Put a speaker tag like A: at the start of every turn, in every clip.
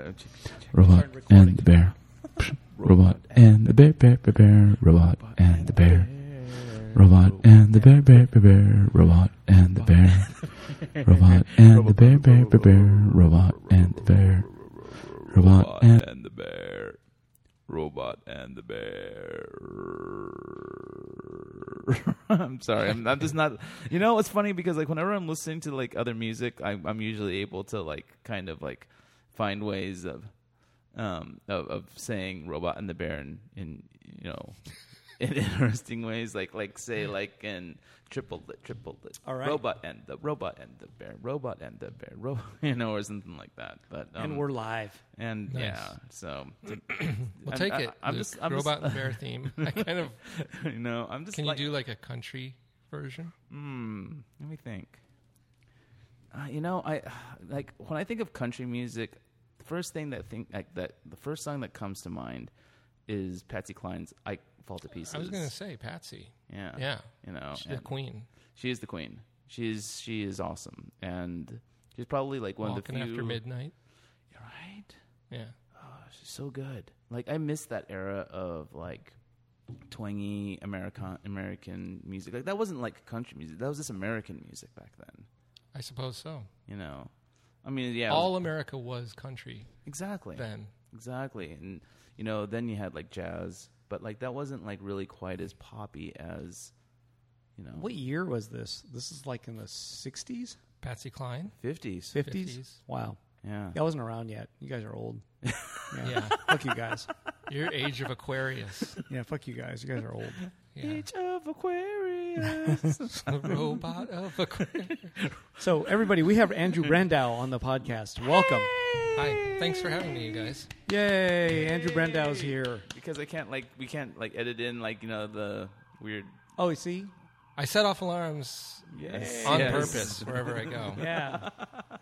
A: 네,
B: Robot and the bear. Psh, Robot and the bear, bear, bear, bear. Robot and the bear.
A: 네.
B: Robot and the bear, bear, bear, bear. Robot and the bear. Robot and the bear, bear, bear, bear. Robot and the bear. Robot and
A: and the bear. Robot and the bear. I'm sorry. I'm, I'm just not. You know, it's funny because like whenever I'm listening to like other music, I, I'm usually able to like kind of like find ways of um of, of saying robot and the bear in, in you know in interesting ways. Like like say like in triplet triplet.
C: All right.
A: Robot and the robot and the bear. Robot and the bear. Robot. You know, or something like that. But um,
C: and we're live.
A: and
D: Nice.
A: yeah, so
D: We'll
A: I'm-
D: take
A: I-
D: it.
A: I'm
D: Luke.
A: just- I'm just-
D: robot and bear theme. I kind of
A: you know, I'm just
D: can
A: like,
D: you do like a country version?
A: Hmm, let me think. Uh, you know, I like when I think of country music, the first thing that think like that the first song that comes to mind is Patsy Cline's "I Fall to Pieces." Oh.
D: I was gonna say Patsy.
A: yeah,
D: Yeah,
A: you know,
D: she's the
A: and
D: queen.
A: she is the queen. She's she is awesome, and she's probably like one
D: Walking
A: of the few.
D: after midnight.
A: right?
D: Yeah,
A: She's Oh, so good. Like I miss that era of like twangy American American music. Like that wasn't like country music. That was just American music back then.
D: I suppose so.
A: You know, I mean, yeah, it was-
D: All America was country
A: exactly,
D: then.
A: exactly. And you know, then you had like jazz, but like that wasn't like really quite as poppy as you know
C: What year was this? This is like in the 60s,
D: Patsy Cline.
A: 50s.
C: 50s.
D: 50s.
C: Wow.
A: Yeah,
C: Yeah, I wasn't around yet. You guys are old. Yeah.
D: Yeah,
C: fuck you guys.
D: your age of Aquarius.
C: Yeah, fuck you guys. You guys are old.
D: Yeah,
A: of Aquarius.
D: the robot of Aquarius.
C: So everybody, we have Andrew Brendow on the podcast. Welcome.
D: Hi, thanks for having me, you guys.
C: Yay, Andrew Brendow's here.
A: because I can't like we can't like edit in like you know the weird
C: Oh, you see?
D: I set off alarms
A: yes
D: on
A: yes.
D: purpose wherever I go.
C: Yeah.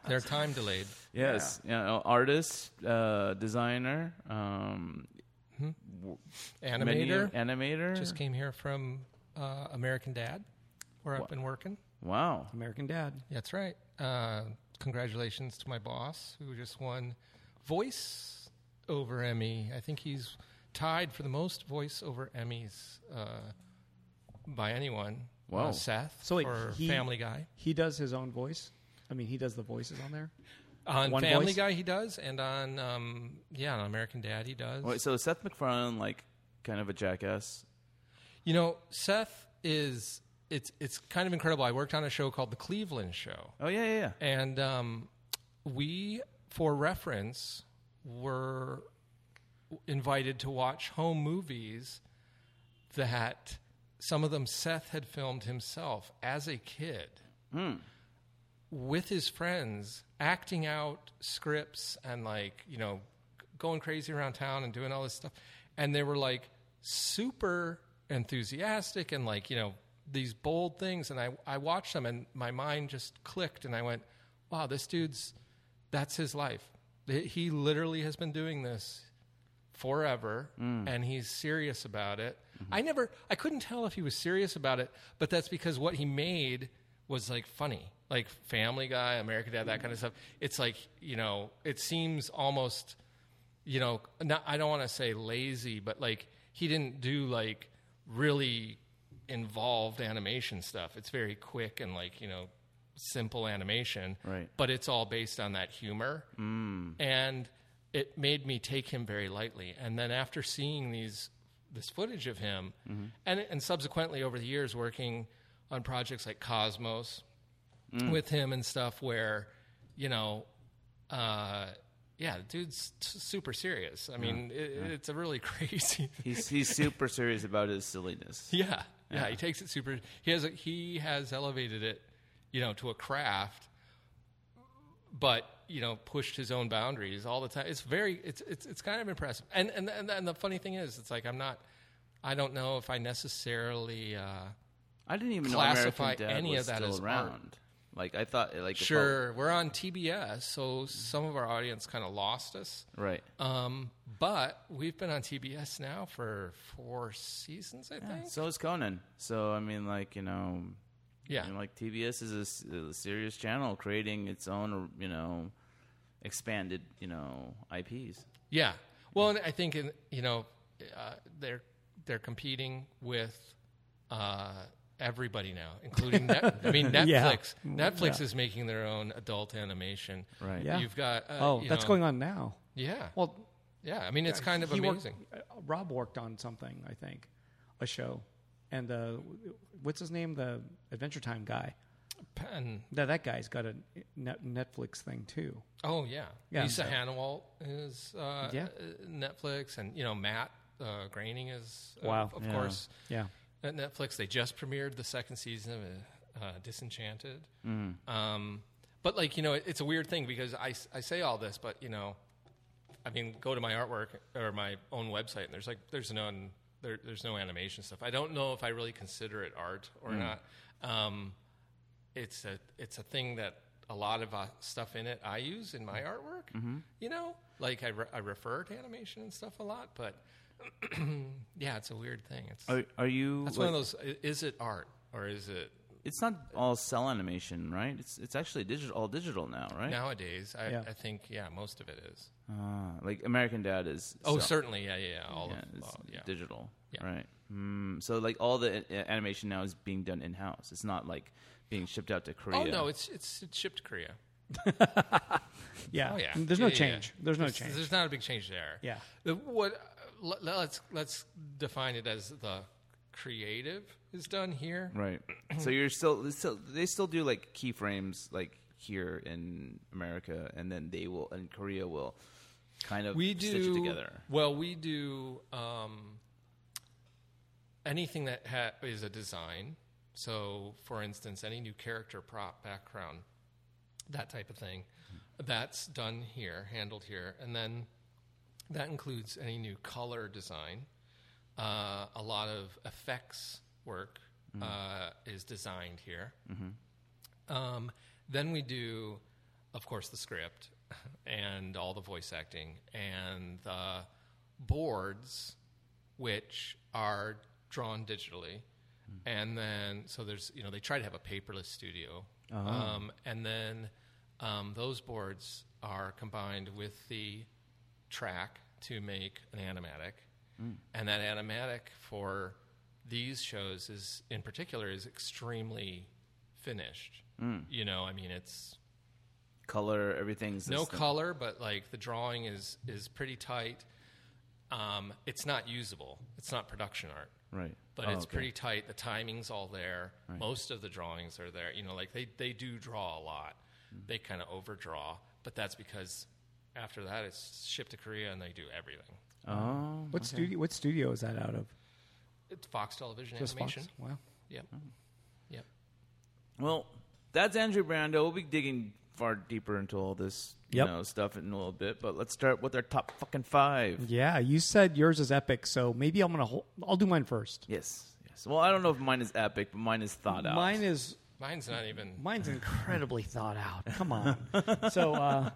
D: They're time delayed.
A: Yes, you know, artist, uh, designer, um, menu-
D: Animator
A: animator.
C: Mm.
D: just came here from uh, American Dad, where I've been working.
A: wow,
C: American Dad.
D: That's right. Uh, congratulations to my boss who just won voice over Emmy. I think he's tied for the most voice over Emmys uh, by anyone.
A: Wow.
D: Uh, Seth
C: So wait,
D: for
C: he-
D: Family Guy.
C: He does his own voice. I mean, he does the voices on there.
D: On
C: One
D: Family
C: voice?
D: Guy, he does, and on um, yeah, on American Dad, he does.
A: Wait, so Seth MacFarlane, like, kind of a jackass.
D: You know, Seth is it's it's kind of incredible. I worked on a show called The Cleveland Show,
A: Oh yeah, yeah, yeah.
D: and um, we, for reference, were invited to watch home movies that some of them Seth had filmed himself as a kid with his friends, acting out scripts and like you know going crazy around town and doing all this stuff, and they were like super enthusiastic and like you know these bold things and I, I watched them and my mind just clicked and I went, wow, this dude's that's his life. He- He literally has been doing this forever and he's serious about it. I never I couldn't tell if he was serious about it, but that's because what he made was like funny. Like Family Guy, American Dad, that kind of stuff. It's like, you know, it seems almost you know, not, I don't want to say lazy, but like he didn't do like really involved animation stuff. It's very quick and like, you know, simple animation.
A: Right.
D: But it's all based on that humor. Mm. And it made me take him very lightly. And then after seeing these this footage of him and and subsequently over the years working on projects like Cosmos with him and stuff where, you know, uh, yeah, the dude's t- super serious. I mean, it, it's a really crazy.
A: He's he's super serious about his silliness.
D: yeah, yeah, he takes it super. He has a, he has elevated it, you know, to a craft, but you know, pushed his own boundaries all the time. It's very, it's it's it's kind of impressive. And and and, and the funny thing is, it's like I'm not, I don't know if I necessarily. Uh,
A: I didn't even know
D: Classify
A: American Dad
D: any
A: was
D: of that
A: still
D: as
A: around.
D: art.
A: Like I thought, like the
D: Sure, we're on TBS, so some of our audience kind of lost us.
A: pub- right?
D: Um, but we've been on TBS now for four seasons, I think.
A: So is Conan. So I mean, like you know,
D: Yeah,
A: I mean, like TBS is a s- a, serious channel creating its own, you know, expanded, you know, IPs.
D: Yeah. Well, and I think in, you know uh, they're they're competing with uh, everybody now, including Net- I mean Netflix. Netflix is making their own adult animation.
A: Right.
C: Yeah.
D: You've got uh,
C: oh,
D: you
C: that's
D: know,
C: going on now.
D: Yeah. Well,
C: Well,
D: yeah. I mean, it's kind of
C: he worked-
D: amazing.
C: uh, Rob worked on something, I think, a show, and uh, what's his name, the Adventure Time guy.
D: Pen.
C: Now that guy's got a Net- Netflix thing too.
D: Oh yeah.
C: Yeah.
D: Lisa Hannawalt is uh,
C: Yeah.
D: uh, Netflix, and you know Matt uh, Groening is uh,
C: Wow.
D: Of
A: Yeah.
D: course,
C: Yeah.
D: at Netflix they just premiered the second season of uh, uh, Disenchanted. Um, but like you know, it, it's a weird thing because I s- I say all this, but you know, I mean, go to my artwork or my own website, and there's like there's none there, there's no animation stuff. I don't know if I really consider it art or not. Um, it's a it's a thing that a lot of uh, stuff in it I use in my artwork. You know, like I, re- I refer to animation and stuff a lot, but yeah, it's a weird thing. It's
A: Are, are you?
D: that's
A: like-
D: one of those. i- Is it art or is it
A: It's not all cell animation, right? It's it's actually digital, all digital now, right?
D: nowadays? I,
C: Yeah.
D: I think yeah, most of it is.
A: Ah, like American Dad is.
D: Oh,
A: cell-
D: certainly, yeah, yeah, yeah. All
A: Yeah,
D: of
A: it's
D: all, yeah.
A: digital,
D: Yeah.
A: right? Mm, so like all the uh, animation now is being done in house. It's not like being shipped out to Korea.
D: Oh no, it's it's it's shipped to Korea.
C: Yeah.
D: Oh yeah,
C: There's
D: Yeah,
C: no
D: yeah,
C: change.
D: yeah.
C: There's no change.
D: There's not a big change there.
C: Yeah.
D: The, what? let- Let's let's define it as the creative is done here.
A: right. so you're still, still they still do like keyframes like here in America, and then they will and Korea will kind of
D: we do
A: stitch it together.
D: Well, we do um, anything that ha- is a design. So, for instance, any new character prop, background, that type of thing, that's done here, handled here, and then that includes any new color design. Uh, a lot of effects work
A: Mm.
D: uh, is designed here. Um, then we do, of course, the script and all the voice acting and the boards, which are drawn digitally. And then, so there's, you know, they try to have a paperless studio. Um, and then um, those boards are combined with the track to make an animatic. And that animatic for these shows is, in particular, is extremely finished.
C: Mm.
D: You know, I mean, it's
A: Color, everything's
D: no
A: this thing.
D: color, but like the drawing is is pretty tight. Um, it's not usable. It's not production art,
A: right?
D: but
A: Oh,
D: it's
A: okay.
D: pretty tight. The timing's all there. Most of the drawings are there. You know, like they they do draw a lot.
C: Mm.
D: They kind of overdraw, but that's because after that it's shipped to Korea and they do everything.
A: Oh,
C: what studio? What studio is that out of?
D: It's Fox Television
C: Just Fox?
D: Animation.
C: Wow. Mm.
D: Yep. Yep.
A: Well, that's Andrew Brando. We'll be digging far deeper into all this you
C: Yep.
A: know, stuff in a little bit, but let's start with our top fucking five.
C: Yeah, you said yours is epic, so maybe I'm gonna. Hold, I'll do mine first.
A: Yes, yes. Well, I don't know if mine is epic, but mine is thought out.
C: Mine is
D: Mine's not even.
C: mine's incredibly thought out. Come on. so uh,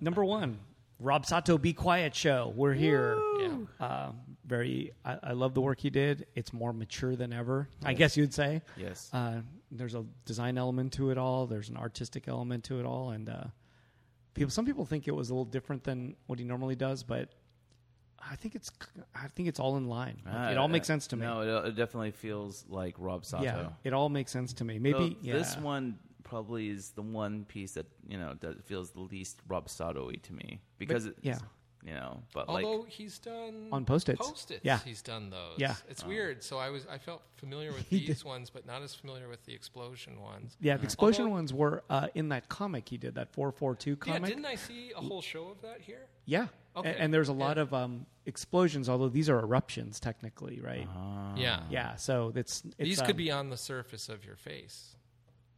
C: number one, Rob Sato, Be Quiet Show. We're here.
D: Yeah.
C: Uh, very, I, I love the work he did. It's more mature than ever, I guess you'd say.
A: Yes.
C: Uh, there's a design element to it all. There's an artistic element to it all, and uh, people. Some people think it was a little different than what he normally does, but I think it's, I think it's all in line. Like,
A: Ah,
C: it all
A: uh,
C: makes sense to me.
A: No, it, it definitely feels like Rob Sato.
C: yeah, it all makes sense to me.
A: Though
C: Maybe yeah.
A: This one probably is the one piece that you know that feels the least Rob Sato-y to me because it's,
C: yeah.
A: you know, but
D: Although
A: like
D: he's done
C: On Post-its.
D: Post-its.
C: Yeah.
D: he's done those.
C: Yeah.
A: Oh.
D: it's weird. So I was I felt familiar with these ones, but not as familiar with the explosion ones.
C: Yeah, the explosion
D: Although-
C: ones were uh, in that comic he did, that 442
D: Yeah,
C: comic.
D: didn't I see a whole show of that here?
C: Yeah.
D: Okay.
C: And, and there's a lot of um, explosions, although these are eruptions technically, right?
D: yeah,
C: Uh, Yeah, so it's, it's
D: Ah. These could
C: um,
D: be on the surface of your face.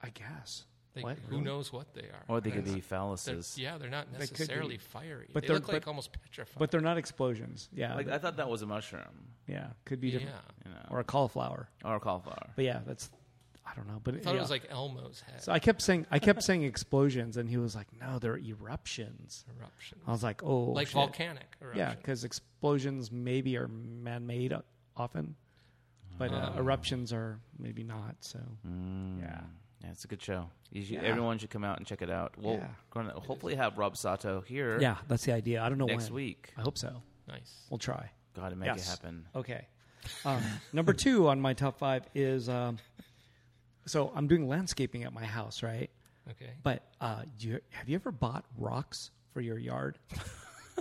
C: I guess.
D: They,
C: what?
D: Who knows what they are?
A: or they could
D: They're
A: be
D: not- they're-
A: phalluses.
D: yeah, they're not
C: could be.
D: necessarily fiery.
C: But
D: they
C: they're-
D: look like
C: but-
D: almost petrified.
C: But they're not explosions. Yeah.
A: Like
C: but-
A: I thought that was a mushroom
C: yeah, could be
D: yeah,
C: different.
A: you know.
C: Or a cauliflower.
A: or a cauliflower.
C: But yeah, that's I don't know, but
D: I thought
C: yeah.
D: it was like Elmo's head
C: So I kept saying I kept saying explosions and he was like, "No, they're eruptions."
D: eruption,
C: I was like, "Oh,
D: like
C: shit.
D: volcanic eruption.
C: Yeah, because explosions maybe are man-made uh, o- often, but uh, eruptions are maybe not. So, yeah,
A: Yeah, it's a good show. You should,
C: Yeah.
A: Everyone should come out and check it out. We'll
C: Yeah.
A: gonna hopefully have Rob Sato here
C: Yeah, that's the idea. I don't know
A: next
C: when.
A: week.
C: I hope so.
D: Nice.
C: We'll try.
A: Got to make
C: Yes.
A: it happen.
C: Okay. Um, number two on my top five is um, so I'm doing landscaping at my house, right?
D: Okay.
C: But uh, do you, have you ever bought rocks for your yard?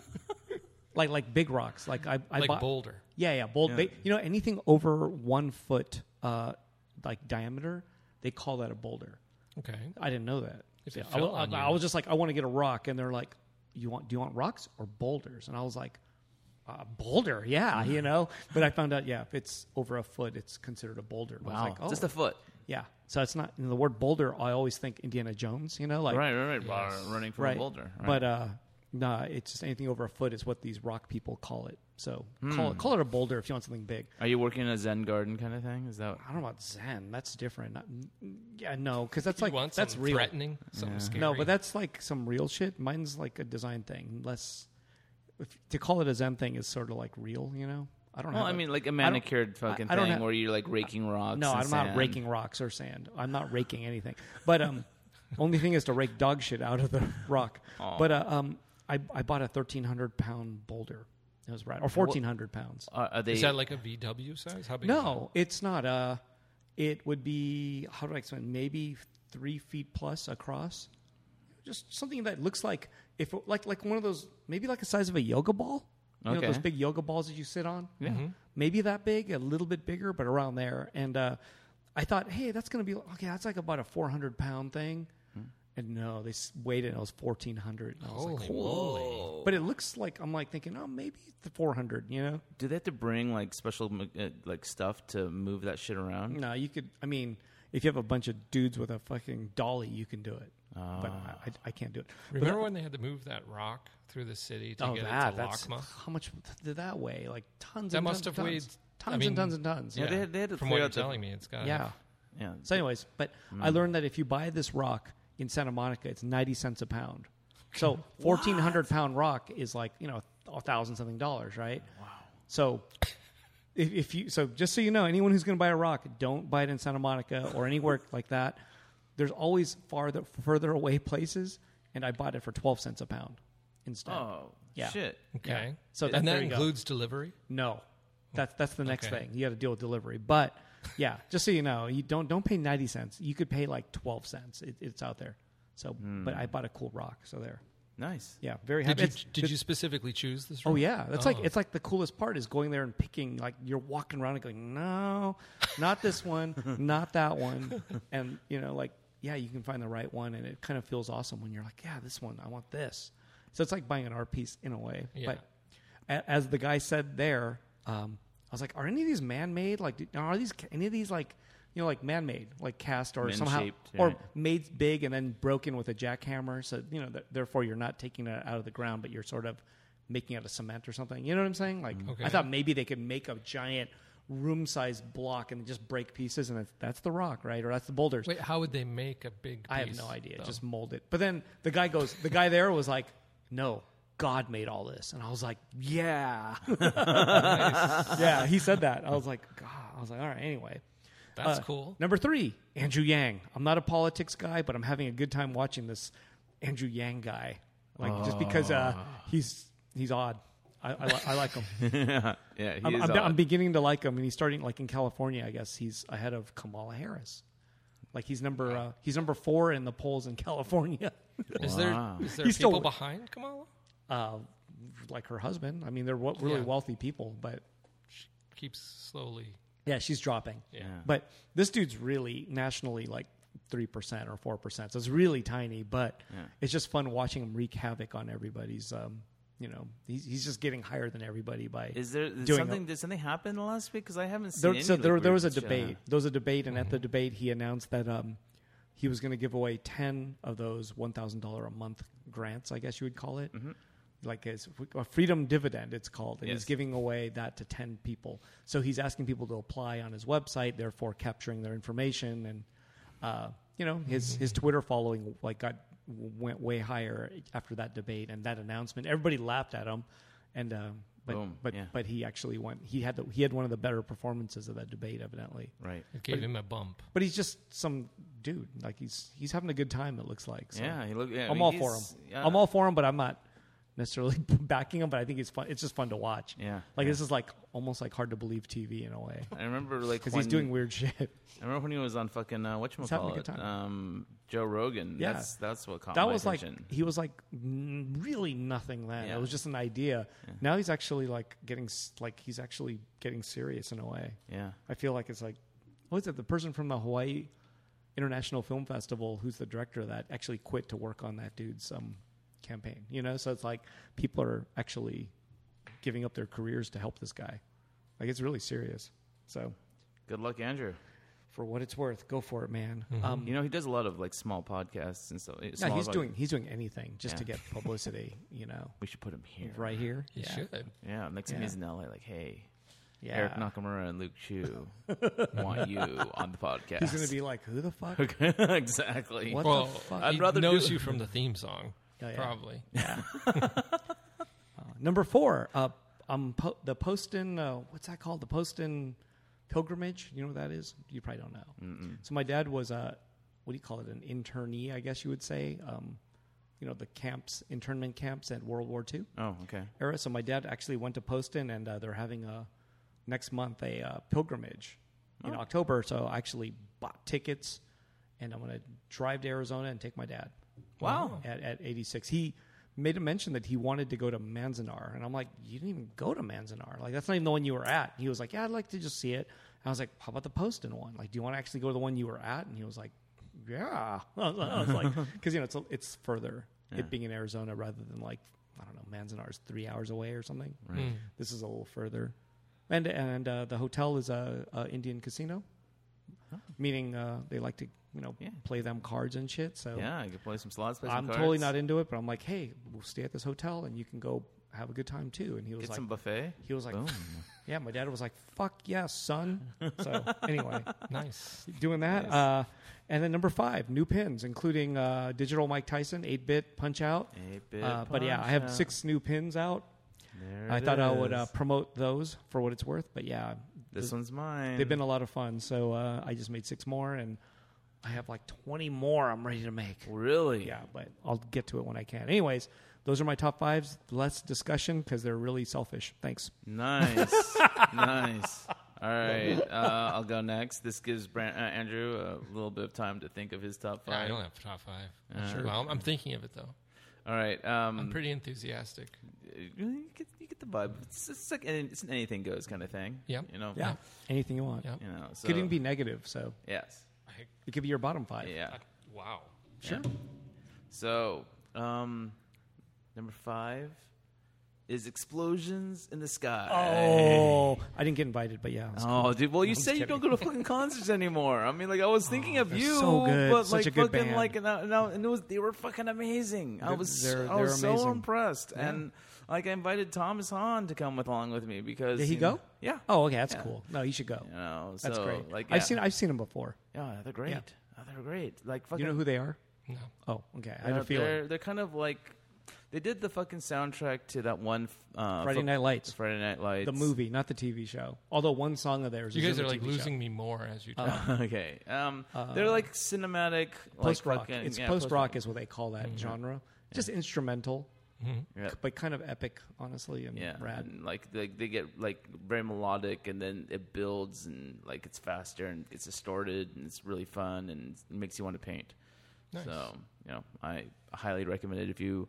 C: like like big rocks. Like I, I
D: like
C: bought.
D: Boulder.
C: Yeah, yeah, bold. They, you know, anything over one foot, uh, like diameter, they call that a boulder.
D: Okay.
C: I didn't know that.
D: If
C: Yeah,
D: it
C: I, wa-
D: fell on
C: I-
D: you.
C: I was just like, I want to get a rock, and they're like, "You want? Do you want rocks or boulders?" And I was like, uh, "Boulder, yeah, you know." But I found out, yeah, if it's over a foot, it's considered a boulder. And I was
A: Wow,
C: like, oh,
A: just a foot.
C: yeah. So it's not you know, the word boulder. I always think Indiana Jones, you know, like
A: right, right, right. Uh, Running from
C: right.
A: a boulder. Right.
C: But uh, nah, it's just anything over a foot is what these rock people call it. So call it call it a boulder if you want something big.
A: Are you working in a Zen garden kind of thing? Is that
C: I don't know about Zen. That's different. Not, yeah, no, because that's
D: You
C: like
D: want
C: that's
D: something
C: real.
D: threatening, something scary.
C: No, but that's like some real shit. Mine's like a design thing. Less if, to call it a Zen thing is sort of like real, you know. I don't.
A: Well,
C: have
A: I
C: a-
A: mean, like a
C: I don't-
A: manicured fucking
C: I- I don't
A: thing
C: have-
A: where you're like raking rocks.
C: No,
A: and
C: I'm not
A: sand.
C: raking rocks or sand. I'm not raking anything. But um, only thing is to rake dog shit out of the rock. But uh, um, I I bought a 1,300 pound boulder. It was right or 1,400 pounds.
A: Are, are they?
D: is that like a VW size? How big? is
C: No, it's not. Uh, it would be how do I explain? Maybe three feet plus across. Just something that looks like if it- like like one of those maybe like the size of a yoga ball. You know
A: Okay.
C: those big yoga balls that you sit on. Yeah.
D: Mm-hmm.
C: Maybe that big, a little bit bigger, but around there. And uh, I thought, hey, that's gonna be okay. That's like about a four hundred pound thing. And no, they s- weighed it. and It was fourteen hundred. I was like,
D: Holy moly.
C: but it looks like I'm like thinking, oh, maybe the four hundred. You know.
A: do they have to bring like special m- uh, like stuff to move that shit around?
C: No, you could. I mean, if you have a bunch of dudes with a fucking dolly, you can do it. But I, I, I can't do it.
D: Remember when they had to move that rock through the city to
C: oh,
D: get
C: that
D: it to
C: that's
D: Lachma?
C: how much did that weigh? Like tons.
D: That
C: and
D: must
C: tons,
D: have
C: tons,
D: weighed-
C: tons
D: I mean,
C: and tons and tons.
A: Yeah. they had- they had to
D: From
A: clear
D: what
A: out the-
D: you're telling me, it's got
C: Yeah.
A: Yeah.
C: So, anyways, but I learned that if you buy this rock in Santa Monica, it's ninety cents a pound. So fourteen hundred pound rock is like you know a thousand something dollars, right? Wow. So. If, if you so, just so you know, anyone who's going to buy a rock, don't buy it in Santa Monica or anywhere like that. There's always farther, further away places, and I bought it for twelve cents a pound instead.
A: Oh
C: Yeah.
A: shit.
D: Okay.
C: Yeah. So that-
D: and
C: there
D: that
C: you go.
D: includes delivery.
C: No, that's that's the next
D: Okay.
C: thing. You got to deal with delivery. But yeah, just so you know, you don't don't pay ninety cents. You could pay like twelve cents. It, it's out there. So, but I bought a cool rock. So there,
A: Nice.
C: yeah, very
D: Hmm. Did
C: happy.
D: you,
C: It's-
D: did
C: it's-
D: you specifically choose this?
C: Oh
D: rock?
C: yeah, that's like
D: Oh.
C: it's like the coolest part is going there and picking. Like you're walking around and going, no, not this one, not that one, and you know, like yeah, you can find the right one, and it kind of feels awesome when you're like, yeah, this one, I want this. So it's like buying an art piece in a way.
D: Yeah.
C: But a- as the guy said there, um, I was like, are any of these man-made? Like, do- are these any of these like you know like man-made, like cast or somehow
A: Man-shaped,
C: or
A: right.
C: made big and then broken with a jackhammer. So you know, th- therefore, you're not taking it out of the ground, but you're sort of making it out of cement or something. You know what I'm saying? Like, I
D: Mm-hmm. Okay.
C: thought maybe they could make a giant room-sized block and just break pieces, and it's, that's the rock, right? Or that's the boulders.
D: Wait, how would they make a big? Piece,
C: I have no idea.
D: though?
C: Just mold it. But then the guy goes, the guy there was like, no. God made all this, and I was like, "Yeah, yeah." He said that. I was like, "God." I was like, "All right." Anyway,
D: that's
C: uh,
D: cool.
C: Number three, Andrew Yang. I'm not a politics guy, but I'm having a good time watching this Andrew Yang guy. Like just because uh, he's he's odd. I, I, li- I like him.
A: yeah. He
C: I'm,
A: is
C: I'm,
A: odd.
C: I'm beginning to like him, and he's starting like in California. I guess he's ahead of Kamala Harris. Like he's number uh, he's number four in the polls in California.
D: Is there
A: Wow.
D: is there
C: He's still-
D: people behind Kamala?
C: uh, like her husband. I mean, they're w- really
D: Yeah.
C: wealthy people, but
D: Keeps slowly.
C: yeah, she's dropping.
D: Yeah.
C: But this dude's really nationally like 3% or 4%. So it's really tiny, but it's just fun watching him wreak havoc on everybody's, um, you know, he's, he's just getting higher than everybody by.
A: Is there did
C: doing
A: something?
C: a-
A: Did something happen last week? Because I haven't seen.
C: there,
A: any,
C: so
A: like, uh,
C: there, there was a
A: recent shit.
C: debate. There was a debate, and at the debate, he announced that um, he was going to give away ten of those one thousand dollar a month grants. I guess you would call it, like his, a freedom dividend. It's called, and
A: Mm-hmm.
C: he's
A: Yes.
C: giving away that to ten people. So he's asking people to apply on his website, therefore capturing their information, and uh, you know his
A: Mm-hmm.
C: his Twitter following like got went way higher after that debate and that announcement. Everybody laughed at him, and. um But
A: Boom,
C: but
A: yeah.
C: but he actually won. He had the, he had one of the better performances of that debate, evidently.
A: Right.
D: It gave him a bump.
C: But he's just some dude. Like he's he's having a good time. It looks like. So
A: yeah, he look. Yeah, I mean,
C: I'm all for him.
A: he's- yeah.
C: I'm all for him, but I'm not necessarily backing him. But I think it's fun. It's just fun to watch.
A: Yeah,
C: Like
A: yeah.
C: this is like almost like hard to believe TV in a way
A: I remember like
C: because he's
A: when-
C: doing weird shit.
A: I remember when he was on fucking uh, whatchamacallit,
C: having a good time.
A: um, Joe Rogan.
C: Yeah.
A: That's that's what caught
C: that
A: my
C: was like
A: attention.
C: he was like n- really nothing then.
A: Yeah.
C: It was just an idea. Now he's actually like getting s- like he's actually getting serious in a way.
A: yeah.
C: I feel like it's like what is it? The person from the Hawaii International Film Festival, who's the director of that, actually quit to work on that dude's um, campaign. You know, so it's like people are actually giving up their careers to help this guy. Like it's really serious. So
A: Good luck, Andrew.
C: for what it's worth, go for it, man. Um,
A: You know he does a lot of like small podcasts and stuff.
C: no,
A: Mm-hmm. small,
C: he's
A: like-
C: doing he's doing anything just to
A: Yeah.
C: get publicity. You know,
A: We should put him here.
C: right here.
D: You should.
A: Yeah. Next time
C: Yeah.
A: he's in LA, like, hey,
C: Yeah.
A: Eric Nakamura and Luke Chu want you on the podcast.
C: He's gonna be like, who the fuck?
A: Okay, exactly.
C: What
D: Well,
C: the fuck?
A: I'd
D: he
A: rather
D: knows
A: do-
D: you from the theme song,
C: Oh, yeah.
D: probably.
C: Number four, uh, um, po- the Poston, uh, what's that called? The Poston pilgrimage. You know what that is? You probably don't know. So my dad was a, what do you call it? An internee, I guess you would say. Um, you know, the camps, internment camps at World War II
A: Oh, okay.
C: era. So my dad actually went to Poston, and uh, they're having a next month a uh, pilgrimage in October. So I actually bought tickets, and I'm going to drive to Arizona and take my dad.
A: Wow.
C: At, at 86, he made a mention that he wanted to go to Manzanar, and I'm like, you didn't even go to Manzanar. Like that's not even the one you were at. He was like, yeah, I'd like to just see it. And I was like, how about the Poston one? Like, do you want to actually go to the one you were at? And he was like. Yeah, I was I was like, because you know it's a- it's further it being in Arizona rather than like I don't know Manzanar is three hours away or something.
D: Mm.
C: This is a little further, and and uh, the hotel is a, a Indian casino, meaning uh, they like to you know
A: Yeah.
C: play them cards and shit. So
A: Yeah, I could play some slots. Play some
C: I'm totally
A: cards,
C: not into it, but I'm like, hey, we'll stay at this hotel and you can go have a good time too. And he was
A: Get
C: like,
A: some buffet.
C: he was like,
A: Boom.
C: yeah, my dad was like, fuck yes, son. So anyway,
D: Nice.
C: doing that. Uh, and then number five, new pins, including uh, digital Mike Tyson, eight bit punch out.
A: 8-bit
C: Uh, but yeah, I have
A: punch-out.
C: six new pins out.
A: There
C: I
A: it
C: thought I would
A: is.
C: uh, promote those for what it's worth, but yeah,
A: this
C: th-
A: one's mine.
C: they've been a lot of fun. So uh, I just made six more, and I have like twenty more I'm ready to make.
A: really.
C: Yeah, but I'll get to it when I can. Anyways, those are my top fives. Less discussion because they're really selfish. Thanks.
A: Nice, nice. All right, uh, I'll go next. This gives Bran- uh, Andrew a little bit of time to think of his top
D: I
A: five.
D: don't have top five.
C: Uh,
D: Well, I'm, I'm thinking of it though.
A: All right,
D: I'm
A: um,
D: pretty enthusiastic.
A: you, get, you get the vibe. It's, it's like an, it's an anything goes kind of thing.
D: Yeah.
A: you know.
C: anything you want.
D: Yeah.
A: you know. So,
C: Could even be negative, so
A: Yes.
D: I,
C: it could be your bottom five.
A: Yeah.
D: wow.
A: Sure. So, um, number five is explosions in the sky.
C: Oh, I didn't get invited, but yeah. it was cool.
A: Oh, dude! Well, you say you don't go to fucking concerts anymore. I mean, like I was thinking of
C: Oh, they're
A: you,
C: so good.
A: but
C: Such
A: like
C: a good
A: fucking
C: band.
A: like and, I- and, I- and it was they were fucking amazing. I
C: They're-
A: was
C: they're-
A: I was
C: they're
A: so
C: amazing.
A: impressed, and like I invited Thomas Hahn to come with, along with me because
C: Did he
A: you
C: go?
A: know- Yeah.
C: Oh, okay, that's
A: Yeah.
C: cool. No, you should go.
A: You know,
C: That's
A: so,
C: great.
A: Like
C: I've
A: yeah.
C: seen I've seen them before.
A: Yeah, they're great. Oh, they're great. Like fucking.
C: You know who they are?
D: No.
C: Oh, okay. I had
A: uh,
C: a feeling.
A: They're they're kind of like they did the fucking soundtrack to that one uh,
C: Friday
A: fo-
C: Night Lights.
A: Friday Night Lights.
C: The movie, not the TV show. Although one song of theirs.
D: You
C: is
D: guys
C: in
D: are
C: the
D: like
C: TV show.
D: losing me more as you talk.
C: Uh-huh.
A: okay. Um, they're like cinematic like
C: post rock.
A: fucking-
C: Uh, It's
A: yeah, Mm-hmm.
C: post rock is what they call that genre. Just instrumental,
D: Mm-hmm.
A: Yeah.
C: but kind of epic, honestly, and
A: Yeah,
C: rad.
A: and, like like they get like very melodic, and then it builds, and like it's faster, and it's distorted, and it's really fun, and it makes you want to paint.
D: Nice.
A: So you know, I highly recommend it if you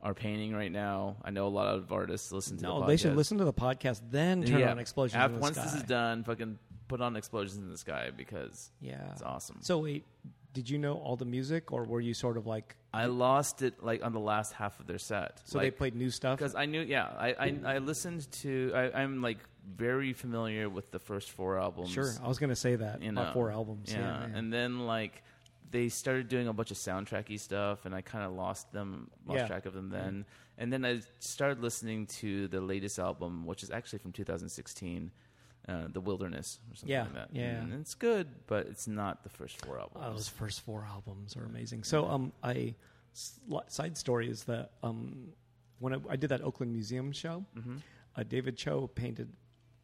A: are painting right now. I know a lot of artists listen to.
C: No,
A: the
C: they should
A: podcast.
C: listen to the podcast, then turn
A: Yeah.
C: on explosions.
A: Af-
C: in the
A: once
C: Sky.
A: this is done, fucking put on explosions in the sky because
C: yeah,
A: it's awesome.
C: Oh. So wait, did you know all the music, or were you sort of like
A: I lost it like on the last half of their set.
C: so they
A: Like,
C: played new stuff?
A: because I knew, yeah, I I, I listened to. I, I'm like very familiar with the first four albums.
C: Sure, I was going to say that.
A: you
C: about
A: know.
C: four albums. Yeah, yeah.
A: and then like they started doing a bunch of soundtracky stuff, and I kind of lost them, lost
C: Yeah.
A: track of them then. And then I started listening to the latest album, which is actually from 2016. Uh, the wilderness or something
C: Yeah,
A: like that
C: yeah.
A: and it's good but it's not the first four
C: Oh, those
A: albums
C: first four albums are amazing. So, um, I
A: Mm-hmm.
C: sli- side story is that um, when I, I did that Oakland Museum show, uh, David Cho painted.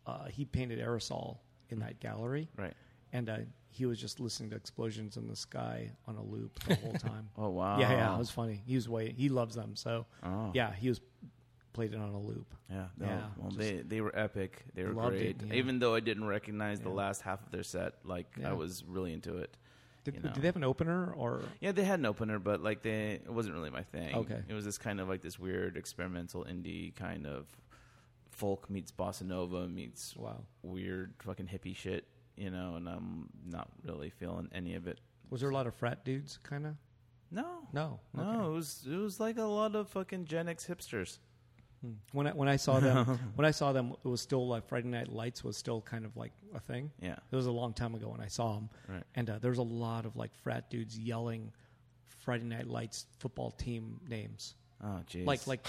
C: Uh, he painted aerosol in that gallery,
A: Mm. Right.
C: and uh, he was just listening to explosions in the sky on a loop the whole time.
A: Oh wow.
C: Yeah, yeah, it was funny. He was way he loves them, so
A: Oh.
C: yeah, he was played it on a loop.
A: Yeah, no,
C: Yeah,
A: well,
C: just
A: they they were epic. They were
C: loved it,
A: great.
C: yeah.
A: Even though I didn't recognize the
C: Yeah.
A: last half of their set, like
C: Yeah.
A: I was really into it.
C: Did,
A: You know.
C: did they have an opener or?
A: Yeah, they had an opener, but like they, it wasn't really my thing.
C: Okay.
A: it was this kind of like this weird experimental indie kind of folk meets bossa nova meets
C: Wow,
A: weird fucking hippie shit, you know. And I'm not really feeling any of it.
C: was there a lot of frat dudes? Kind of.
A: No,
C: No,
A: no, it was it was like a lot of fucking Gen X hipsters.
C: Hmm. When I, when I saw them, when I saw them, it was still like Friday Night Lights was still kind of like a thing.
A: Yeah,
C: It was a long time ago when I saw them,
A: Right.
C: and uh, there was a lot of like frat dudes yelling Friday Night Lights football team names,
A: oh jeez,
C: like like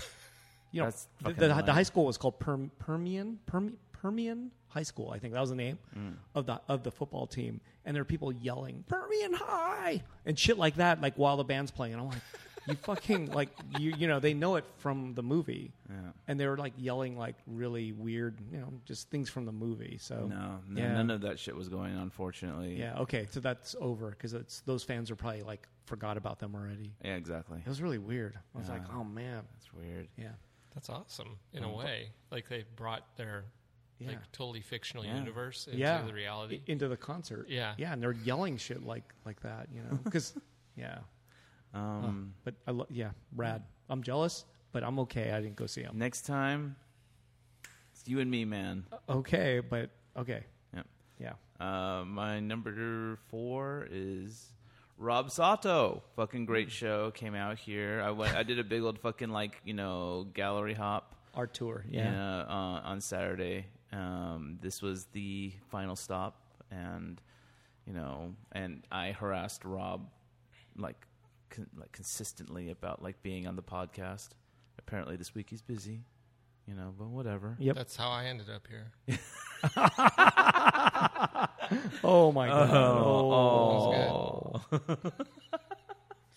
C: you know
A: That's
C: the,
A: fucking
C: the, the
A: lame.
C: high school was called Perm, Permian Perm, Permian High School, I think that was the name
A: Mm.
C: of the of the football team, and there were people yelling Permian High and shit like that, like while the band's playing. And I'm like, you fucking like you you know they know it from the movie,
A: Yeah.
C: and they were like yelling like really weird, you know, just things from the movie. So
A: no, no
C: Yeah.
A: none of that shit was going. on, Unfortunately,
C: yeah, okay, so that's over because it's those fans are probably like forgot about them already.
A: yeah, exactly.
C: It was really weird. I was like,
A: Yeah.
C: oh man,
A: That's weird.
C: yeah,
D: That's awesome in
A: Um,
D: a way. Like they brought their
C: yeah,
D: like totally fictional
A: Yeah.
D: universe into
C: yeah,
D: the reality.
C: I- into the concert.
D: Yeah.
C: yeah, and they're yelling shit like like that, you know, because yeah,
A: Um,
C: but I lo- yeah, rad. I'm jealous, but I'm okay. I didn't go see them.
A: Next time, it's you and me, man.
C: Okay, but okay,
A: Yep.
C: yeah.
A: Uh, my number four is Rob Sato. Fucking great show. Came out here. I went. I did a big old fucking like you know gallery hop.
C: Our tour,
A: Yeah.
C: yeah,
A: uh, on Saturday. Um, this was the final stop, and you know, and I harassed Rob like con- like consistently about like being on the podcast. Apparently, this week he's busy, you know, but whatever.
C: yep.
D: That's how I ended up here.
C: Oh my god.
D: That
C: Oh.
D: was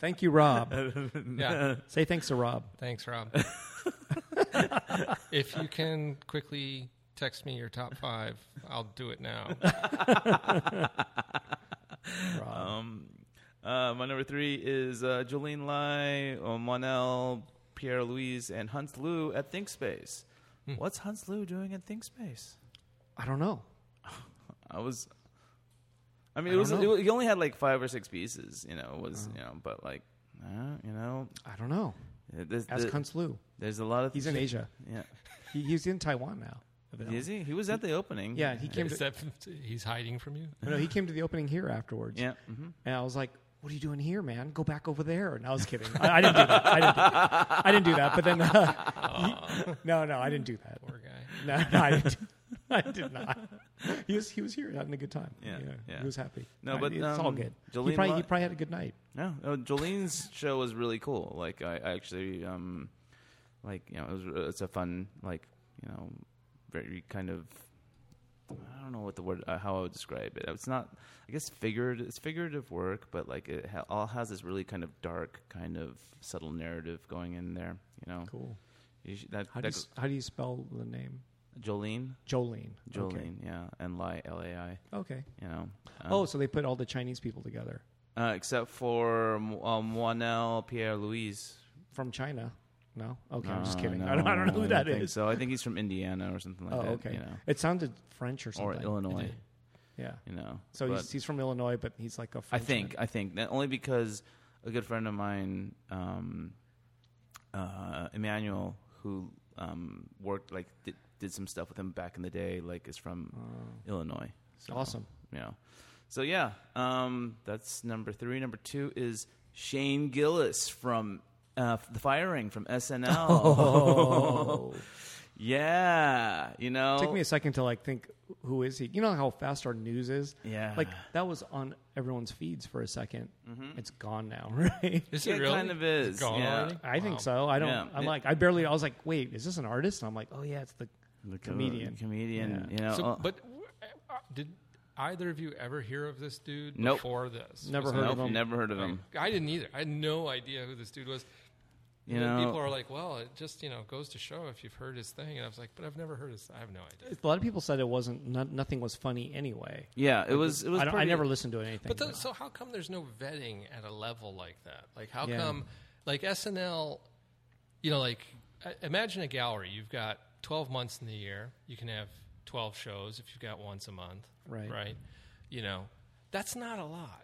C: Thank you, Rob.
D: good. Yeah.
C: Say thanks to Rob.
D: Thanks, Rob. if you can quickly text me your top five, I'll do it now.
C: Rob.
A: Um, uh, my number three is uh, Jolene Lai, uh, Monel, Pierre Louise, and Hunts Liu at ThinkSpace.
C: Hmm.
A: What's Hunts Liu doing at ThinkSpace?
C: I don't know.
A: I was. I mean,
C: I
A: it was,
C: don't
A: it
C: know. Uh-huh.
A: was. He only had like five or six pieces. You know, it was you know, but like, uh, you know,
C: I don't know.
A: there's,
C: Ask
A: there-
C: Kunz Lu.
A: there's a lot of.
C: He's in
A: shit-
C: Asia.
A: Yeah,
C: He, he's in Taiwan now. evidently.
A: is he? He was at the opening.
C: Yeah, he came.
D: Is
C: To,
D: that, he's hiding from you?
C: no, he came to the opening here afterwards.
A: Yeah. hmm
C: And I was like, "What are you doing here, man? Go back over there." And I was kidding. I, I didn't do that. I didn't. Do, I didn't do that. But then, uh, he- no, no, I didn't do that.
D: Poor guy.
C: No, no I, didn't, I did not. He was he was here having a good time.
A: Yeah, yeah.
C: He was happy.
A: No,
C: I-
A: but,
C: it's all
A: um,
C: good.
A: Jolene
C: he probably
A: Lo-
C: he probably had a good night.
A: No, no, uh, Jolene's show was really cool. Like I, I actually, um, like you know, it was uh, it's a fun like you know, very kind of. I don't know what the word uh, how I would describe it. It's not, I guess, figured. It's figurative work, but like it ha- all has this really kind of dark, kind of subtle narrative going in there. You know,
C: Cool.
A: You should- that,
C: How do you,
A: that
C: s- how do you spell the name
A: Jolene,
C: Jolene?
A: Jolene,
C: Okay.
A: yeah, and Lai L A I.
C: Okay.
A: You know, um,
C: Oh, so they put all the Chinese people together
A: uh, except for um, Moinel Pierre Louise,
C: from China. No, okay, I'm just
A: No,
C: kidding.
A: Uh, no,
C: I, don't, I don't know who that
A: think
C: is.
A: So I think he's from Indiana or something like
C: oh,
A: that.
C: okay.
A: You know,
C: It sounded French or
A: or
C: something.
A: Illinois.
C: Yeah.
A: You know.
C: So
A: But
C: he's, he's from Illinois, but he's like a
A: I
C: French
A: think I think that only because a good friend of mine, um, uh, Emmanuel, who um, worked like did, did some stuff with him back in the day, like is from
C: Oh.
A: Illinois. So,
C: Awesome.
A: You know. So yeah, um, that's number three. Number two is Shane Gillis from uh, the firing from SNL.
C: Oh.
A: Yeah, you know.
C: Took me a second to like think, who is he? You know how fast our news is.
A: Yeah.
C: Like that was on everyone's feeds for a 2nd Mm-hmm. It's gone now, right?
D: Is
A: Yeah,
D: it really?
A: kind of is,
D: It's gone
A: yeah.
D: already?
C: I think
D: Wow.
C: so. I don't.
A: Yeah.
C: I'm
A: It-
C: like, I barely. I was like, wait, is this an artist? And I'm like, oh yeah, it's the.
A: the co-
C: comedian.
A: comedian.
C: Yeah.
A: You know,
D: So,
A: oh,
D: but w- uh, did either of you ever hear of this dude
A: Nope.
D: before this?
C: Never
D: Was
C: heard
D: it-
C: of
A: nope,
C: him.
A: never heard of him.
D: I didn't either. I had no idea who this dude was.
A: You
D: And
A: know,
D: people are like, well, it just you know goes to show if you've heard his thing, and I was like, but I've never heard his. I have no idea.
C: A lot of people said it wasn't. No, nothing was funny anyway.
A: yeah, it was. It was.
C: I, don't, I
A: pretty-
C: never listened to anything.
D: But the,
C: but-
D: so how come there's no vetting at a level like that? Like how
C: Yeah.
D: come like SNL, you know, like uh, imagine a gallery. You've got 12 months in the year. You can have 12 shows if you've got once a month.
C: Right.
D: Right. You know, that's not a lot.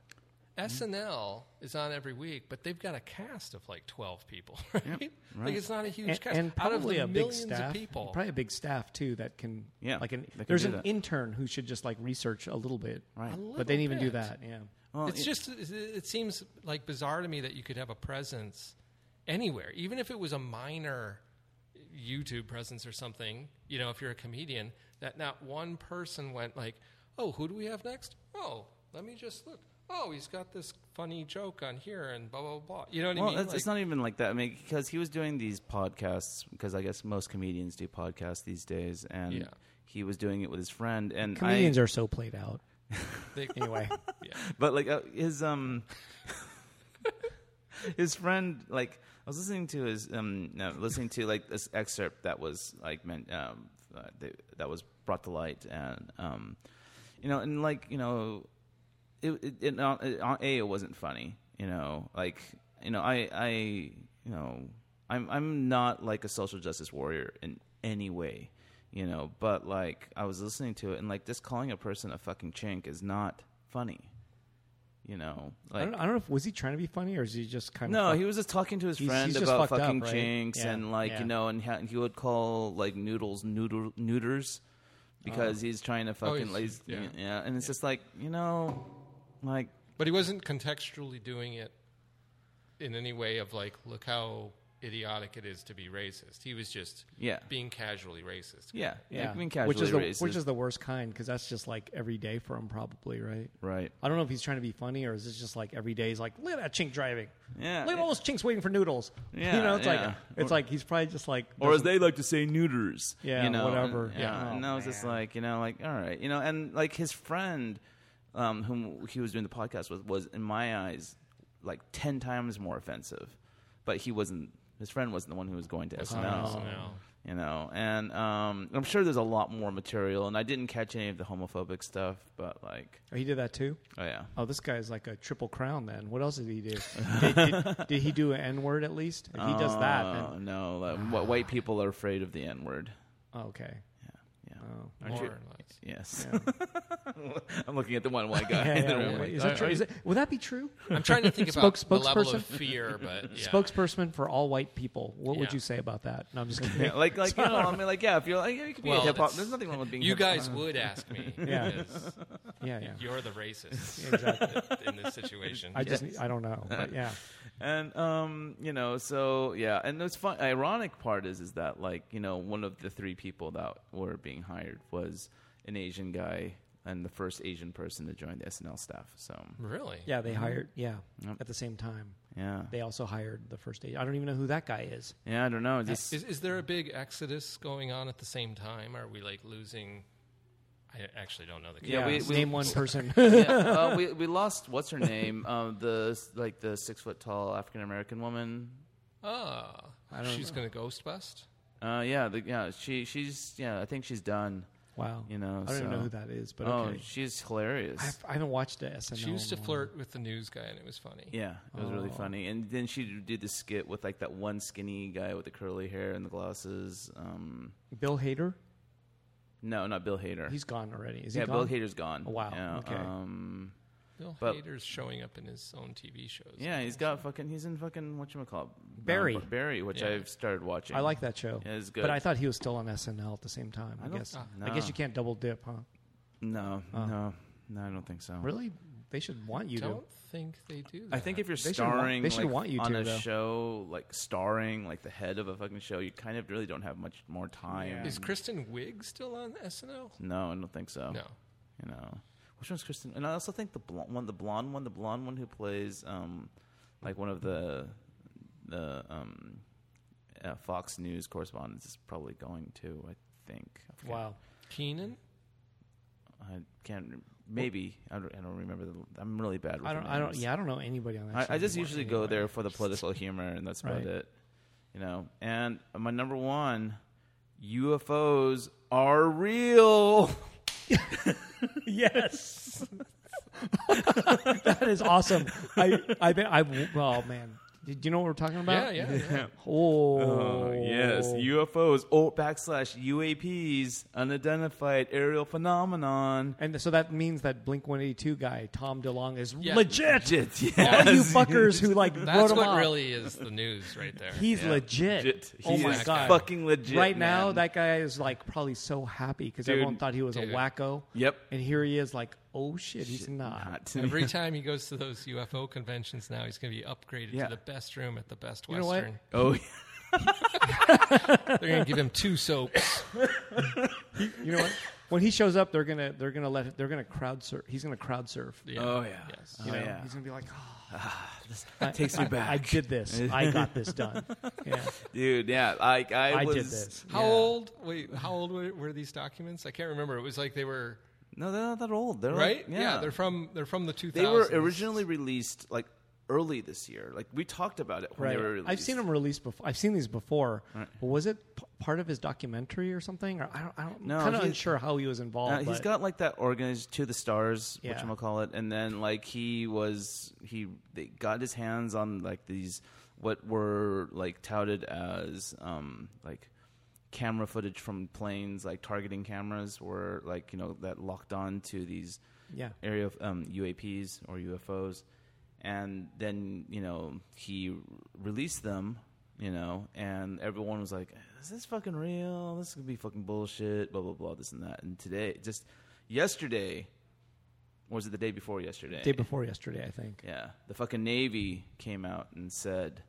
C: Mm-hmm.
D: SNL is on every week, but they've got a cast of like 12 people, right? Like it's not a huge
C: and,
D: cast.
C: and
D: Out of
C: probably
D: the
C: a big
D: millions
C: staff,
D: of people,
C: probably a big staff too that can.
A: Yeah,
C: like an
A: that can
C: there's
A: do
C: an
A: that.
C: intern who should just like research a little bit,
A: Right. A
C: But they
D: little
C: didn't even do
D: bit.
C: that. Yeah,
A: Well,
D: it's
A: it-
D: just it- it seems like bizarre to me that you could have a presence anywhere, even if it was a minor YouTube presence or something. You know, if you're a comedian, that not one person went like, "Oh, who do we have next? Oh, let me just look. Oh, he's got this funny joke on here and blah blah blah." You know what
A: Well,
D: I mean?
A: it's, it's
D: Like,
A: not even like that. I mean, because he was doing these podcasts. Because I guess most comedians do podcasts these days, and
D: Yeah.
A: he was doing it with his friend. And
C: comedians
A: I,
C: are so played out.
D: they-
C: Anyway,
A: but like uh, his um, his friend like I was listening to his um, no, listening to like this excerpt that was like meant um, uh, th- that was brought to light, and um, you know, and like you know, it, it, it, on, it on a it wasn't funny you know like you know i i you know i'm i'm not like a social justice warrior in any way you know but like i was listening to it and like just calling a person a fucking chink is not funny you know
C: I,
A: like
C: don't, I don't know if was he trying to be funny or is he just kind
A: no,
C: of
A: he was just talking to his
C: He's-
A: friend
C: he's just
A: about
C: fucked up,
A: fucking
C: right?
A: chinks
C: Yeah,
A: and like
C: yeah.
A: you know, and ha- he would call like noodles noodle neuters
C: Oh.
A: because he's trying to fucking
D: he's-
A: like, he's- yeah.
D: yeah.
A: and it's just like you know, like
D: but he wasn't contextually doing it in any way of like, look how idiotic it is to be racist. He was just
A: Yeah.
D: being casually racist.
A: yeah,
C: yeah,
A: like, being casually
C: which is the
A: racist,
C: which is the worst kind because that's just like every day for him probably right.
A: right?
C: I don't know if he's trying to be funny or is this just like every day he's like, look at that chink driving.
A: Yeah,
C: Look at all those chinks waiting for noodles.
A: Yeah,
C: you know, it's like
A: yeah.
C: it's like he's probably just like
A: or as
C: doesn't-
A: they like to say, neuters.
C: Yeah,
A: you know,
C: whatever.
A: And, yeah,
C: Yeah.
A: and
C: Oh,
A: I was just
C: man.
A: like, you know, like all right, you know, and like his friend, um, whom he was doing the podcast with, was in my eyes like ten times more offensive, but he wasn't. His friend wasn't the one who was going to SNL.
D: SNL.
A: You know, and um, I'm sure there's a lot more material, and I didn't catch any of the homophobic stuff, but like,
C: Oh, he did that too?
A: oh yeah,
C: Oh, this guy is like a triple crown then. What else did he do? did, did, did he do an N word at least? If he does that,
A: Oh,
C: then.
A: no, like, wh- white people are afraid of the N word.
C: Oh, okay.
A: Yeah,
C: Oh.
D: More
A: you-
D: or less.
A: yes.
C: Yeah.
A: I'm looking at the one white guy
C: Yeah,
A: in
C: yeah,
A: the room.
C: wait,
A: like,
C: is that true? Is it, would that be true?
D: I'm trying to think
C: Spoke-
D: about the level
C: spokesperson?
D: of fear, but yeah.
C: Spokesperson for all white people. What would
D: Yeah.
C: you say about that? No, I'm just kidding.
A: Yeah, like like you know, I mean, like yeah, if you're like yeah, you could be
D: Well,
A: a hip hop.
D: that's-
A: There's nothing wrong with being.
D: you
A: hip-
D: guys would ask me.
C: Yeah.
D: because
C: Yeah, yeah.
D: You're the racist
C: Exactly.
D: in this situation.
C: I just, I don't know. But yeah.
A: and um, you know, so yeah, and it's fun. Ironic part is is that like you know, one of the three people that were being hired was an Asian guy and the first Asian person to join the SNL staff. So
D: really?
C: Yeah,
A: Mm-hmm.
C: they hired, yeah, at the same time.
A: yeah,
C: They also hired the first agent. I don't even know who that guy is.
A: yeah, I don't know. Just
D: Is, is there a big exodus going on at the same time? Are we like losing? I actually don't know the.
A: Yeah, we- we-
C: name one person.
A: yeah, uh, we we lost what's her name? Uh, the like the six foot tall African American woman.
D: Oh,
C: I don't
D: she's going to ghost bust.
A: Uh, yeah, the, yeah, she she's yeah, I think she's done.
C: wow,
A: You know,
C: I don't even
A: so-
C: know who that is, but
A: oh,
C: okay.
A: she's hilarious.
C: I have- I haven't watched the SNL.
D: She used to
C: in a while.
D: flirt with the news guy, and it was funny.
A: Yeah, it was really
C: Oh.
A: funny. And then she did the skit with like that one skinny guy with the curly hair and the glasses. Um,
C: Bill Hader.
A: no, not Bill Hader.
C: He's gone already. Is he
A: yeah,
C: gone?
A: Bill Hader's gone.
C: Oh, wow,
A: Yeah,
C: okay.
A: Um,
D: Bill
A: But-
D: Hader's showing up in his own TV shows.
A: yeah, he's got fucking. He's in fucking what you call
C: Barry.
A: Barry, which
D: Yeah.
A: I've started watching.
C: I like that show.
A: Yeah, it's good.
C: But I thought he was still on SNL at the same time. I,
A: don't-
C: guess.
A: ah,
C: I guess
A: no.
C: you can't double dip, huh?
A: No, no, no, I don't think so.
C: Really? They should want you
D: Don't think they do. That.
A: I think if you're
C: They should want-
A: starring
C: they should
A: like,
C: want you
A: on
C: to,
A: a
C: though.
A: show, like starring like the head of a fucking show, you kind of really don't have much more time.
D: is Kristen Wiig still on SNL?
A: Um, No, I don't think so.
D: No.
A: you know which one's Kristen? And I also think the blonde one, the blonde one, the blonde one who plays um, like one of the the um, uh, Fox News correspondents is probably going to. I think. I
C: to.
A: forget.
C: Wow.
D: Keenan.
A: I can't. rem- Maybe I don't. I don't remember. The, I'm really bad. With
C: I don't.
A: the
C: I don't.
A: names.
C: Yeah, I don't know anybody on that.
A: I,
C: show
A: I just
C: anymore.
A: usually go there for the political humor, and that's about
C: Right.
A: it. You know, and my number one, UFOs are real.
C: Yes. that is awesome. I I bet I well man. Did you know what we're talking
D: Yeah,
C: about?
D: yeah. yeah.
C: Oh,
A: Oh, yes, UFOs, oh, backslash UAPs, unidentified aerial phenomenon.
C: and so that means that Blink 182 guy Tom DeLong is
D: Yeah.
C: legit.
A: Legit, yes.
C: All you fuckers who like wrote
D: That's
C: him
D: what
C: off,
D: really is the news right there.
C: he's
A: Yeah.
C: legit.
A: Legit.
C: Oh
A: He
C: my
A: is
C: god,
A: fucking legit.
C: right now
A: man.
C: that guy is like probably so happy because
A: Dude,
C: everyone thought he was
D: dude.
C: a wacko.
A: Yep.
C: And here he is like, oh shit, he's not.
A: Not.
D: Every time he goes to those UFO conventions now, he's going to be upgraded
A: Yeah.
D: to the best room at the Best
C: know what?
D: Western.
A: oh, yeah.
D: They're going to give him two soaps.
C: You know what? When he shows up, they're gonna they're gonna let they're gonna crowd surf. He's gonna crowd surf.
D: Yeah.
A: oh yeah.
D: Yes.
C: You
A: Oh,
C: know,
A: yeah.
C: he's gonna be like, oh,
A: That takes me back,
C: I did this. I got this done. Yeah,
A: dude. Yeah, like I,
C: I
A: was.
C: did this.
D: How
A: yeah.
D: old? Wait, how old were, were these documents? I can't remember. It was like they were
A: No, they're not that old. They're
D: right.
A: Like, yeah.
D: they're from they're from the 2000s.
A: They were originally released like early this year. Like we talked about it when
C: Right.
A: they were released.
C: I've seen him released before. I've seen these before. But was it p- part of his documentary or something? Or I don't. I don't
A: No,
C: kind of
A: he-
C: unsure how he was involved.
A: Uh, he's
C: but-
A: got like that organized to the stars,
C: Yeah.
A: which I'm call it, and then like he was he they got his hands on like these what were like touted as um like camera footage from planes, like targeting cameras were like you know that locked on to these
C: Yeah.
A: area of um, UAPs or UFOs, and then you know he released them, you know, and everyone was like, "Is this fucking real? This is gonna be fucking bullshit." Blah blah blah, this and that. And today, just yesterday, or was it the day before yesterday?
C: day before yesterday, I think.
A: Yeah, the fucking Navy came out and said,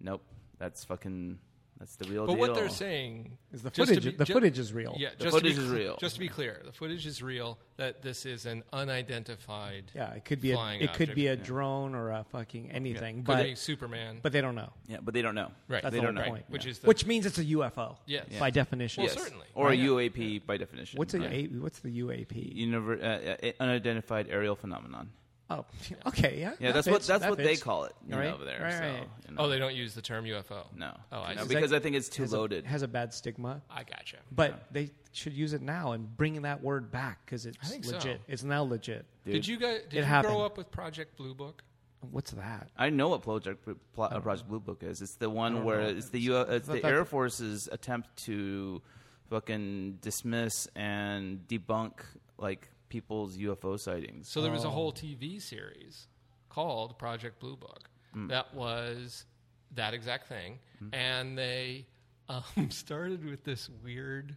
A: "Nope, that's fucking that's the real
D: But
A: deal."
D: what they're saying
C: Is the
D: just to
C: footage-
D: be-
C: the
D: ju-
C: footage is real.
D: Yeah,
A: The
D: just to be
A: footage is
D: cl-
A: real.
D: Just to be clear, the footage is real. That this is an unidentified.
C: Yeah, it could be a
D: Flying
C: it could be a
D: object,
C: drone or a fucking anything,
D: Could
C: but
D: be Superman.
C: but they don't know.
A: yeah, but they don't know.
D: Right.
C: That's
A: they
C: the
A: don't
C: whole
A: know.
C: point.
D: Which is the-
C: which means it's a UFO.
D: Yes.
C: by
D: Yeah.
C: definition.
D: Well,
A: Yes,
D: certainly.
A: or
D: Right.
A: a UAP by definition.
C: What's a,
A: Yeah.
C: a what's the UAP?
A: univer- uh, uh, unidentified aerial phenomenon.
C: Oh, okay, yeah.
A: Yeah,
C: that
A: that's what
C: fits,
A: that's
C: that
A: what they
C: fits.
A: call it you
C: Right,
A: know, over there.
C: right,
A: so,
C: right.
A: you know.
D: oh, they don't use the term UFO.
A: no,
D: Oh, I
A: no,
D: see.
A: because I think it's too
C: Has a-
A: loaded.
C: has a bad stigma,
D: I gotcha.
C: but they should use it now and bring that word back because it's
D: think so.
C: legit. It's now legit.
D: Did you guys? Did
C: It
D: you
C: happened.
D: grow up with Project Blue Book?
C: What's that?
A: I know what Project Blue- Pl- uh, Project Blue Book is. It's the one where it's the U- it's the
C: that-
A: Air Force's attempt to fucking dismiss and debunk like people's UFO sightings.
D: So there was a
C: Oh.
D: whole TV series called Project Blue Book
C: Mm.
D: that was that exact thing, and they um, started with this weird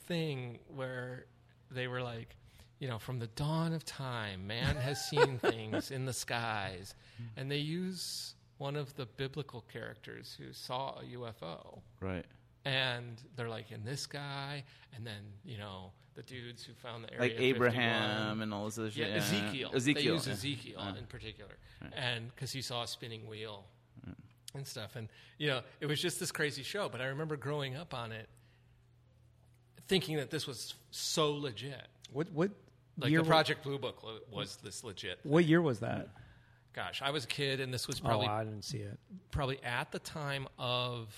D: thing where they were like, you know, from the dawn of time, man has seen things in the skies, and they use one of the biblical characters who saw a UFO
A: right.
D: and they're like in this guy, and then you know the dudes who found the area
A: Like
D: 51.
A: Abraham and all this other
D: yeah,
A: shit.
D: Ezekiel, they
A: Ezekiel.
D: use
A: yeah.
D: Ezekiel in particular, and because he saw a spinning wheel
A: Mm.
D: and stuff, and you know it was just this crazy show. But I remember growing up on it, thinking that this was so legit.
C: What what
D: Like
C: year?
D: the Project Blue Book lo- was this legit.
C: What year was that?
D: Gosh, I was a kid, and this was
C: Oh,
D: probably
C: I didn't see it.
D: probably at the time of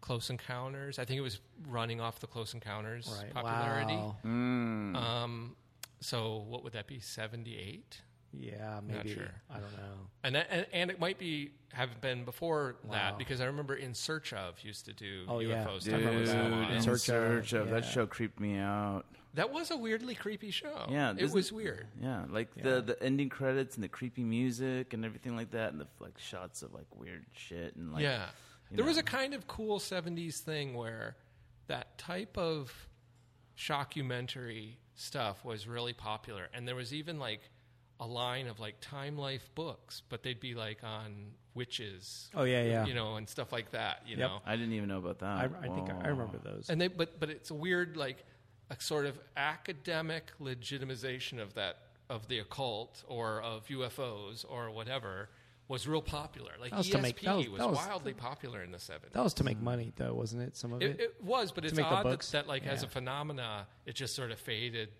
D: Close Encounters. I think it was running off the Close Encounters
C: Right.
D: popularity.
C: Wow.
A: Hmm.
D: Um, so what would that be? Seventy-eight,
C: Yeah, maybe.
D: sure.
C: I don't know.
D: and, that, and and it might be have been before that because I remember In Search of used to do
C: Oh,
D: UFO
C: yeah.
D: stuff.
A: Dude,
D: That was a lot.
A: in
C: Search of,
A: search, of that
C: yeah.
A: show creeped me out.
D: That was a weirdly creepy show.
A: Yeah,
D: it
A: this-
D: was weird.
A: Yeah, like the the ending credits and the creepy music and everything like that, and the like shots of like weird shit and like
D: yeah.
A: you
D: There was
A: know.
D: a kind of cool 70s thing where that type of shockumentary stuff was really popular. And there was even like a line of like Time Life books, but they'd be like on witches.
C: Oh, yeah, yeah.
D: You know, and stuff like that, you
C: Yep.
D: know.
A: I didn't even know about that.
C: I, I think I- I remember those.
D: And they but but it's a weird like a sort of academic legitimization of that of the occult or of UFOs or whatever was real popular. Like
C: That was to
D: ESP
C: make- that was-
D: was,
C: that was-
D: wildly popular in the 70s.
C: That was to make money, though, wasn't it? Some of it.
D: It, it was, but it's
C: make the
D: odd that,
C: books?
D: that, like, as a
C: Yeah.
D: phenomena, it just sort of faded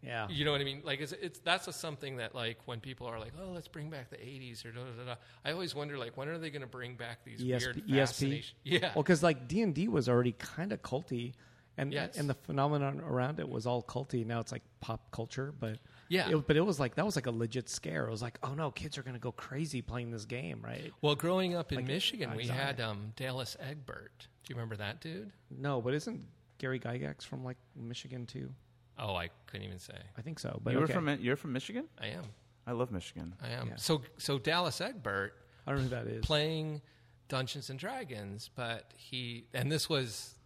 C: Yeah.
D: You know what I mean? Like, it's, it's that's a something that like when people are like, "Oh, let's bring back the '80s" or da da da. da. I always wonder like, when are they going to bring back
C: E
D: these weird
C: ESP?
D: fascination? Yeah,
C: Well, because like D and D was already kind of culty, and
D: Yes.
C: and the phenomenon around it was all culty. Now it's like pop culture, but
D: Yeah.
C: it- but it was like that was like a legit scare. It was like, oh no, kids are gonna go crazy playing this game, right?
D: Well, growing up in Michigan, we had um, Dallas Egbert. Do you remember that dude?
C: No, but isn't Gary Gygax from like Michigan too? Oh,
D: I couldn't even say.
C: I think so. But
A: you were
C: okay.
A: from you're from Michigan.
D: I am.
A: I love Michigan.
D: I am.
C: Yeah.
D: So so Dallas Egbert
C: I don't know who that is.
D: playing Dungeons and Dragons, but he and this was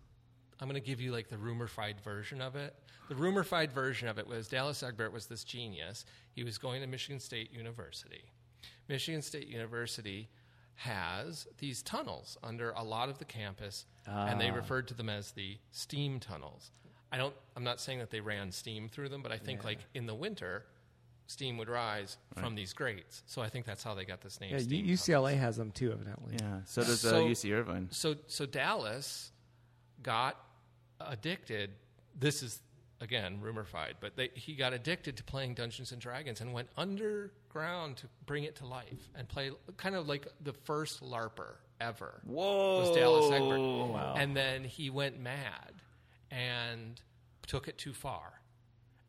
D: I'm going to give you like the rumorified version of it. The rumorified version of it was Dallas Egbert was this genius. He was going to Michigan State University. Michigan State University has these tunnels under a lot of the campus, and
C: Ah.
D: they referred to them as the steam tunnels. I don't. I'm not saying that they ran steam through them, but I think like in the winter, steam would rise from these grates. So I think that's how they got this name.
C: yeah,
D: steam
C: U- UCLA has them too, evidently.
A: Yeah. So does uh,
D: So-
A: UC Irvine.
D: so so Dallas got addicted. This is again rumorfied, but they, he got addicted to playing Dungeons and Dragons and went underground to bring it to life and play kind of like the first LARPer ever.
A: Whoa.
D: was Dallas Egbert, and then he went mad and took it too far.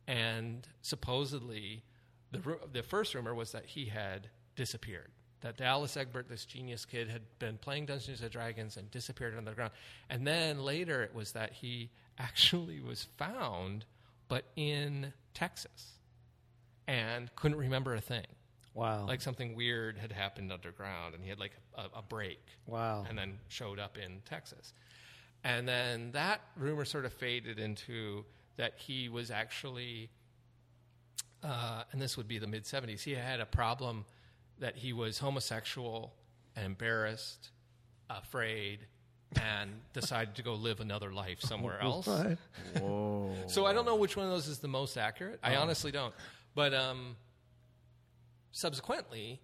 D: And supposedly, the ru- the first rumor was that he had disappeared. That Dallas Egbert, this genius kid, had been playing Dungeons and Dragons and disappeared under the ground. And then later, it was that he actually was found, but in Texas, and couldn't remember a thing.
C: Wow.
D: Like something weird had happened underground, and he had like a, a break
C: wow.
D: and then showed up in Texas. And then that rumor sort of faded into that he was actually, uh, and this would be the mid 70s, he had a problem that he was homosexual and embarrassed, afraid, and decided to go live another life somewhere else.
C: What?
D: So I don't know which one of those is the most accurate. I
C: Oh.
D: honestly don't. But um, subsequently,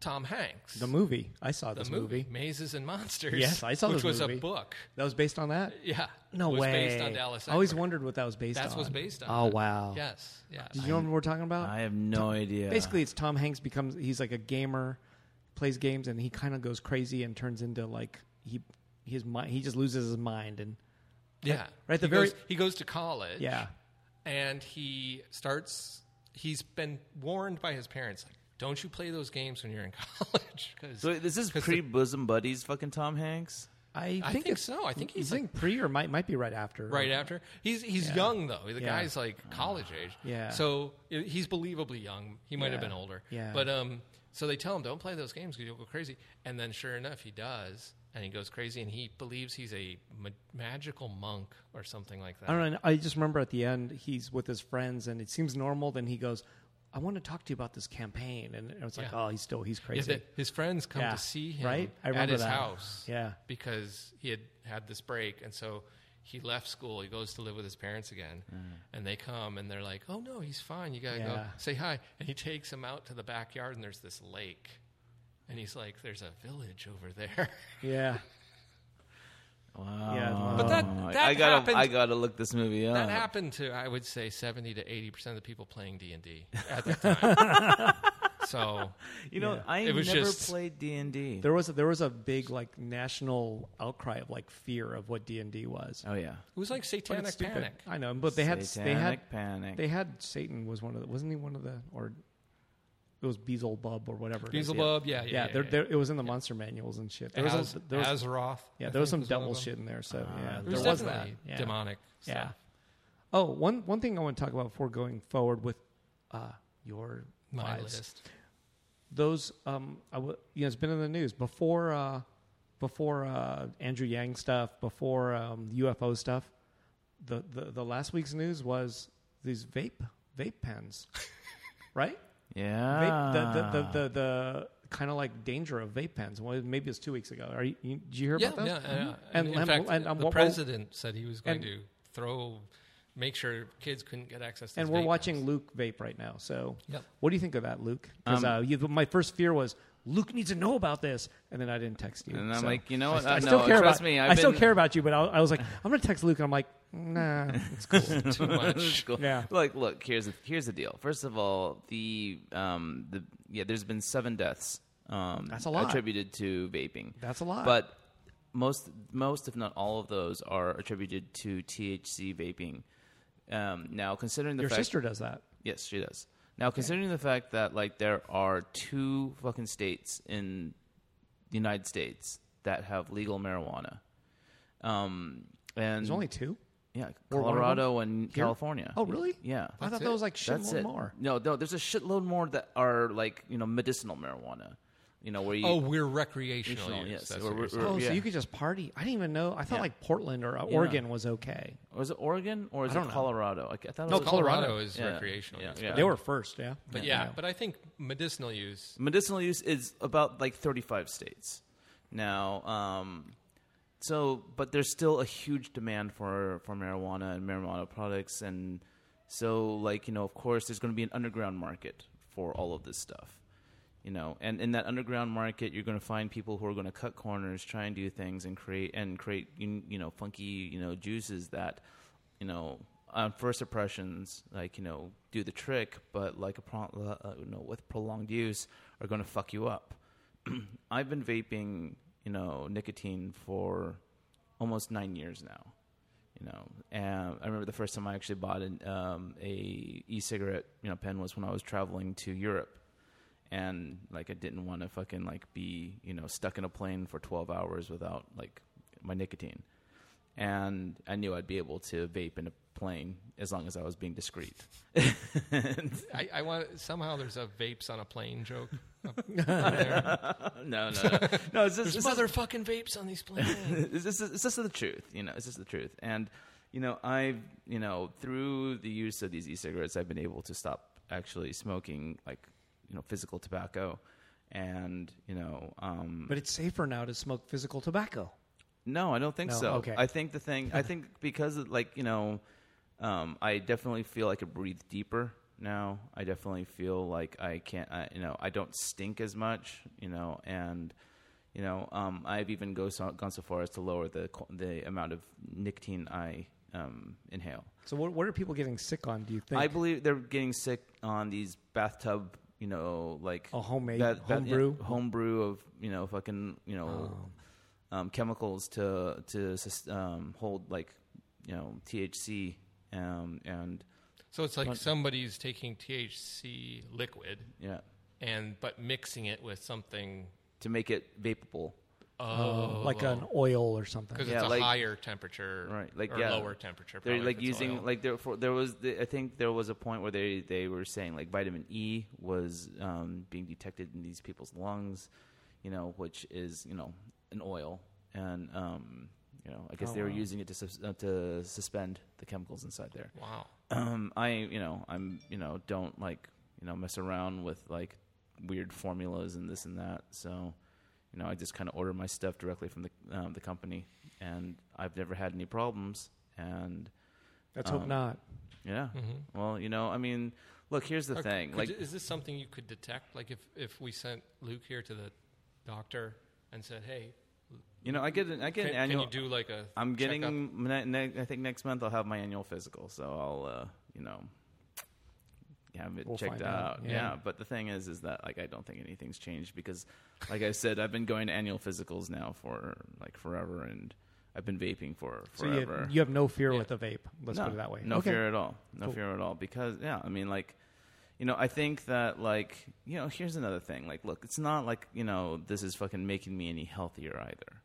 D: Tom Hanks
C: The movie. I saw
D: the
C: this
D: movie,
C: movie.
D: Mazes and Monsters.
C: Yes, I saw
D: which
C: this
D: was
C: movie.
D: a book.
C: That was based on that.
D: Yeah,
C: No
D: it was
C: way.
D: Based on Dallas.
C: I always
D: Egbert.
C: wondered what that was based on.
D: That's what's based on.
C: Oh
D: it.
C: wow. uh,
D: Yes. Yes.
C: Did you know what we're talking about?
A: I have no idea.
C: Basically, it's Tom Hanks becomes he's like a gamer, plays games, and he kind of goes crazy and turns into like he his mind he just loses his mind and
D: yeah.
C: right at the
D: he
C: very-
D: goes, he goes to college.
C: yeah
D: And he starts. He's been warned by his parents, like, "Don't you play those games when you're in college?" Because
A: so this is pre bosom buddies. Fucking Tom Hanks.
C: I think,
D: I think
C: it's
D: so. I think he's
C: I think pre or might might be right after
D: right after he's he's young though the
C: Yeah.
D: guy's like college age
C: Yeah.
D: so i- he's believably young he might have
C: Yeah.
D: been older
C: Yeah.
D: but um so they tell him don't play those games because you'll go crazy and then sure enough he does and he goes crazy and he believes he's a ma- magical monk or something like that
C: I don't know I just remember at the end he's with his friends and it seems normal then he goes I want to talk to you about this campaign and it was like
D: Yeah.
C: oh he's still he's
D: Yeah,
C: crazy
D: that his friends come
C: Yeah.
D: to see him
C: Right? I
D: at
C: remember
D: his
C: that.
D: house
C: Yeah.
D: because he had had this break and so he left school he goes to live with his parents again and they come and they're like oh no he's fine you gotta go
C: Mm. Yeah.
D: say hi and he takes him out to the backyard and there's this lake and he's like there's a village over there
C: yeah
A: Wow.
C: Yeah,
D: But that-
A: Oh, I-
D: that
A: I gotta
D: happened-
A: I gotta look this movie up.
C: Uh.
D: that happened to i would say 70 to 80 percent of the people playing d&d at that time so
A: You know, I
D: It was
A: never
D: just-
A: played D and D.
C: there was a, there was a big like national outcry of like fear of what D and D was
A: Oh yeah.
D: it was like
C: But it's
D: satanic
C: stupid.
D: panic
C: I know, but they had they had
A: Satanic panic.
C: They had Satan was one of the wasn't he one of the or it was Beelzebub or whatever. it is.
D: Beelzebub, yeah, yeah,
C: yeah.
D: yeah,
C: there,
D: yeah.
C: there, it was in the monster manuals and shit. There was,
D: Az-
C: a, there was
D: Azeroth,
C: yeah,
D: I
C: there was
D: think,
C: some
D: one
C: devil
D: of them.
C: shit in there.
A: Ah,
C: So yeah,
D: It was
C: there was that.
D: definitely
C: Yeah.
D: demonic stuff.
C: Yeah. Oh, one one thing I want to talk about before going forward with uh, your
D: My
C: lives.
D: list.
C: Those um, I w- you know, it's been in the news before uh, before uh, Andrew Yang stuff, before um, UFO stuff. The, the the last week's news was these vape vape pens, right?
A: yeah.
C: vape, the,
D: Ah.
C: the, the, the, the kind of like danger of vape pens. Well, maybe it's two weeks ago. Are you, you, did you hear
D: Yeah,
C: about that?
D: yeah, yeah.
C: Mm-hmm. And-
D: in
C: and-
D: fact,
C: and, um,
D: the
C: what-
D: president said he was going
C: and-
D: to throw, make sure kids couldn't get access. to
C: And
D: his
C: we're
D: vape
C: watching
D: pens.
C: Luke vape right now. So,
D: Yep.
A: Um,
C: what do you think of that, Luke? Because uh, you- my first fear was Luke needs to know about this, and then I didn't text you.
A: And I'm
C: So,
A: like, you know what?
C: I,
A: Uh,
C: I still
A: no,
C: care
A: trust
C: about
A: me,
C: I
A: I've
C: still
A: been-
C: care about you, but I, I was like, I'm gonna text Luke, and I'm like, nah, it's cool.
D: Too much.
A: Cool.
C: Yeah.
A: Like, look, here's the here's the deal. First of all, the um the yeah, there's been seven deaths. Um,
C: That's a lot.
A: attributed to vaping.
C: That's a lot.
A: But most most if not all of those are attributed to THC vaping. Um, now, considering the
C: Your
A: fact
C: sister does that.
A: Yes, she does. Now, considering the fact that like there are two fucking states in the United States that have legal marijuana, um, and
C: There's only two.
A: yeah,
C: Or one of them?
A: Colorado and
C: Here?
A: California.
C: Oh, really?
A: Yeah.
C: I thought
D: That's
C: that
D: it.
C: was like
A: That's
C: shitload
A: it.
C: more.
A: No, no, there's a shitload more that are like you know medicinal marijuana, you know where you
D: Oh, we're recreational.
A: Recreational,
D: use.
A: yes.
D: That's
A: We're-
D: what you're
A: we're-
D: saying.
A: Or-
C: Oh,
A: yeah.
C: so you could just party? I didn't even know. I thought
A: Yeah.
C: like Portland or uh, Oregon was okay.
A: was it Oregon or is
C: I
A: it
C: don't know.
A: Colorado? I, I thought
C: No,
A: it was
C: Colorado.
D: Colorado is
A: Yeah.
D: recreational.
A: Yeah.
D: use.
A: Yeah.
C: They were first, yeah.
D: But yeah, but I think medicinal use.
A: medicinal use is about like 35 states now um, so but there's still a huge demand for for marijuana and marijuana products and so like you know of course there's going to be an underground market for all of this stuff you know and in that underground market you're going to find people who are going to cut corners try and do things and create and create you, you know funky you know juices that you know on first impressions like you know do the trick but like a pro- uh, uh, you know with prolonged use are going to fuck you up i've been vaping you know nicotine for almost 9 years now you know and i remember the first time i actually bought an um, a e-cigarette you know pen was when i was traveling to europe and like I didn't want to fucking like be you know stuck in a plane for twelve hours without like my nicotine, and I knew I'd be able to vape in a plane as long as I was being discreet.
D: I, I want somehow there's a vapes on a plane joke. up there.
A: no, no, no, no. It's just,
D: There's
A: it's just-
D: motherfucking vapes on these planes.
A: it's just it's just the truth, you know. It's just the truth, and you know, I've you know through the use of these e-cigarettes, I've been able to stop actually smoking like you know physical tobacco, and you know, um,
C: But it's safer now to smoke physical tobacco.
A: No, I don't think
C: No,
A: so.
C: okay.
A: I think the thing I think because of, like you know, um, I definitely feel I could breathe deeper now. I definitely feel like I can't. I, you know, I don't stink as much. You know, and you know, um, I've even go so, gone so far as to lower the qu- the amount of nicotine I um, inhale.
C: So what, what are people getting sick on? Do you think?
A: I believe they're getting sick on these bathtub, you know, like
C: Oh, homemade-
A: yeah, Oh.
C: homebrew? Oh.
A: homebrew of you know fucking you know um, chemicals to to sus- um, hold like you know THC um, and
D: So it's like somebody's taking THC liquid
A: yeah
D: and but mixing it with something.
A: to make it vapable.
D: Oh,
C: like an oil or something.
D: because
A: Yeah,
D: it's a
A: like-
D: higher temperature,
A: Right, like,
D: or
A: yeah.
D: lower temperature.
A: They're
D: probably,
A: like
D: if it's
A: using
D: oil.
A: like there for there was the, I think there was a point where they they were saying like vitamin E was um, being detected in these people's lungs, you know, which is you know an oil, and um, you know I guess
C: Oh,
A: they were
C: wow.
A: using it to sus- uh, to suspend the chemicals inside there.
D: wow.
A: Um, I you know I'm you know don't like you know mess around with like weird formulas and this and that, so. You know, I just kind of order my stuff directly from the um, the company, and I've never had any problems. And
C: Let's hope
A: um,
C: not.
A: yeah. Well, you know, I mean, look, here's the
D: Mm-hmm. Or
A: thing.
D: could-
A: Like,
D: is this something you could detect? Like, if if we sent Luke here to the doctor and said, "Hey,
A: you know, I get an, I
D: can,
A: get an
D: can
A: annual.
D: you do like a?"
A: I'm
D: checkup?
A: getting. Ne- ne- I think next month I'll have my annual physical, so I'll, uh, you know, have it
C: We'll
A: checked
C: find
A: out.
C: out,
A: Yeah.
C: yeah.
A: But the thing is, is that like I don't think anything's changed because, like I said, I've been going to annual physicals now for like forever, and I've been vaping for
C: So you,
A: forever.
C: you have no fear
D: Yeah.
C: with a vape. Let's
A: no,
C: put it that way.
A: No
C: okay.
A: fear at all. No
C: Cool.
A: fear at all. Because yeah, I mean, like, you know, I think that like, you know, here's another thing. Like, look, it's not like you know, this is fucking making me any healthier either.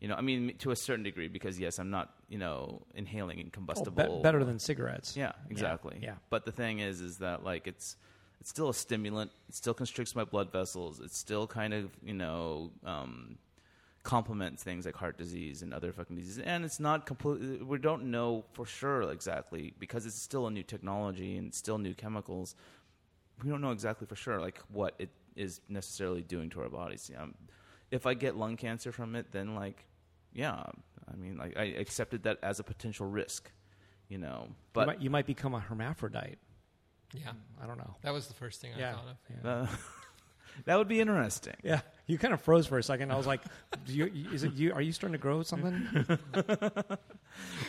A: You know, I mean, to a certain degree, because yes, I'm not, you know, inhaling
C: Oh,
A: incombustible.
C: be- better than cigarettes.
A: Yeah, exactly.
C: yeah.
A: But the thing is, is that like it's it's still a stimulant. It still constricts my blood vessels. It still kind of you know um, complements things like heart disease and other fucking diseases. And it's not completely. We don't know for sure exactly because it's still a new technology and still new chemicals. We don't know exactly for sure like what it is necessarily doing to our bodies. Um, if I get lung cancer from it, then like. Yeah, I mean, like I accepted that as a potential risk, you know. But
C: you, might, you might become a hermaphrodite.
D: Yeah,
C: I don't know.
D: that was the first thing I
C: Yeah.
D: thought of.
C: Yeah.
A: Uh, That would be interesting.
C: Yeah, you kind of froze for a second. I was like, do you, "Is it you? Are you starting to grow something?"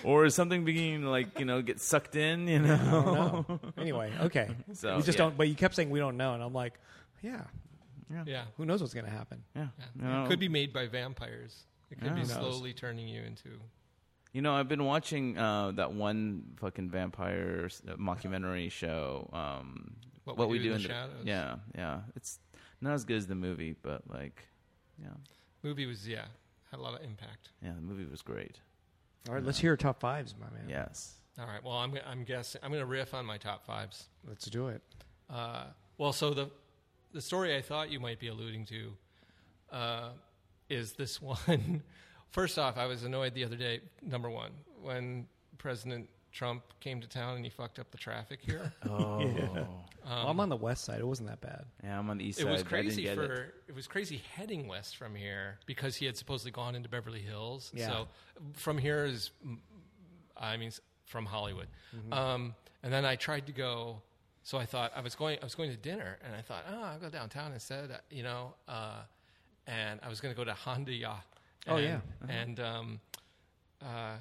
A: Or is something beginning to like you know get sucked in? You
C: I
A: know.
C: don't know. Anyway, okay.
A: So,
C: we just
A: yeah.
C: don't. But you kept saying we don't know, and I'm like, yeah.
D: Yeah.
C: Who knows what's going to happen?
A: Yeah.
D: Yeah.
A: No.
D: It could be made by vampires. It could
A: Yeah.
D: be
C: Who knows?
D: slowly turning you into.
A: You know, I've been watching uh, that one fucking vampire s- uh, mockumentary show. Um,
D: What We Do in the Shadows.
A: Yeah, yeah. It's not as good as the movie, but like, yeah,
D: Movie was yeah had a lot of impact.
A: yeah. The movie was great.
C: All right, let's hear top fives, my man.
A: Yes.
D: All right. Well, I'm I'm guessing I'm going to riff on my top fives.
C: Let's do it.
D: Uh, well, so the the story I thought you might be alluding to uh, is this one. First off, I was annoyed the other day. Number one, when President Trump came to town and he fucked up the traffic here.
A: Oh. yeah.
D: Um,
C: well, I'm on the west side. It wasn't that bad.
A: I'm on the east
D: it
A: side.
D: was
A: but I didn't
D: crazy
A: get
D: for
A: it.
D: it. was crazy heading west from here because he had supposedly gone into Beverly Hills.
C: Yeah.
D: So from here is, mm, I mean, s- from Hollywood. Um, and then I tried to go. So I thought I was going. I was going to dinner, and I thought, oh, I'll go downtown instead. uh, You know, uh, and I was going to go to Honda.
C: Oh,
D: and-
C: yeah.
D: and um, uh,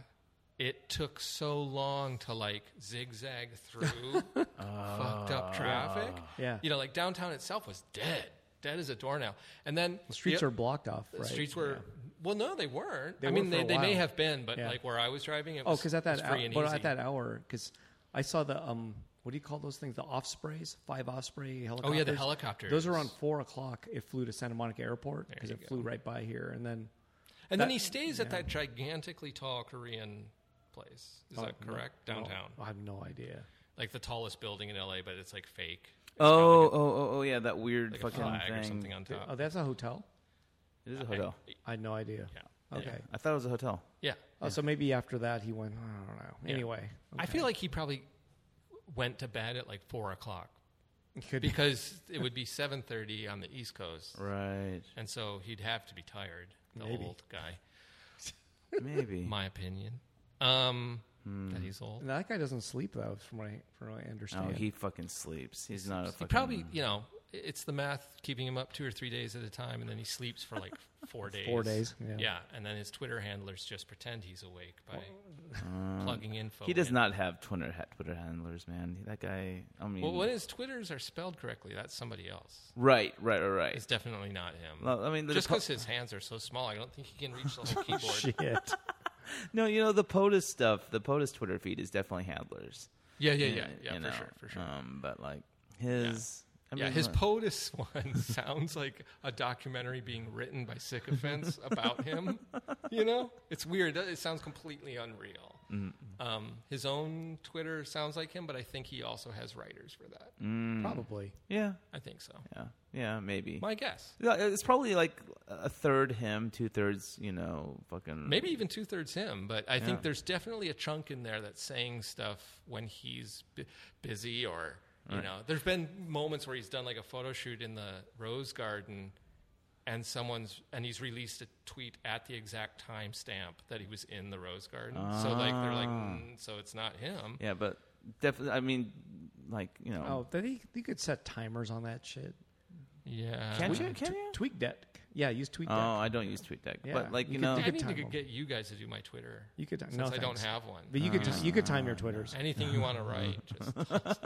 D: it took so long to like zigzag through fucked up traffic.
C: Yeah.
D: You know, like downtown itself was dead, dead as a doornail. And then
C: The streets
D: the-
C: are blocked off. Right?
D: the streets were well, no, they weren't.
C: They
D: I
C: were
D: mean,
C: for
D: they,
C: a
D: they may
C: while.
D: have been, but
C: Yeah.
D: like where I was driving, it
C: Oh,
D: was
C: because at
D: it was
C: that hour,
D: free and
C: but
D: easy.
C: at that hour, because I saw the um, what do you call those things? The Ospreys, five Osprey helicopters.
D: Oh, helicopters.
C: Those are on four o'clock. It flew to Santa Monica Airport because it flew right by here, and then
D: and then
C: that-
D: he stays at that gigantically tall Korean place. Is that correct?
C: Oh, No,
D: Downtown,
C: oh, I have no idea.
D: like the tallest building in LA, but it's like fake. It's got,
A: Oh,
D: like a-
A: oh, oh, oh, yeah. That weird
D: like a,
A: fucking
D: flag
A: thing.
D: or something on
C: Oh,
D: top.
C: that's a hotel.
A: It is a hotel.
C: I had no idea.
D: Yeah.
C: Okay.
A: I thought it was a hotel.
D: Yeah.
C: Oh, so maybe after that he went. I don't know. Anyway,
D: I feel like he probably went to bed at like four o'clock
C: could
D: because it would be seven thirty on the East Coast,
A: Right.
D: and so he'd have to be tired. The
C: Maybe.
D: old guy,
A: Maybe.
D: my opinion, um,
A: Hmm.
D: that he's old.
C: that guy doesn't sleep though, from what I, from what I
A: oh,
C: understand.
A: he fucking sleeps. He's not a
D: He
A: fucking.
D: probably, you know, it's the math keeping him up two or three days at a time, and then he sleeps for like four days.
C: Four days, yeah.
D: and then his Twitter handlers just pretend he's awake by plugging info.
A: uh, He does
D: in.
A: not have Twitter ha- Twitter handlers, man. That guy. I mean.
D: Well, when his Twitters are spelled correctly, that's somebody else.
A: Right, right, right, right.
D: It's definitely not him.
A: Well, Oh, I mean, the
D: just
A: depo-
D: because his hands are so small, I don't think he can reach the whole keyboard.
C: Shit.
A: No, you know the POTUS stuff. The POTUS Twitter feed is definitely handlers.
D: yeah, yeah, yeah,
A: You-
D: yeah,
A: you
D: for
A: know,
D: sure, for sure.
A: Um, but like his, I mean,
D: yeah, his
A: uh,
D: POTUS one sounds like a documentary being written by sycophants about him. You know, it's weird. It sounds completely unreal.
A: Mm,
D: Um, his own Twitter sounds like him, but I think he also has writers for that.
A: Mm.
C: Probably.
A: yeah,
D: I think so.
A: yeah, yeah, maybe.
D: My guess.
A: Yeah, it's probably like a third him, two thirds, you know, fucking
D: Maybe even two thirds him, but I
A: Yeah.
D: think there's definitely a chunk in there that's saying stuff when he's bu- busy or. You know, there's been moments where he's done like a photo shoot in the rose garden, and someone's and he's released a tweet at the exact time stamp that he was in the rose garden. So like they're like,
A: Ah.
D: mm, so it's not him.
A: Yeah, but definitely. I mean, like you know,
C: Oh, that he you could set timers on that shit. Uh,
D: Yeah,
A: can
D: we,
A: you? Can you?
C: Tweak deck. Yeah, you use tweak
A: Oh,
C: deck.
A: I don't use TweetDeck,
C: Yeah,
A: but like you,
C: you could
A: know,
C: do
D: I
C: could
D: need
C: time
D: to
C: them.
D: get you guys to do my Twitter
C: you could.
D: since
C: no,
D: I don't
C: thanks.
D: have one.
C: But you could ti- you could time
A: Uh,
C: your twitters.
D: Anything you want to write, just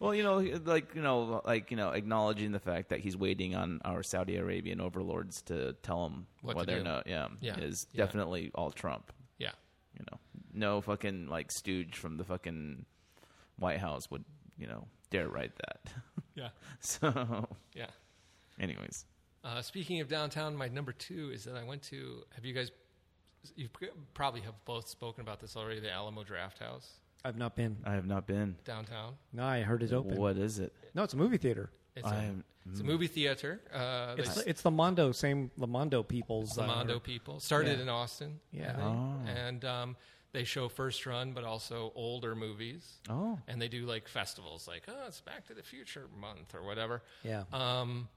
A: well, you know, like you know, like you know, acknowledging the fact that he's waiting on our Saudi Arabian overlords to tell him
D: What to
A: whether or
D: do.
A: not, yeah,
D: Yeah,
A: is
D: yeah.
A: definitely all Trump.
D: yeah.
A: You know, no fucking like stooge from the fucking White House would you know dare write that.
D: Yeah.
A: so,
D: Yeah.
A: anyways,
D: Uh, speaking of downtown, my number two is that I went to. Have you guys? You probably have both spoken about this already. The Alamo Draft House
C: I've not been.
A: I have not been.
D: downtown.
C: No, I heard it open.
A: Uh, What is it?
C: No, it's a movie theater.
D: It's,
A: I
D: a,
A: am-
D: it's a movie theater. Uh,
C: It's
D: they-
C: the, it's the Mondo same the Mondo people's
D: the
C: uh,
D: Mondo people started in Austin. I
C: Yeah. Oh.
D: think. and um, they show first run, but also older movies.
A: Oh,
D: And they do like festivals, like oh, it's Back to the Future month or whatever.
C: Yeah.
D: Um,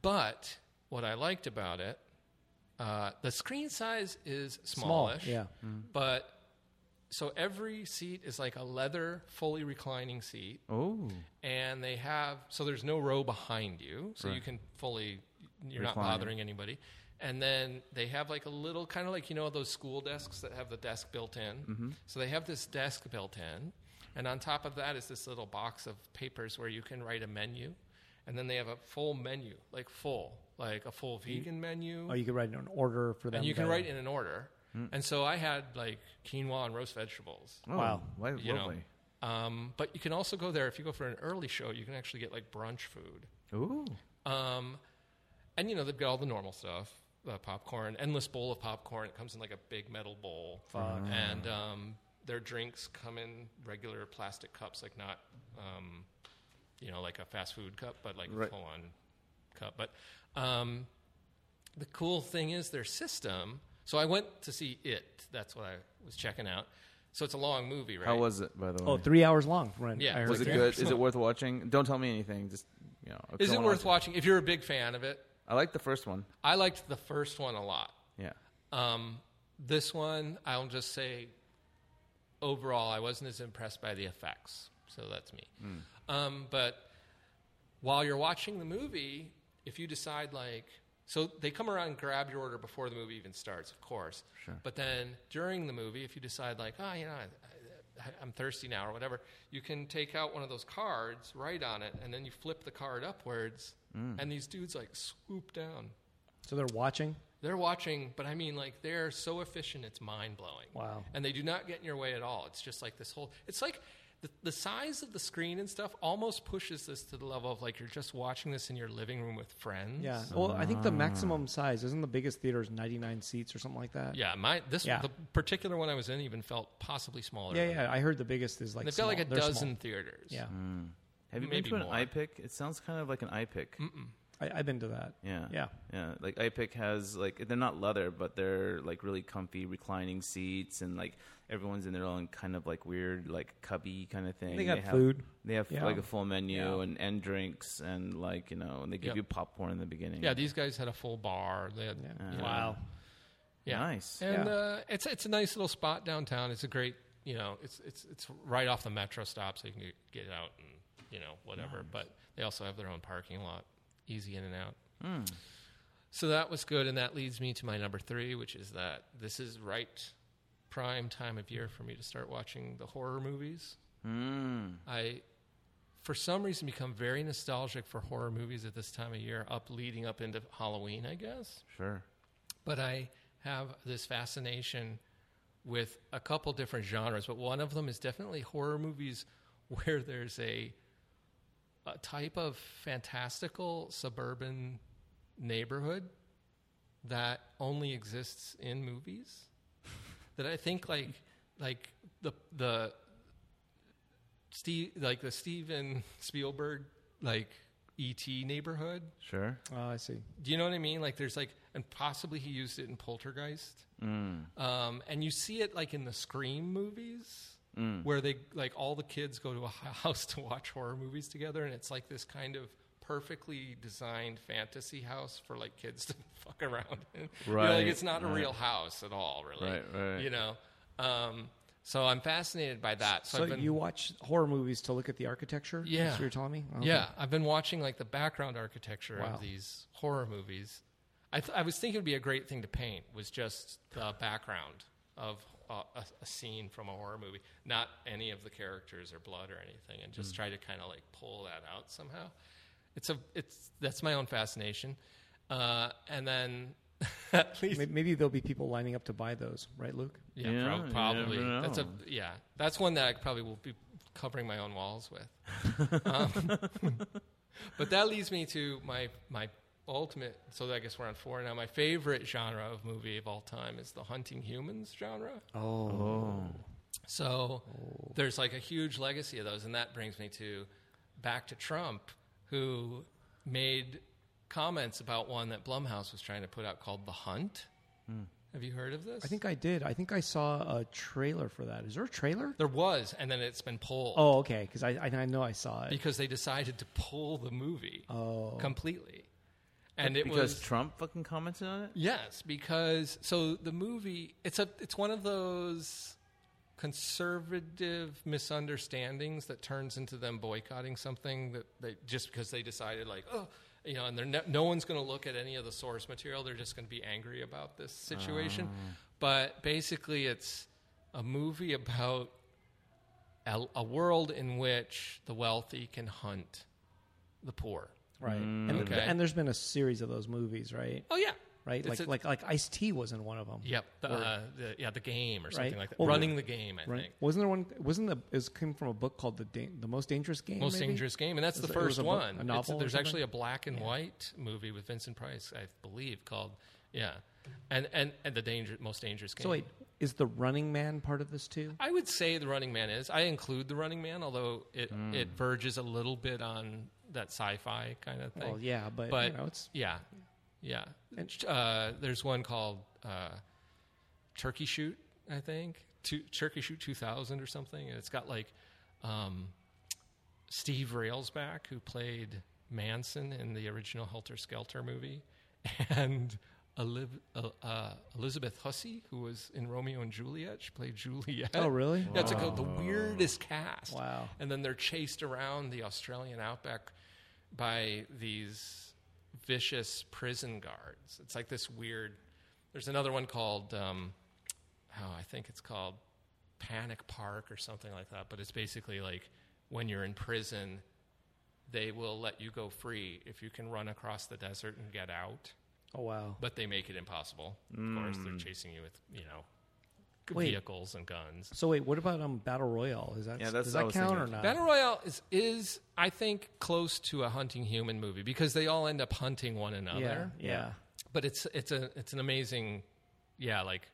D: but what I liked about it, uh, the screen size is
C: Small,
D: smallish.
C: yeah.
D: But So every seat is like a leather, fully reclining seat,
A: Oh,
D: and they have so there's no row behind you, so you
A: Right.
D: can fully you're not
A: Recline.
D: bothering anybody. And then they have like a little kind of like you know those school desks that have the desk built in.
C: Mm-hmm.
D: So they have this desk built in, and on top of that is this little box of papers where you can write a menu, and then they have a full menu, like full, like a full vegan menu.
C: Oh, you could write an order for them.
D: and you can
C: to-
D: write in an order.
C: Mm.
D: And so I had like quinoa and roast vegetables.
A: oh
C: Wow.
A: why-
D: You know.
A: lovely.
D: Um, but you can also go there if you go for an early show. You can actually get like brunch food.
A: Ooh,
D: Um, and you know they've got all the normal stuff, uh, popcorn, endless bowl of popcorn. It comes in like a big metal bowl,
C: Fuck.
D: and um, their drinks come in regular plastic cups, like not, um, you know, like a fast food cup, but like
A: Right.
D: full on cup. But um, the cool thing is their system. So I went to see it. That's what I was checking out. So it's a long movie, right?
A: how was it by the way?
C: Oh, three hours long. Right.
D: Yeah.
C: I heard
A: was it
D: three
A: good?
D: hours
A: Is it
D: long.
A: worth watching? Don't tell me anything. Just you know, if
D: Is it
A: someone wants
D: worth watching? If you're a big fan of it,
A: I like the first one.
D: I liked the first one a lot.
A: Yeah.
D: Um, this one, I'll just say, overall, I wasn't as impressed by the effects. So that's me. Um, but while you're watching the movie, if you decide like, so they come around and grab your order before the movie even starts, of course.
A: Sure.
D: But then during the movie, if you decide like, oh, you know, I, I, I'm thirsty now or whatever, you can take out one of those cards, write on it, and then you flip the card upwards, and these dudes like swoop down.
C: So they're watching.
D: They're watching, but I mean, like, they're so efficient, it's mind blowing.
C: Wow.
D: And they do not get in your way at all. It's just like this whole, it's like the, the size of the screen and stuff almost pushes this to the level of like you're just watching this in your living room with friends.
C: Yeah. Well, I think the maximum size isn't the biggest theater is 99 seats or something like that.
D: Yeah. My, this,
C: Yeah.
D: the particular one I was in even felt possibly smaller.
C: Yeah,
D: than that.
C: yeah. I heard the biggest is like
D: And they've
C: small.
D: got like a
C: They're small.
D: dozen theaters.
C: Yeah,
A: Have you
D: Maybe
A: been to
D: more.
A: an iPic? It sounds kind of like an iPic.
C: I, I've been to that.
A: Yeah.
C: Yeah.
A: Yeah. Like iPic has like they're not leather, but they're like really comfy reclining seats and like everyone's in their own kind of like weird like cubby kind of thing.
C: They got
A: have,
C: food.
A: They have
C: Yeah.
A: like a full menu
C: Yeah.
A: and, and drinks and like, you know, and they give
D: Yep.
A: you popcorn in the beginning.
D: Yeah. These guys had a full bar. They had,
C: Yeah.
D: you know,
C: Wow.
D: Yeah.
A: Nice.
D: And
C: Yeah.
D: uh, it's it's a nice little spot downtown. It's a great you know it's it's it's right off the metro stop, so you can get out and you know whatever. But they also have their own parking lot, easy in and out. So that was good, and that leads me to my number three, which is that this is right prime time of year for me to start watching the horror movies.
A: Mm.
D: I, for some reason, become very nostalgic for horror movies at this time of year, up leading up into Halloween, I guess
A: Sure.
D: but I have this fascination with a couple different genres, but one of them is definitely horror movies where there's a a type of fantastical suburban neighborhood that only exists in movies that I think like like the the Steve like the Steven Spielberg like ET neighborhood
A: Sure.
C: Oh, I see.
D: do you know what I mean? Like there's like, and possibly he used it in Poltergeist.
A: Mm.
D: Um, and you see it like in the Scream movies,
A: Mm.
D: where they like all the kids go to a house to watch horror movies together, and it's like this kind of perfectly designed fantasy house for like kids to fuck around in. You know,
A: Right,
D: like it's not a
A: right.
D: real house at all, really.
A: Right, right.
D: You know. Um, so I'm fascinated by that. So,
C: So
D: I've been,
C: you watch horror movies to look at the architecture?
D: Yeah.
C: That's what you're telling me? Okay.
D: yeah, I've been watching like the background architecture
C: Wow.
D: of these horror movies. I, th- I was thinking it would be a great thing to paint was just the background of uh, a, a scene from a horror movie, not any of the characters or blood or anything, and
C: Hmm.
D: just try to kind of like pull that out somehow. It's a it's that's my own fascination, uh, and then at least
C: May- Maybe there'll be people lining up to buy those, right, Luke?
D: yeah,
A: Yeah,
D: prob-
A: you
D: probably.
A: never
D: That's a
A: know.
D: yeah. That's one that I probably will be covering my own walls with. um, but that leads me to my my ultimate. So I guess we're on four now. My favorite genre of movie of all time is the hunting humans genre.
C: Oh.
D: So
A: Oh.
D: there's like a huge legacy of those, and that brings me to back to Trump, who made comments about one that Blumhouse was trying to put out called The Hunt.
A: Hmm.
D: Have you heard of this?
C: I think I did. I think I saw a trailer for that. Is there a trailer?
D: There was, and then it's been pulled
C: Oh, okay. Because I, I, I know I saw it.
D: because they decided to pull the movie
C: Oh.
D: completely. And it
A: because
D: was
A: Trump fucking commented on it?
D: yes, because so the movie it's a it's one of those conservative misunderstandings that turns into them boycotting something that they just because they decided like oh you know and they're ne- no one's going to look at any of the source material they're just going to be angry about this situation but basically it's a movie about a, a world in which the wealthy can hunt the poor
C: right? and,
D: okay.
C: and there's been a series of those movies, right?
D: oh yeah
C: Right, like
D: It's a-
C: like like Ice T was in one of them.
D: Yep. The, uh, the, yeah, the game or something
C: Right.
D: like that.
C: Well,
D: Running the game, I
C: Right?
D: think.
C: Wasn't there one? Wasn't the it was, came from a book called the Dan- the most dangerous game?
D: Most
C: maybe?
D: dangerous game, and that's
C: It was
D: the
C: a- it was
D: first
C: a book- a
D: one. It's-
C: novel or
D: there's
C: something?
D: actually a black and white movie with Vincent Price, I believe, called yeah, and and, and the danger, most dangerous game.
C: So wait, is the Running Man part of this too?
D: I would say the Running Man is. I include the Running Man, although it
C: Mm.
D: it verges a little bit on that sci-fi kind of thing.
C: Well, yeah, but, you
D: but
C: know, it's-
D: yeah, yeah. uh, there's one called uh, Turkey Shoot, I think, Two, Turkey Shoot 2000 or something, and it's got like um, Steve Railsback, who played Manson in the original Helter Skelter movie, and Oliv- uh, uh, Elizabeth Hussey, who was in Romeo and Juliet. She played Juliet.
C: Oh, really?
D: That's like a- the weirdest cast.
C: Wow.
D: And then they're chased around the Australian outback by these vicious prison guards. It's like this weird. There's another one called, um, oh, I think it's called Panic Park or something like that. But it's basically like when you're in prison, they will let you go free if you can run across the desert and get out.
C: Oh wow.
D: But they make it impossible. Of course, they're chasing you with you know
C: Mm. Wait.
D: vehicles and guns.
C: So wait, what about um Battle Royale? Is that
A: Yeah, that's
C: does
A: what I
C: that
A: was
C: count
A: thinking.
C: or not?
D: Battle Royale is, is, I think, close to a hunting human movie because they all end up hunting one another.
C: yeah, yeah.
D: But it's it's a it's an amazing, yeah. Like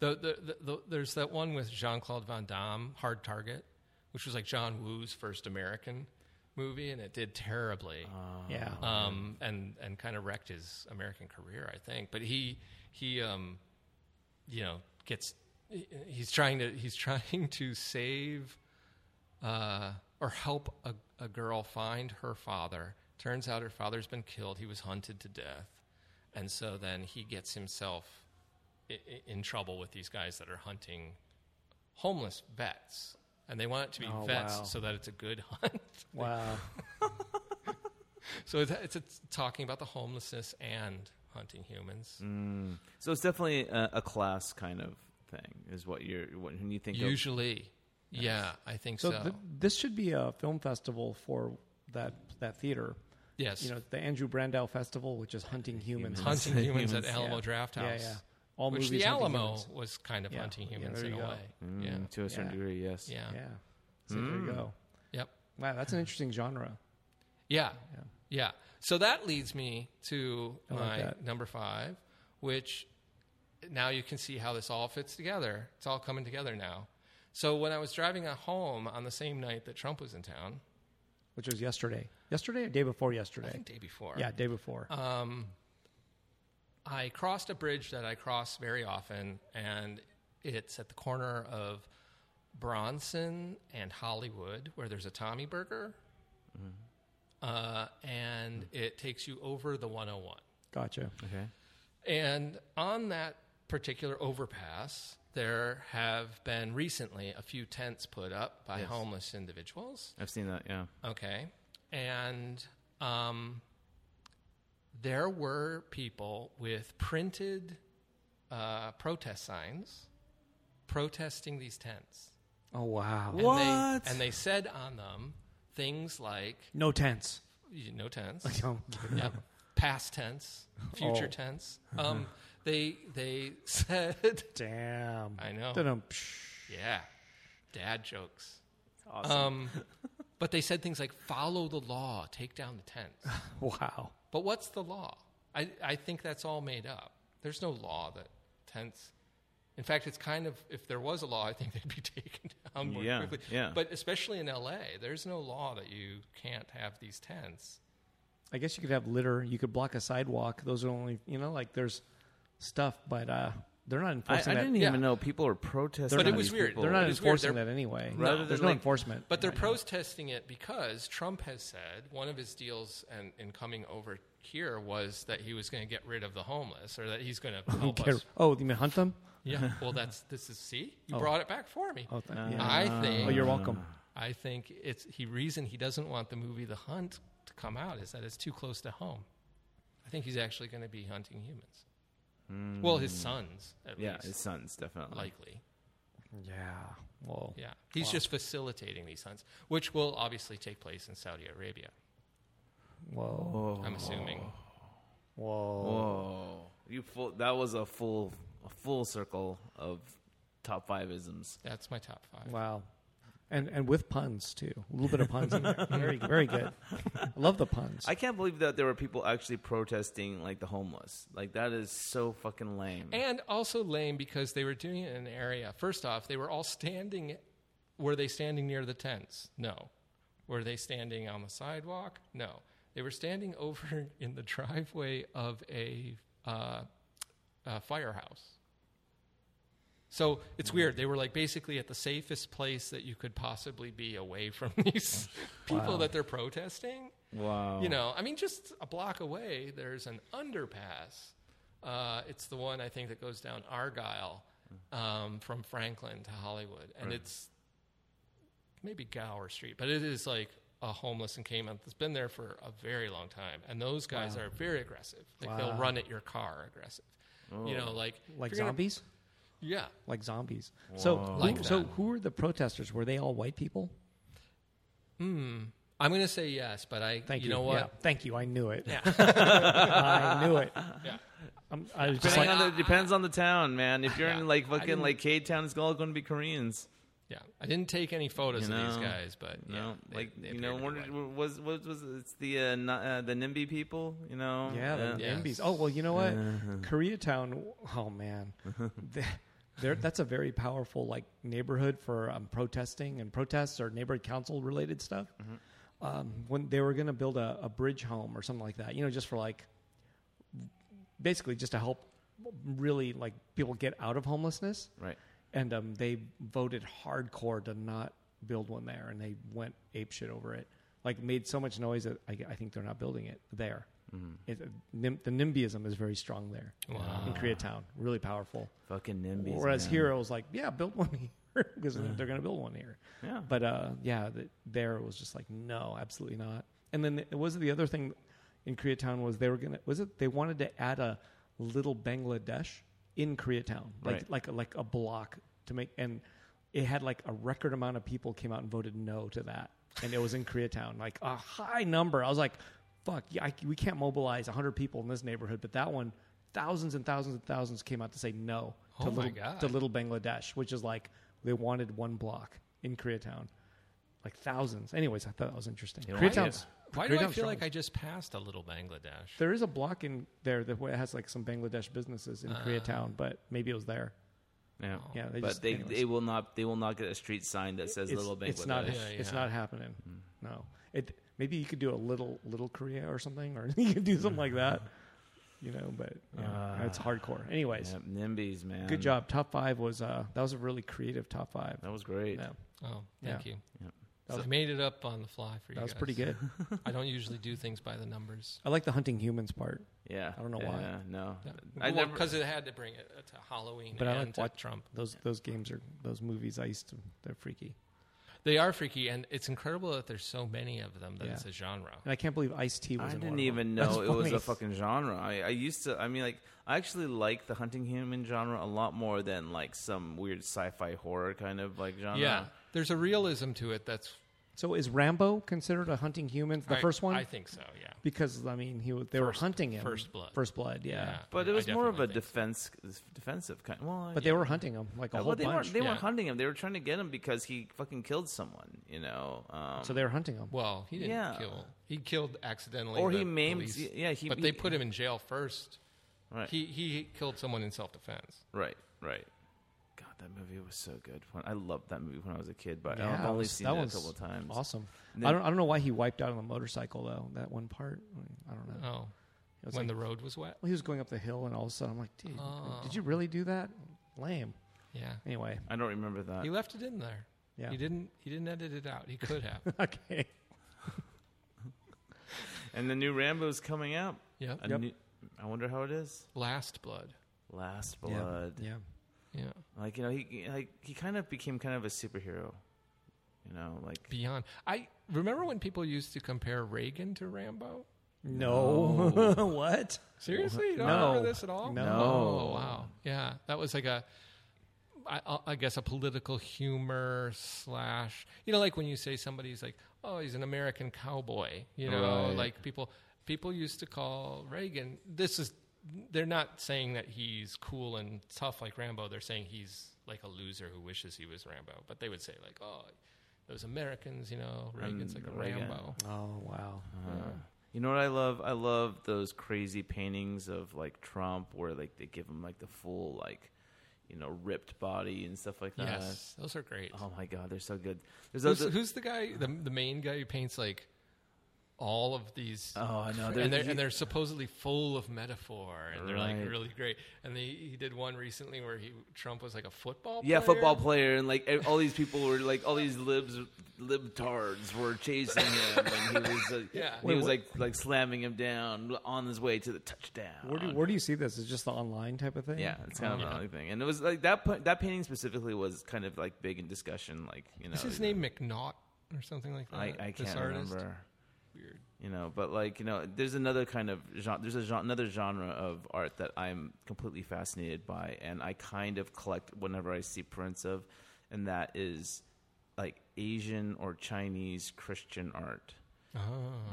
D: the the, the, the there's that one with Jean Claude Van Damme, Hard Target, which was like John Woo's first American movie, and it did terribly
C: yeah.
D: um, and and kind of wrecked his American career, I think. But he he um, you know gets he- he's trying to he's trying to save uh, or help a, a girl find her father. Turns out her father's been killed. He was hunted to death, and so then he gets himself i- i- in trouble with these guys that are hunting homeless vets. And they want it to be
C: Oh,
D: vets
C: wow.
D: so that it's a good hunt.
C: wow.
D: So it's, it's, it's talking about the homelessness and hunting humans.
C: Mm.
A: So it's definitely a, a class kind of thing, is what you're what, when you think of
D: Usually, yeah, I think
C: So
D: so.
C: th- this should be a film festival for that that theater.
D: yes,
C: You know, the Andrew Brandow Festival, which is hunting humans.
D: hunting humans, at Alamo
C: Yeah.
D: Draft House.
C: Yeah, yeah. All
D: which
C: movies
D: the
C: hunting
D: Alamo
C: humans.
D: was kind of
C: Yeah,
D: hunting
C: yeah,
D: humans
C: there
D: in a
C: you go.
D: way.
A: Mm,
D: Yeah.
A: to a certain
C: Yeah.
A: degree. Yes.
D: yeah,
C: Yeah. So
A: Hmm.
C: there you go.
D: yep,
C: Wow, that's an interesting genre.
D: yeah,
C: Yeah.
D: yeah, So that leads me to
C: I like
D: my
C: that.
D: number five, which now you can see how this all fits together. It's all coming together now. So when I was driving at home on the same night that Trump was in town,
C: Which was yesterday. Yesterday or day before
D: I
C: yesterday?
D: think day before,
C: Yeah, day before.
D: um, I crossed a bridge that I cross very often, and it's at the corner of Bronson and Hollywood, where there's a Tommy Burger, uh, and it takes you over the 101.
C: gotcha.
A: Okay.
D: And on that particular overpass, there have been recently a few tents put up by
A: Yes.
D: homeless individuals.
A: I've seen that. Yeah.
D: Okay. And um, there were people with printed uh, protest signs protesting these tents.
C: Oh wow.
A: Wha-
D: And
A: What?
D: they, and they said on them things like
C: No tents.
D: you- no tense,
C: No.
D: yeah, past tense, future
C: Oh.
D: tense. Um, they they said,
C: Damn.
D: I know,
C: Dun-dum. Psh.
D: yeah, dad jokes. Um, but they said things like follow the law, take down the tents.
C: Wow.
D: But what's the law? I, I think that's all made up. There's no law that tents. In fact, it's kind of if there was a law, I think they'd be taken down more
A: Yeah,
D: quickly.
A: yeah.
D: But especially in LA, there's no law that you can't have these tents.
C: I guess you could have litter. You could block a sidewalk. Those are only you know like there's stuff, but uh, they're not
A: I, I
C: enforcing that.
A: didn't
D: yeah.
A: even know people were protesting.
D: But it
A: on
D: was
A: these
D: weird.
A: people.
C: they're not
D: It is weird.
C: enforcing
D: They're-
C: that anyway.
A: Rather
C: No,
A: than,
C: there's no
A: like-
C: enforcement.
D: But they're protesting it because Trump has said one of his deals and in coming over here was that he was going to get rid of the homeless or that he's going to help
C: Get-
D: us.
C: oh, you mean hunt them?
D: Yeah. Well, that's this is see you
C: Oh.
D: brought it back for me.
C: Oh, th- yeah.
D: I think
C: oh, you're welcome.
D: I think it's he reason he doesn't want the movie The Hunt to come out is that it's too close to home. I think he's actually going to be hunting humans. Well, his sons at
A: Hmm. Yeah, his
D: least
A: sons definitely.
D: likely.
C: Yeah. Well,
D: Yeah, he's
C: Wow.
D: just facilitating these hunts, which will obviously take place in Saudi Arabia.
C: whoa,
A: Oh.
D: I'm assuming.
C: whoa.
A: Whoa, you full. That was a full, a full circle of top five isms.
D: That's my top five.
C: Wow. And and with puns too. A little bit of puns in there. Very very good. I love the puns.
A: I can't believe that there were people actually protesting like the homeless. Like that is so fucking lame.
D: And also lame because they were doing it in an area. First off, they were all standing. Were they standing near the tents? No. Were they standing on the sidewalk? No. They were standing over in the driveway of a, uh, a firehouse. So it's weird. They were like basically at the safest place that you could possibly be away from these people that they're protesting.
A: wow.
D: You know, I mean, just a block away, there's an underpass. Uh, it's the one I think that goes down Argyle um, from Franklin to Hollywood, and it's maybe Gower Street, but it is like a homeless encampment that's been there for a very long time, and those guys are very aggressive. Like they'll
C: Wow.
D: run at your car, aggressive. You
A: Oh.
D: know, like if
C: like
D: you're gonna-
C: zombies?
D: yeah,
C: Like zombies. So who,
D: Like
C: so
D: that.
C: who were the protesters? Were they all white people?
D: I'm gonna say yes, but I.
C: Thank you.
D: know
C: Yeah,
D: what?
C: thank you. I knew it. I knew it.
D: Yeah.
C: I'm, I was just
A: Depending
C: like,
A: on the, depends on the town, man. If you're
D: Yeah.
A: in like
D: I
A: fucking
D: didn't-
A: like K Town, it's all going to be Koreans.
D: Yeah, I didn't take any photos
A: You
D: of these
A: know,
D: guys, but
A: You
D: yeah,
A: know,
D: they-
A: like
D: they
A: you
D: appear
A: know,
D: to be
A: what
D: white.
A: was what was it's the uh, not, uh, the NIMBY people, you know?
C: yeah, the
D: Yeah.
C: NBs. Oh well, you know what? Koreatown. Oh man, Th- there. That's a very powerful like neighborhood for um, protesting and protests or neighborhood council related stuff.
D: Mm-hmm.
C: Um, when they were going to build a, a bridge home or something like that, you know, just for like basically just to help really like people get out of homelessness.
A: Right.
C: and um, they voted hardcore to not build one there, and they went apeshit over it. Like made so much noise that I, I think they're not building it there. It, nim, the NIMBYism is very strong there in Koreatown, really powerful.
A: Fucking NIMBYs.
C: Whereas
A: man.
C: here, it was like, yeah, build one here because they're going to build one here.
A: Yeah.
C: But uh, yeah, the, there it was just like, no, absolutely not. And then it was the other thing in Koreatown was they were gonna was it they wanted to add a little Bangladesh in Koreatown, like
A: Right.
C: like like a block to make and it had like a record amount of people came out and voted no to that, and it was in Koreatown, like a high number. I was like, fuck, yeah, I, we can't mobilize hundred people in this neighborhood, but that one. Thousands and thousands and thousands came out to say no to,
D: Oh my
C: little,
D: God.
C: to Little Bangladesh, which is like they wanted one block in Koreatown, like thousands. Anyways, I thought that was interesting.
A: Yeah, why-
C: Koreatown's
D: Why do I
C: Koreatown's
D: feel
C: strong.
D: like I just passed a little Bangladesh?
C: there is a block in there that has like some Bangladesh businesses in
D: Uh-huh.
C: Koreatown, but maybe it was there.
A: Yeah.
C: Yeah, they
A: but
C: just,
A: they
C: anyways.
A: they will not they will not get a street sign that says
C: it's,
A: Little Bangladesh. Hmm.
C: it's not
D: Yeah,
C: it's
D: yeah.
C: not happening. No, it maybe you could do a little little Korea or something, or you could do something like that. You know, but
D: Uh,
C: yeah, it's hardcore. Anyways,
A: Yep, NIMBYs, man.
C: good job. Top five was uh that was a really creative top five.
A: That was great.
C: Yeah,
D: Oh, thank you.
A: Yep.
C: That
D: So
C: was-
D: I made it up on the fly for you.
C: that was
D: guys.
C: pretty good.
D: I don't usually do things by the numbers
C: I like the hunting humans part.
A: Yeah.
C: I don't know
A: yeah,
C: why.
A: No. I
D: because
A: never.
D: it had to bring it uh, to Halloween
C: But I
D: and
C: like
D: to
C: what-
D: Trump.
C: Those those games are those movies I used to they're freaky.
D: They are freaky, and it's incredible that there's so many of them that
C: Yeah.
D: it's a genre.
C: And I can't believe Ice T was
A: I
C: in
A: didn't
C: one
A: even
C: of them.
A: know
C: That's
A: it was a
C: funny.
A: fucking genre. I, I used to. I mean, like, I actually like the hunting human genre a lot more than like some weird sci-fi horror kind of like genre.
D: Yeah, there's a realism to it. That's
C: So is Rambo considered a hunting human? The
D: I-
C: first one?
D: I think so. Yeah.
C: because I mean he was, they were
D: First-
C: hunting him.
D: First Blood.
C: First blood, yeah.
A: But
D: I
A: it was more of a
D: definitely think
A: defense, defensive kind. Well,
C: But
A: yeah.
C: they were hunting him like a
A: Well,
C: whole
A: they
C: bunch.
A: weren't. They weren't
D: Yeah.
A: hunting him. They were trying to get him because he fucking killed someone. You know. Um,
C: so they were hunting him.
D: so. Well, he didn't
A: Yeah.
D: kill. He killed accidentally,
A: or
D: the
A: he maimed.
D: police.
A: Yeah. He.
D: but
A: he-
D: they put him in jail first.
A: Right.
D: He he killed someone in self defense.
A: Right, right. God, that movie was so good. When, I loved that movie when I was a kid, but
C: Yeah,
A: I've
C: that
A: only
C: was-
A: seen
C: that
A: it a
C: was
A: couple of times.
C: Awesome.
A: And
C: I
A: then-
C: don't I don't know why he wiped out on the motorcycle though, that one part. I don't know.
D: Oh,
C: It was
D: when
C: like-
D: the road was wet.
C: well, he was going up the hill and all of a sudden I'm like, dude,
D: Oh.
C: did you really do that? Lame.
D: Yeah.
C: Anyway.
A: I don't remember that.
D: He left it in there.
C: Yeah.
D: He didn't. He didn't edit it out. He could have.
C: okay.
A: And the new Rambo's coming out.
D: yep.
A: A
C: Yep.
A: new- I wonder how it is.
D: Last Blood.
A: Last
C: Yeah.
A: Blood.
C: Yeah.
D: Yeah.
A: Like you know, he like he kind of became kind of a superhero. You know, like
D: Beyond. I remember when people used to compare Reagan to Rambo.
C: No. what?
D: Seriously, you don't
C: No.
D: remember this at all?
C: No.
D: Oh, wow. Yeah, that was like a, I, uh, I- I guess a political humor slash. You know, like when you say somebody's like, "Oh, he's an American cowboy." You know,
A: Right.
D: like people people used to call Reagan. This is they're not saying that he's cool and tough like Rambo. They're saying he's like a loser who wishes he was Rambo. But they would say like, "Oh, those Americans," you know, Reagan's
A: And
D: like a
A: Mm, Reagan.
D: Rambo.
C: Oh wow.
A: Uh, You know what I love? I love those crazy paintings of like Trump where like they give him like the full like you know ripped body and stuff like that.
D: Yes, those are great.
A: Oh my god, they're so good. There's
D: Who's,
A: those.
D: who's the guy? The, the main guy who paints like all of these.
A: oh, I know.
D: and they're
A: you-
D: and they're supposedly full of metaphor, and they're
A: Right.
D: like really great. And they, he did one recently where he Trump was like a football.
A: yeah,
D: player.
A: football player, and like ev- all these people were like all these libs, libtards were chasing him, and he was uh,
D: Yeah.
A: he was like like slamming him down on his way to the touchdown.
C: Where do where do you Oh, see this? Is it just the online type of thing?
A: Uh, Yeah, it's kind of
D: Yeah.
A: an ugly thing, and it was like that. pa- That painting specifically was kind of like big in discussion. Like you know,
D: Is his name McNaught or something like that?
A: Oh, I, I
D: uh, This
A: can't
D: artist?
A: remember.
D: Weird.
A: You know, but like you know, there's another kind of genre. There's a gen- another genre of art that I'm completely fascinated by, and I kind of collect whenever I see prints of, and that is like Asian or Chinese Christian art.
D: Oh.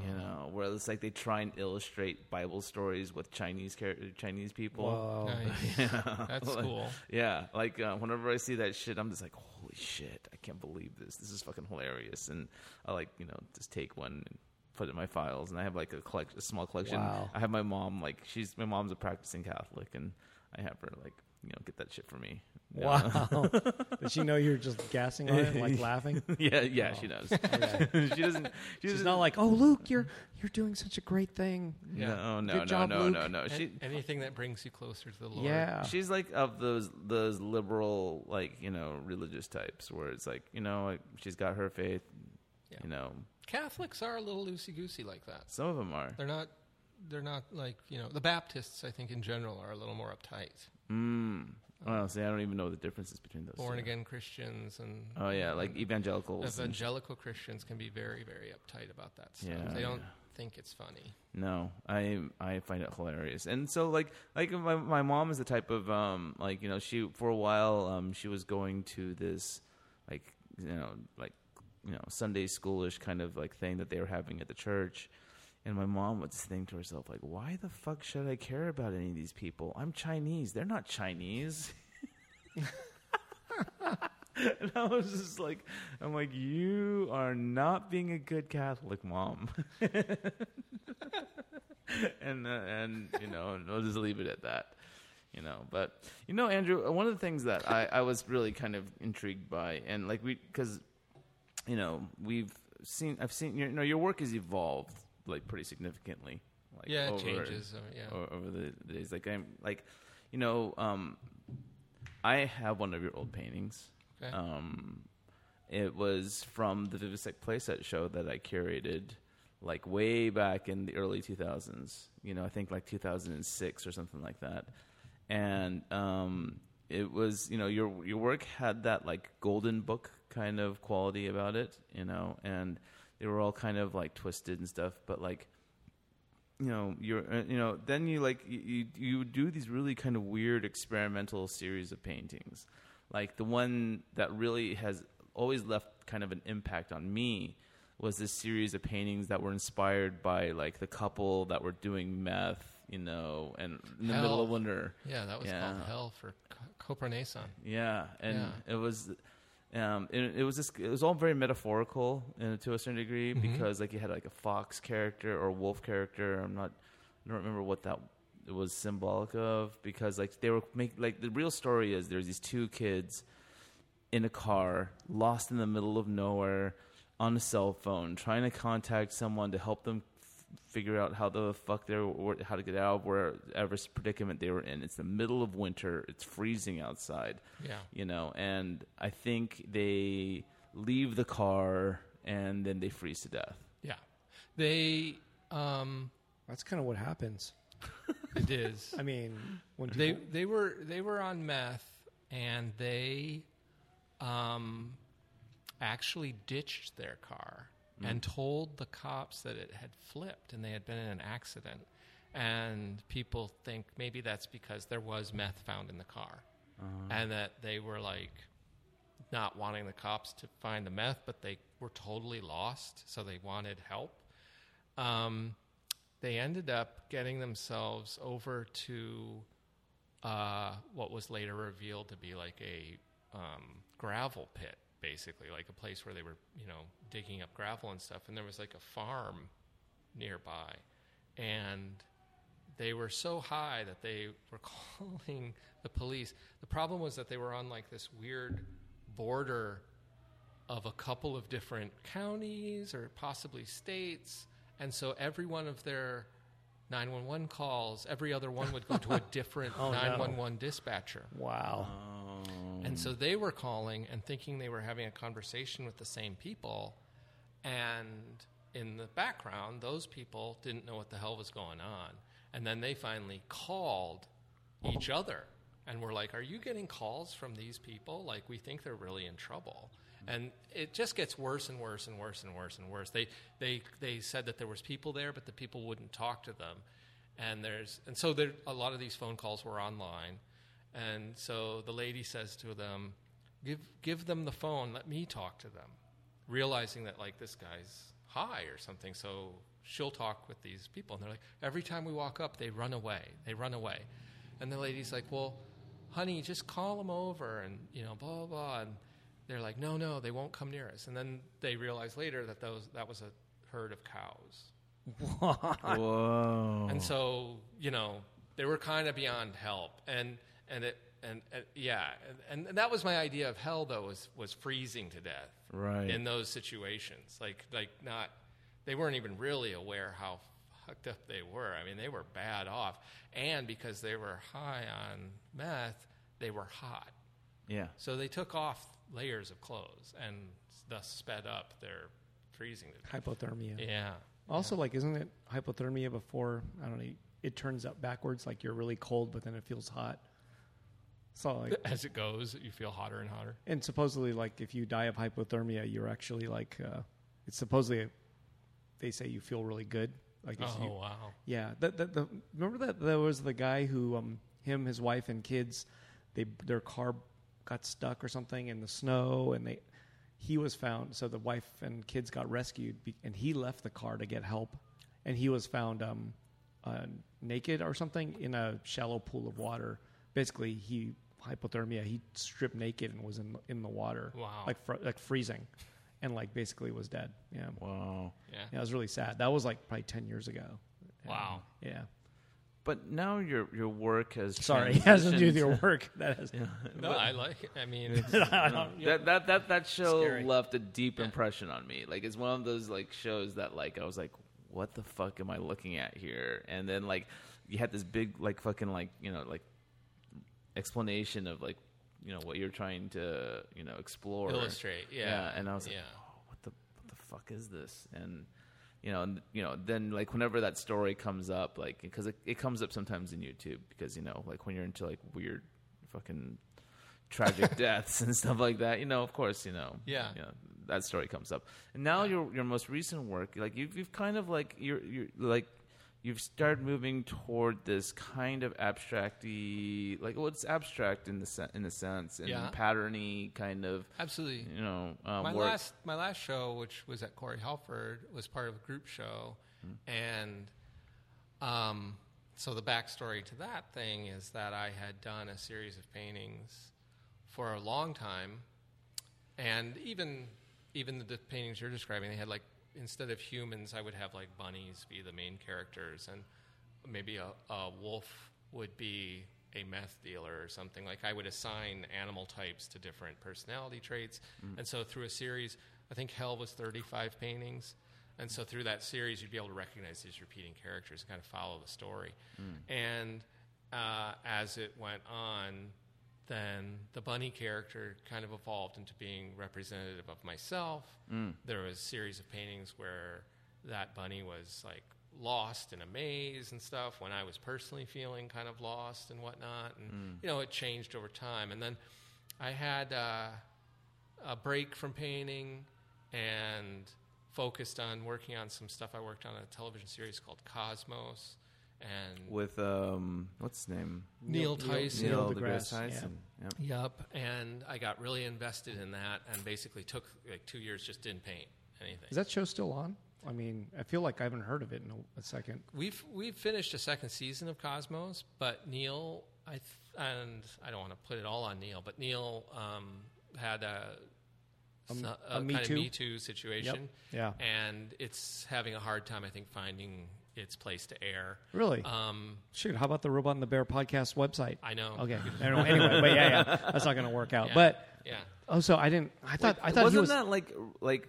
A: You know, where it's like they try and illustrate Bible stories with Chinese char- Chinese people.
C: Whoa.
D: Nice. That's
A: Like,
D: cool.
A: Yeah, like uh, whenever I see that shit, I'm just like, holy shit, I can't believe this. This is fucking hilarious. And I like, you know, just take one and put it in my files. And I have like a collect, a small collection.
C: Wow.
A: I have my mom like she's my mom's a practicing Catholic, and I have her like you know get that shit for me.
C: Wow. Did she know you were just gassing on it and like laughing?
A: yeah, yeah, she knows.
C: Okay.
A: she doesn't. She
C: She's
A: doesn't.
C: not like, oh Luke, you're you're doing such a great thing.
D: Yeah.
A: No, no,
C: Good
A: no,
C: job,
A: no,
C: Luke. uh,
A: no, no.
D: An-
A: She
D: anything that brings you closer to the Lord.
C: Yeah.
A: She's like of those those liberal like you know religious types where it's like you know like, she's got her faith,
D: Yeah.
A: you know
D: Catholics are a little loosey goosey like that.
A: some of them are
D: They're not. They're not like you know the Baptists. I think in general are a little more uptight.
A: Mm. Well, see, I don't even know the differences between those.
D: born
A: two.
D: again Christians and
A: Oh yeah, like evangelicals. and-
D: evangelical Christians can be very very uptight about that stuff.
A: Yeah,
D: they don't
A: yeah.
D: think it's funny.
A: no, I I find it hilarious. And so like like my my mom is the type of um like you know she for a while um she was going to this like you know like you know Sunday schoolish kind of like thing that they were having at the church. And my mom would just think to herself, like, why the fuck should I care about any of these people? I'm Chinese. They're not Chinese. and I was just like, I'm like, you are not being a good Catholic mom. and uh, and you know, and we'll just leave it at that. You know, but you know, Andrew, uh, one of the things that I, I was really kind of intrigued by, and like we, because you know, we've seen, I've seen, you know, your work has evolved like pretty significantly. Like,
D: yeah, it
A: over-
D: changes. uh, yeah,
A: o- over the the days. Like I'm like, you know, um, I have one of your old paintings.
D: Okay.
A: Um, it was from the Vivisect Playset show that I curated, like way back in the early 2000s. You know, I think like 2006 or something like that. And um, it was, you know, your your work had that like golden book kind of quality about it. You know, and they were all kind of like twisted and stuff, but like you know you're uh, you know then you like you you you do these really kind of weird experimental series of paintings like the one that really has always left kind of an impact on me was this series of paintings that were inspired by like the couple that were doing meth you know and in the
D: Hell.
A: middle of winter
D: yeah, that was
A: Yeah.
D: called Hell for Co- Copernacan.
A: yeah, and
D: Yeah.
A: it was, um, it, it was just it was all very metaphorical uh, to a certain degree because like you had like a fox character or a wolf character. I'm not, I don't remember what that it was symbolic of because like they were make like the real story is there's these two kids in a car, lost in the middle of nowhere, on a cell phone, trying to contact someone to help them f- figure out how the fuck they're or how to get out of wherever predicament they were in. It's the middle of winter. It's freezing outside
D: Yeah,
A: you know and i think they leave the car and then they freeze to death
D: yeah, they um,
C: That's kind of what happens.
D: it is.
C: I mean, when people,
D: they they were they were on meth and they um, actually ditched their car and told the cops that it had flipped and they had been in an accident. And people think maybe that's because there was meth found in the car and that they were like not wanting the cops to find the meth, but they were totally lost, so they wanted help. Um, they ended up getting themselves over to uh, what was later revealed to be like a um, gravel pit, basically, like a place where they were, you know, digging up gravel and stuff. And there was like a farm nearby, and they were so high that they were calling the police. The problem was that they were on like this weird border of a couple of different counties or possibly states. And so every one of their 911 calls, every other one would go to a different 911 dispatcher.
C: Wow.
D: And so they were calling and thinking they were having a conversation with the same people. And in the background, those people didn't know what the hell was going on. And then they finally called each other and were like, Are you getting calls from these people? Like, we think they're really in trouble. And it just gets worse and worse and worse and worse and worse. They, they, they said that there was people there, but the people wouldn't talk to them. And there's and so there a lot of these phone calls were online. And so the lady says to them, "Give give them the phone. Let me talk to them." Realizing that like this guy's high or something, so she'll talk with these people. And they're like, every time we walk up, they run away. They run away. And the lady's like, "Well, honey, just call them over," and you know, blah blah. blah. And they're like, "No, no, they won't come near us." And then they realize later that those that was a herd of cows.
A: Whoa.
C: Mm-hmm.
D: And so, you know, they were kind of beyond help. And and it and, and yeah, and, and that was my idea of hell though was was freezing to death
A: Right.
D: in those situations. Like like not they weren't even really aware how fucked up they were. I mean, they were bad off. And because they were high on meth, they were hot.
A: yeah.
D: So they took off layers of clothes and thus sped up their freezing to death.
C: Hypothermia.
D: Yeah.
C: Also, like, isn't it hypothermia before? I don't know. It turns up backwards, like you're really cold, but then it feels hot. So, like,
D: As it goes, you feel hotter and hotter.
C: and supposedly, like, if you die of hypothermia, you're actually like, uh, it's supposedly they say you feel really good. Like, if
D: Oh
C: you,
D: wow.
C: yeah. The, the, the, remember that there was the guy who, um, him, his wife, and kids, they their car got stuck or something in the snow, and they he was found. So the wife and kids got rescued, be- and he left the car to get help, and he was found um, uh, naked or something in a shallow pool of water. Basically, he hypothermia. He stripped naked and was in in the water,
D: Wow.
C: like fr- like freezing, and like basically was dead. Yeah.
A: Wow.
D: Yeah.
C: Yeah, it was really sad. That was like probably ten years ago.
D: Wow.
C: Yeah.
A: But now your your work has
C: Sorry, it has to do with
A: transitioned-
C: your work. That has.
D: No, I like. It. I mean, it's,
A: that that that that show
C: Scary.
A: left a deep impression on me. Like it's one of those like shows that like I was like, what the fuck am I looking at here? And then like you had this big like fucking like you know like explanation of like you know what you're trying to you know explore
D: Illustrate, yeah,
A: and I was like,
D: yeah.
A: oh, what the what the fuck is this? And you know, and you know, then like whenever that story comes up, like because it, it comes up sometimes in YouTube because you know, like when you're into like weird fucking tragic deaths and stuff like that, you know, of course, you know,
D: Yeah.
A: you know, that story comes up. And now your your most recent work, like you've you've kind of like you're you're like. You've started moving toward this kind of abstracty, like well, it's abstract in the sen- in a sense, and
D: Yeah.
A: patterny kind of
D: absolutely.
A: you know, um,
D: my
A: work.
D: last my last show, which was at Corey Halford, was part of a group show,
A: Hmm.
D: and um, so the backstory to that thing is that I had done a series of paintings for a long time, and even even the de- paintings you're describing, they had like instead of humans, I would have like bunnies be the main characters, and maybe a, a wolf would be a meth dealer or something. Like I would assign animal types to different personality traits, and so through a series, I think Hell was 35 paintings. And so through that series, you'd be able to recognize these repeating characters and kind of follow the story. And uh, as it went on, then the bunny character kind of evolved into being representative of myself. There was a series of paintings where that bunny was like lost in a maze and stuff Mm. when I was personally feeling kind of lost and whatnot. And, you know, it changed over time. And then I had uh, a break from painting and focused on working on some stuff. I worked on a television series called Cosmos and
A: with um, what's his name?
D: Neil, Tyson.
C: Neil
A: Neil
C: deGrasse,
A: deGrasse Tyson. Yep.
D: Yep, and I got really invested in that, and basically took like two years just didn't paint anything.
C: Is that show still on? I mean, I feel like I haven't heard of it in a, a second.
D: we've we've finished a second season of Cosmos, but Neil, I th- and I don't want to put it all on Neil, but Neil um, had a, so-
C: a Me
D: kind
C: Too?
D: of Me Too situation,
C: Yeah.
D: and it's having a hard time, I think, finding its place to air.
C: Really?
D: Um,
C: Shoot, how about the Robot and the Bear podcast website?
D: I know.
C: Okay. anyway, anyway, but yeah, yeah, that's not going to work out.
D: Yeah.
C: But
D: yeah,
C: oh, so I didn't. I thought I thought
A: wasn't
C: he was.
A: that like like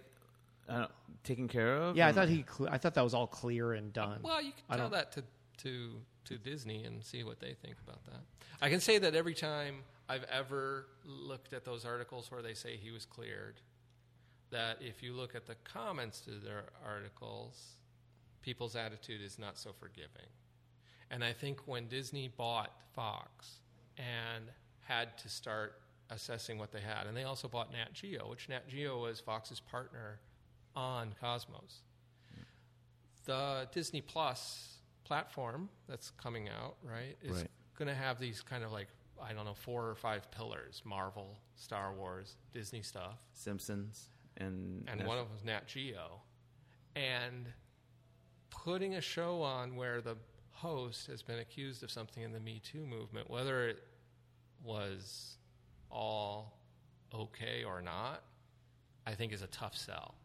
A: I don't, taken care of?
C: yeah, I
A: And-
C: thought he. Cle- I thought that was all clear and done.
D: Well, you
C: I
D: can tell
C: don't-
D: that to, to to Disney and see what they think about that. I can say that every time I've ever looked at those articles where they say he was cleared, that if you look at the comments to their articles, people's attitude is not so forgiving. And I think when Disney bought Fox and had to start assessing what they had, and they also bought Nat Geo, which Nat Geo was Fox's partner on Cosmos the Disney Plus platform that's coming out, right, is
A: Right.
D: going to have these kind of like I don't know four or five pillars: Marvel, Star Wars, Disney stuff,
A: Simpsons and
D: and one of them is Nat Geo, and putting a show on where the host has been accused of something in the Me Too movement, whether it was all okay or not, I think is a tough sell.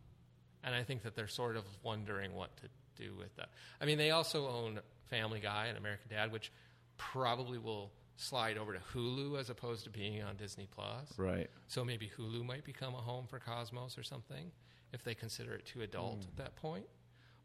D: And I think that they're sort of wondering what to do with that. I mean, they also own Family Guy and American Dad, which probably will slide over to Hulu as opposed to being on Disney Plus.
A: right.
D: So maybe Hulu might become a home for Cosmos or something if they consider it too adult
C: Hmm.
D: at that point.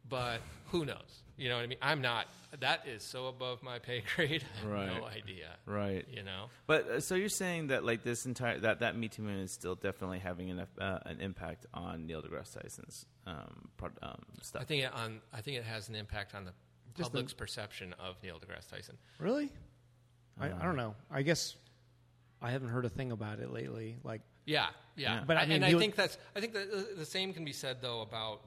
D: But who knows? You know what I mean? I'm not. That is so above my pay grade. I have
A: Right.
D: no idea.
A: Right.
D: You know?
A: But uh, so you're saying that like this entire that that Me Too movement is still definitely having an eff- uh, an impact on Neil deGrasse Tyson's um, pro- um stuff.
D: I think it on. I think it has an impact on the
C: Just the-
D: public's perception of Neil deGrasse Tyson.
C: really? I,
D: Uh.
C: I don't know. I guess I haven't heard a thing about it lately. Like,
D: Yeah, yeah.
A: Yeah.
C: But I
D: I-
C: mean,
D: and I
C: you-
D: think that's. I think that uh, the- the same can be said though about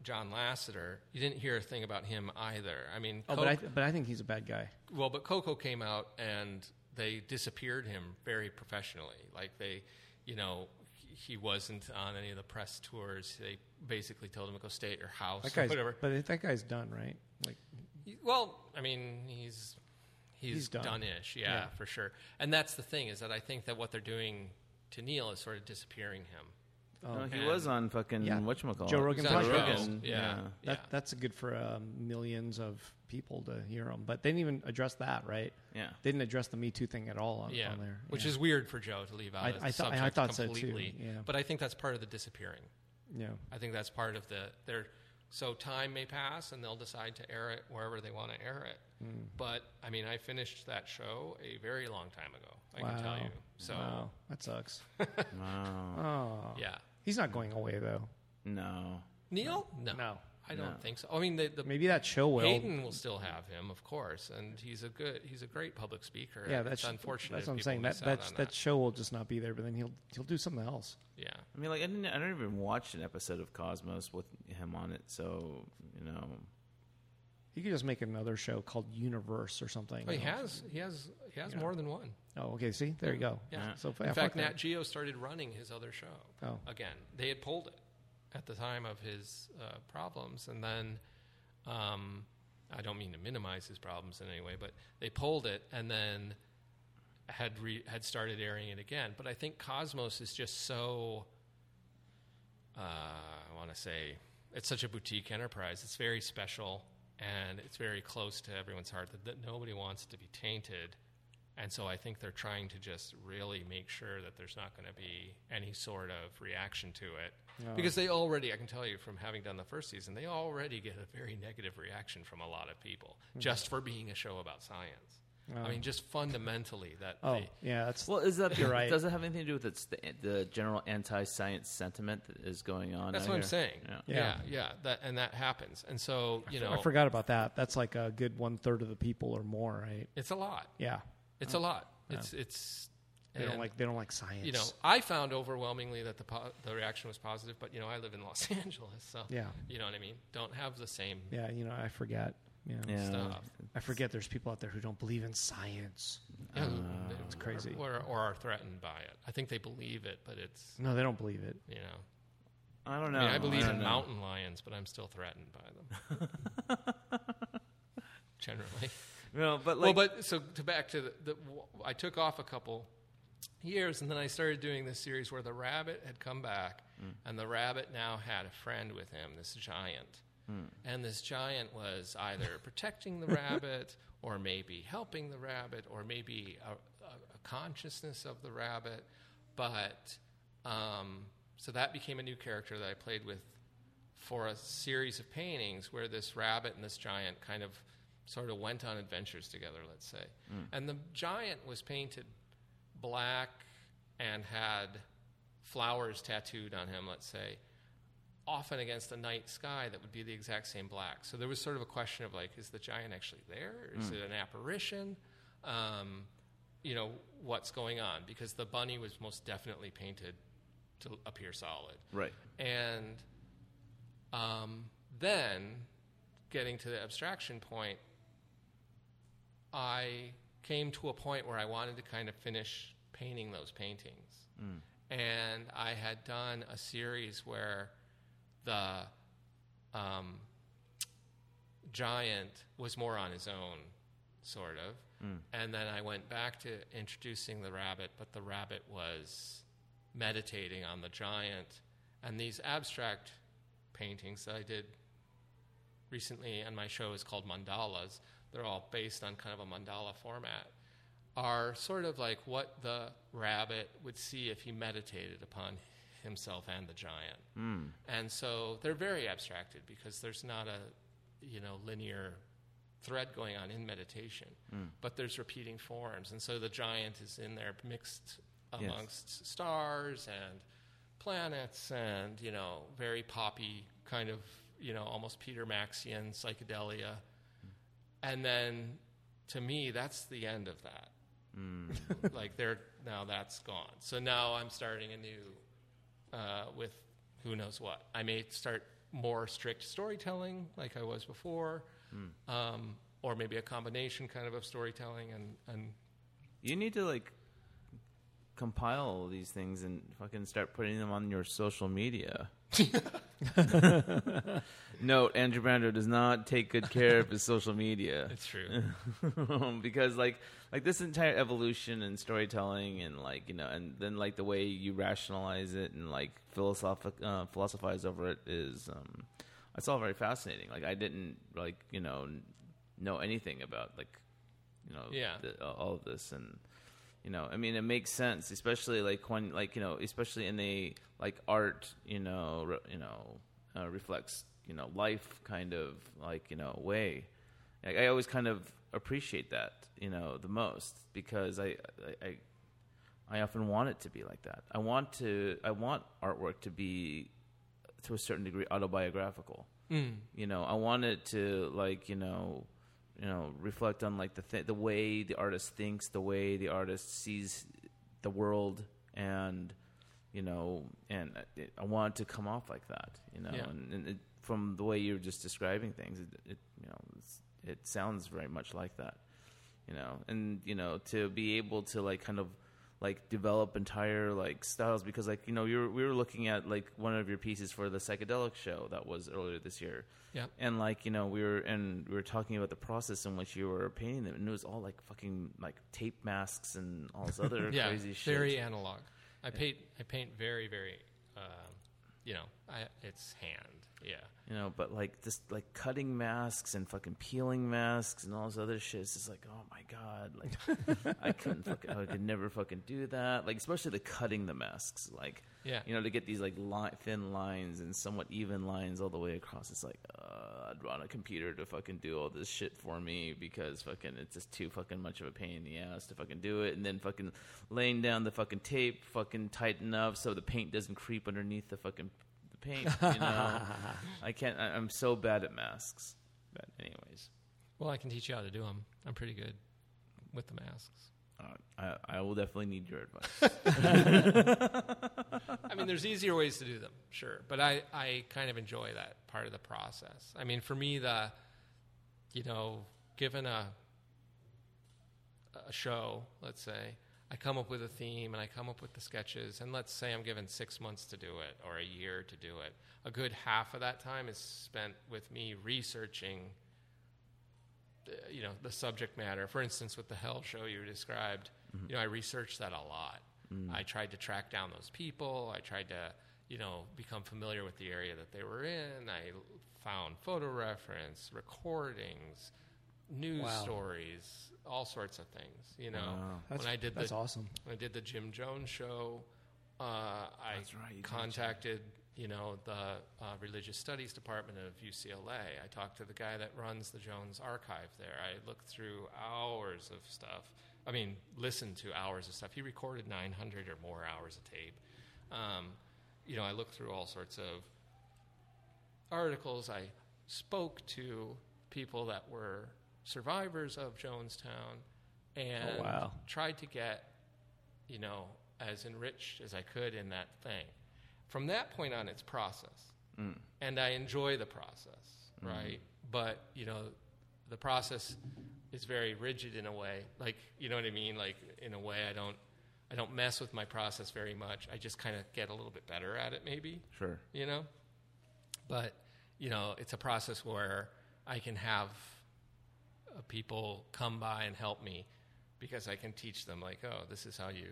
D: John Lasseter. You didn't hear a thing about him either. I mean,
C: oh, but I,
D: Coke-
C: but I think he's a bad guy.
D: well, but Coco came out and they disappeared him very professionally. Like they, you know, he wasn't on any of the press tours. They basically told him to go stay at your house
C: That
D: or
C: guy's
D: whatever.
C: But that guy's done, right? Like,
D: Well, I mean, he's he's,
C: He's done.
D: done-ish, yeah,
C: Yeah.
D: for sure. And that's the thing is that I think that what they're doing to Neil is sort of disappearing him.
A: No, he
D: and-
A: was on fucking
C: Yeah.
A: whatchamacallit.
C: Joe Rogan
D: He's
C: Fucking
D: on
C: podcast.
D: drugs.
A: Rogan,
D: yeah,
A: yeah.
D: yeah.
C: that, that's good for um, millions of people to hear him. But they didn't even address that, right?
A: Yeah.
C: They didn't address the Me Too thing at all on,
D: yeah,
C: on there.
D: which
C: yeah.
D: is weird for Joe to leave out.
C: I-
D: of the
C: I thought- I
D: subject
C: thought so too,
D: completely.
C: yeah.
D: But I think that's part of the disappearing.
C: yeah.
D: I think that's part of the their so time may pass and they'll decide to air it wherever they want to air it.
C: Mm.
D: But I mean, I finished that show a very long time ago. I can tell
C: Wow.
D: you. So
C: Wow, that sucks.
A: Wow.
C: Oh,
D: yeah,
C: he's not going away though.
A: No.
D: Neil? No,
C: No.
D: I don't
A: No.
D: think so. I mean, the, the
C: Maybe that show will.
D: Hayden will still have him, of course, and he's a good, he's a great public speaker.
C: yeah, that's
D: it's unfortunate.
C: That's what I'm
D: people
C: saying. That
D: miss out
C: that
D: on
C: that show will just not be there. But then he'll he'll do something else.
D: yeah.
A: I mean, like I didn't. I don't even watch an episode of Cosmos with him on it. So you know,
C: He could just make another show called Universe or something.
D: Well, Oh, he has, he has, he has more than one.
C: Oh, okay. See, there you go.
D: Yeah.
C: So
D: In fact,
C: fuck that.
D: Nat Geo started running his other show.
C: Oh.
D: Again, they had pulled it at the time of his uh, problems, and then um, I don't mean to minimize his problems in any way, but they pulled it and then had re- had started airing it again. But I think Cosmos is just so. Uh, I want to say it's such a boutique enterprise. It's very special and it's very close to everyone's heart that, that nobody wants to be tainted. And so I think they're trying to just really make sure that there's not going to be any sort of reaction to it. Because they already, I can tell you from having done the first season, they already get a very negative reaction from a lot of people
C: Hmm.
D: just for being a show about science. I mean, just fundamentally that.
C: Oh,
D: they-
C: yeah. That's
A: well, is that
C: You're right.
A: Does it have anything to do with it's the, the general anti-science sentiment that is going on?
D: that's
A: out
D: what I'm
A: here?
D: saying.
A: Yeah.
D: Yeah. yeah, that and that happens. And so you know,
C: I forgot about that. That's like a good one third of the people or more, right?
D: it's a lot.
C: Yeah.
D: It's a lot. It's it's
C: They don't like they don't like science.
D: you know, I found overwhelmingly that the po- the reaction was positive, but you know, I live in Los Angeles, so
C: Yeah.
D: you know what I mean. Don't have the same
C: Yeah, you know, I forget. You know,
A: Yeah.
D: stuff.
C: I forget there's people out there who don't believe in science.
D: Yeah, who-
C: Uh, It's crazy.
D: or, or are threatened by it. I think they believe it, but it's
C: No, they don't believe it.
D: you know,
A: I don't know.
D: I, mean, I believe
A: don't
D: in
A: know.
D: mountain lions, but I'm still threatened by them. Generally.
A: No, but
D: well,
A: like,
D: but so to back to the, the w- I took off a couple years, and then I started doing this series where the rabbit had come back,
A: Mm.
D: and the rabbit now had a friend with him, this giant,
A: Mm.
D: and this giant was either protecting the rabbit, or maybe helping the rabbit, or maybe a, a, a consciousness of the rabbit, but um, so that became a new character that I played with for a series of paintings where this rabbit and this giant kind of sort of went on adventures together, let's say. And the giant was painted black and had flowers tattooed on him, let's say, often against a night sky that would be the exact same black. So there was sort of a question of like, is the giant actually there? Or Is it an apparition? Um, you know, what's going on? Because the bunny was most definitely painted to appear solid.
A: right.
D: And um, then, getting to the abstraction point, I came to a point where I wanted to kind of finish painting those paintings. And I had done a series where the um, giant was more on his own, sort of. And then I went back to introducing the rabbit, but the rabbit was meditating on the giant. And these abstract paintings that I did recently, and my show is called Mandalas, they're all based on kind of a mandala format, are sort of like what the rabbit would see if he meditated upon himself and the giant.
A: Hmm.
D: And so they're very abstracted because there's not a you know linear thread going on in meditation, but there's repeating forms, and so the giant is in there mixed amongst stars and planets and you know very poppy kind of you know almost Peter Maxian psychedelia, and then to me that's the end of that. like they're now that's gone. So now I'm starting a new uh, with who knows what. I may start more strict storytelling like I was before, um, or maybe a combination kind of of storytelling and, and
A: You need to like compile all these things and fucking start putting them on your social media. Note: Andrew Brando does not take good care of his social media
D: it's true.
A: because, like, like this entire evolution and storytelling and like you know, and then like the way you rationalize it and like philosophic uh, philosophize over it is, um, it's all very fascinating. Like, I didn't like you know know anything about like you know
D: Yeah.
A: the, all of this and you know i mean it makes sense especially like when like you know especially in a like art you know re, you know uh, reflects you know life kind of like you know way like, i always kind of appreciate that you know the most because i i, I I often want it to be like that. I want to. I want artwork to be, to a certain degree, autobiographical.
D: Hmm.
A: Mm. You know, I want it to like you know, you know, reflect on like the th- the way the artist thinks, the way the artist sees the world, and you know, and it, I want it to come off like that. You know,
D: Yeah.
A: and, and it, from the way you're just describing things, it, it you know, it's, it sounds very much like that you know and you know to be able to like kind of like develop entire like styles because like you know you were, we were looking at like one of your pieces for the psychedelic show that was earlier this year
D: Yeah.
A: and like you know we were and we were talking about the process in which you were painting them and it was all like fucking like tape masks and all this other
D: yeah,
A: crazy shit
D: very analog. I paint I paint very very, um, you know, I, it's hand. Yeah,
A: you know but like just like cutting masks and fucking peeling masks and all this other shit it's just like oh my god like i couldn't fucking i could never fucking do that like especially the cutting the masks like
D: Yeah.
A: you know to get these like li- thin lines and somewhat even lines all the way across it's like uh, i'd want a computer to fucking do all this shit for me because fucking it's just too fucking much of a pain in the ass to fucking do it and then fucking laying down the fucking tape fucking tight enough so the paint doesn't creep underneath the fucking the paint you know I can't. I, I'm so bad at masks. But anyways,
D: Well, I can teach you how to do them. I'm pretty good with the masks.
A: I, uh, I will definitely need your advice.
D: I mean, there's easier ways to do them, sure, but I, I kind of enjoy that part of the process. I mean, for me, the, you know, given a, a show, let's say, I come up with a theme and I come up with the sketches, and let's say I'm given six months to do it or a year to do it. A good half of that time is spent with me researching, uh, you know, the subject matter. For instance, with the Hell show you described,
C: Mm-hmm.
D: you know, I researched that a lot.
C: Mm.
D: I tried to track down those people. I tried to, you know, become familiar with the area that they were in. I l- found photo reference, recordings, news
C: Wow.
D: stories, all sorts of things. You know,
C: That's-
D: when I did
C: that's
D: the
C: awesome.
D: when I did the Jim Jones show. Uh, I
A: That's right, you did, Jim.
D: contacted you know the uh, religious studies department of UCLA. I talked to the guy that runs the Jones archive there. I looked through hours of stuff. I mean, listened to hours of stuff. He recorded 900 or more hours of tape. Um, you know, I looked through all sorts of articles. I spoke to people that were survivors of Jonestown and
C: Oh, wow.
D: tried to get, you know, as enriched as I could in that thing. From that point on, it's process.
C: Mm.
D: And I enjoy the process,
C: Mm-hmm.
D: right? But, you know, the process is very rigid in a way. Like, you know what I mean? Like, in a way, I don't. I don't mess with my process very much. I just kind of get a little bit better at it, maybe
A: sure.
D: you know but you know it's a process where i can have uh, people come by and help me because i can teach them like oh this is how you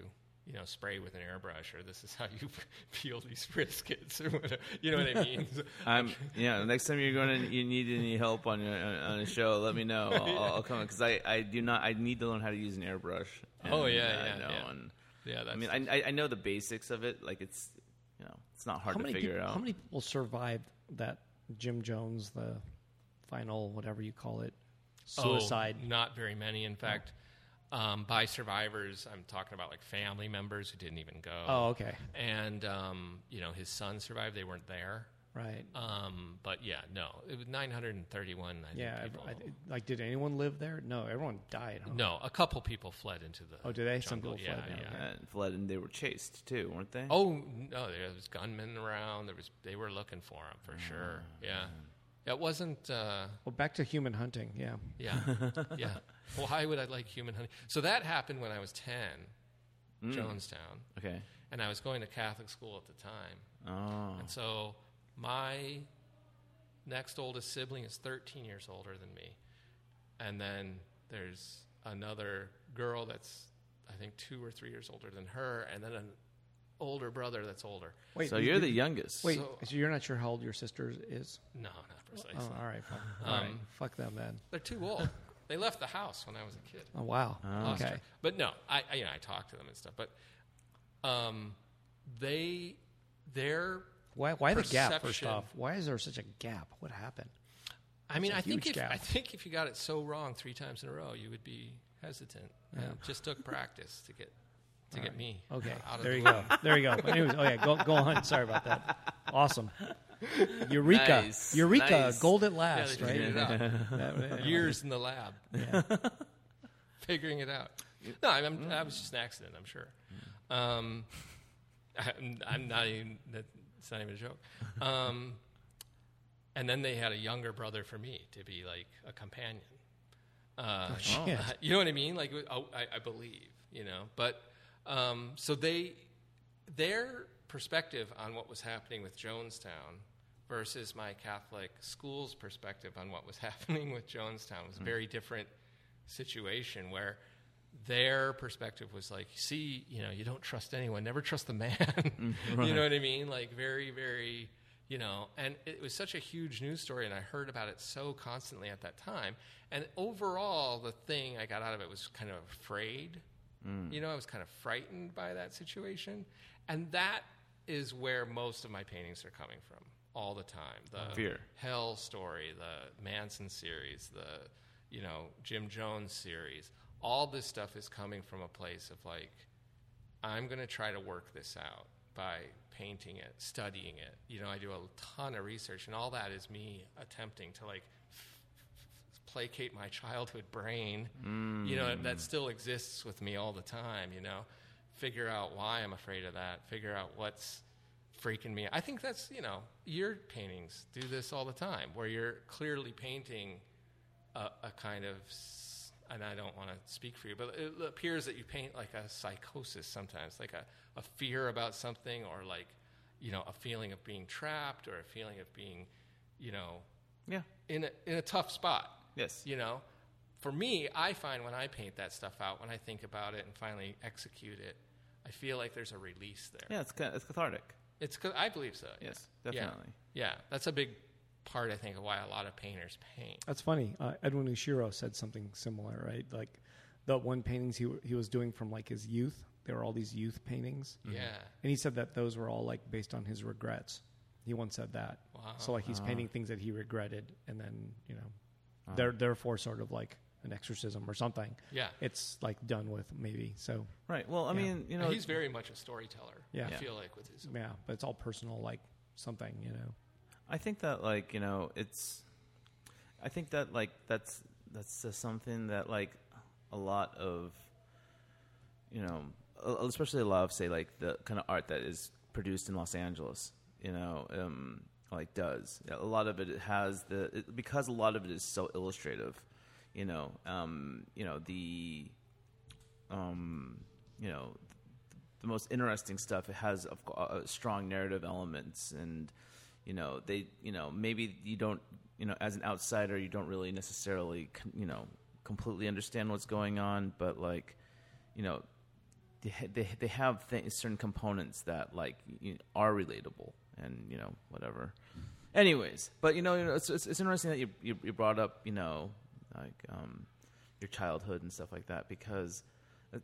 D: you know spray with an airbrush or this is how you peel these briskets or whatever you know what i mean So-
A: I'm yeah. The next time you're going to you need any help on your on a show, let me know. I'll, I'll- I'll come because I, I do not I need to learn how to use an airbrush.
D: Oh, yeah,
A: uh,
D: yeah,
A: I know.
D: yeah.
A: And
D: yeah that's
A: I mean, I, I I know the basics of it. Like it's you know it's not hard
C: How
A: to
C: many,
A: figure
C: people,
A: out.
C: how many people survived that Jim Jones, the final, whatever you call it,
D: Oh,
C: suicide?
D: not very many, in fact. Um, by survivors, I'm talking about like family members who didn't even go.
C: Oh, okay.
D: And um, you know, his son survived. They weren't there.
C: Right.
D: Um, but yeah, no, it was 931. I
C: yeah.
D: think, people.
C: I, I- like, did anyone live there? No, everyone died. Huh?
D: no, a couple people fled into the.
C: Oh, did they? Some
D: jungle.
C: people
D: yeah,
C: fled,
D: Yeah.
C: okay.
A: And fled and they were chased too, weren't they?
D: Oh no, there was gunmen around. There was they were looking for him for
C: Ah,
D: sure. Yeah, it wasn't. Uh,
C: Well, back to human hunting. Yeah.
D: Yeah. Yeah. Why would I like human honey? So that happened when I was 10,
C: Mm.
D: Jonestown.
A: Okay.
D: And I was going to Catholic school at the time.
A: Oh.
C: Uh-huh.
D: And so my next oldest sibling is 13 years older than me. And then there's another girl that's, I think, two or three years older than her. And then an older brother that's older.
C: Wait.
A: so
C: you-
A: you're
C: you-
A: the youngest.
C: Wait. So,
D: so-
C: you're not sure how old your sister is?
D: No, not precisely.
C: Oh, all right. Fine.
D: Um,
C: all right. Fuck them then.
D: They're too old. they left the house when I was a kid.
C: Oh wow.
D: lost
C: okay.
D: her. But no, I, I you know I talked to them and stuff, but um, they their
C: Why? Why the gap? First
D: Perception.
C: off, why is there such a gap? What happened?
D: I mean
C: a
D: I think
C: huge
D: if
C: gap.
D: I think if you got it so wrong three times in a row, you would be hesitant. And It just took practice to get to get me
C: Okay.
D: out of
C: There
D: the
C: you go. There you go. But anyways, oh yeah, go go on. Sorry about that. Awesome. Eureka.
A: Nice.
C: Eureka.
A: Nice.
C: Gold at
D: Yeah,
C: last,
D: they
C: right?
D: figured it out.
C: That-
D: Years in the lab
C: yeah.
D: figuring it out. No, I, am I was just an accident. I'm sure. Um, I'm, I'm not even. That, it's not even a joke. Um, and then they had a younger brother for me to be like a companion. Uh,
C: Oh, shit.
D: you know what I mean? Like oh, I, I believe, you know. But um, so they their perspective on what was happening with Jonestown versus my Catholic school's perspective on what was happening with Jonestown was a very different situation where their perspective was like, see, you know, you don't trust anyone, never trust the man. you know what I mean? Like, very, very, you know, and it was such a huge news story, and I heard about it so constantly at that time. And overall, the thing I got out of it was kind of afraid. You know, I was kind of frightened by that situation. And that is where most of my paintings are coming from all the time. The
A: Fear.
D: Hell story, the Manson series, the you know Jim Jones series. All this stuff is coming from a place of like, I'm going to try to work this out by painting it, studying it. You know, I do a ton of research, and all that is me attempting to like placate my childhood brain. You know, that still exists with me all the time, you know. Figure out why I'm afraid of that. Figure out what's freaking me. I think that's, you know, your paintings do this all the time where you're clearly painting a, a kind of s- and I don't want to speak for you, but it appears that you paint like a psychosis sometimes, like a, a fear about something or like, you know, a feeling of being trapped or a feeling of being, you know,
A: Yeah.
D: in a, in a tough spot.
A: Yes.
D: You know, for me, I find when I paint that stuff out, when I think about it and finally execute it, I feel like there's a release there.
A: Yeah, it's ca- it's cathartic.
D: It's ca- I believe so. yeah.
A: Yes,
D: Yeah.
A: definitely.
D: Yeah. that's a big part I think of why a lot of painters paint.
C: That's funny. Uh, Edwin Ushiro said something similar, right? Like the one paintings he he was doing from like his youth. There were all these youth paintings,
A: Mm-hmm.
D: Yeah.
C: and he said that those were all like based on his regrets. He once said that.
D: Wow.
C: So like he's painting things that he regretted, and then you know, they're therefore sort of like an exorcism or something.
D: Yeah.
C: It's like done with maybe. So
A: Right. Well, I
C: Yeah.
A: mean, you know,
D: He's very much a storyteller.
C: Yeah.
D: I
C: Yeah.
D: feel like with his
C: yeah, but it's all personal, like something you know.
A: I think that like you know it's, I think that like that's that's just something that like a lot of, you know, uh, especially a lot of say like the kind of art that is produced in Los Angeles, you know, um, like does a lot of it has the it, because a lot of it is so illustrative, you know, um, you know the, um, you know the most interesting stuff. It has of co- uh, strong narrative elements, and you know they, you know, maybe you don't, you know, as an outsider, you don't really necessarily, con- you know, completely understand what's going on, but like, you know, they ha- they, they have th- certain components that like you, are relatable, and you know, whatever. Anyways, but you know, you know it's, it's it's interesting that you you, you brought up, you know, like um, your childhood and stuff like that because uh,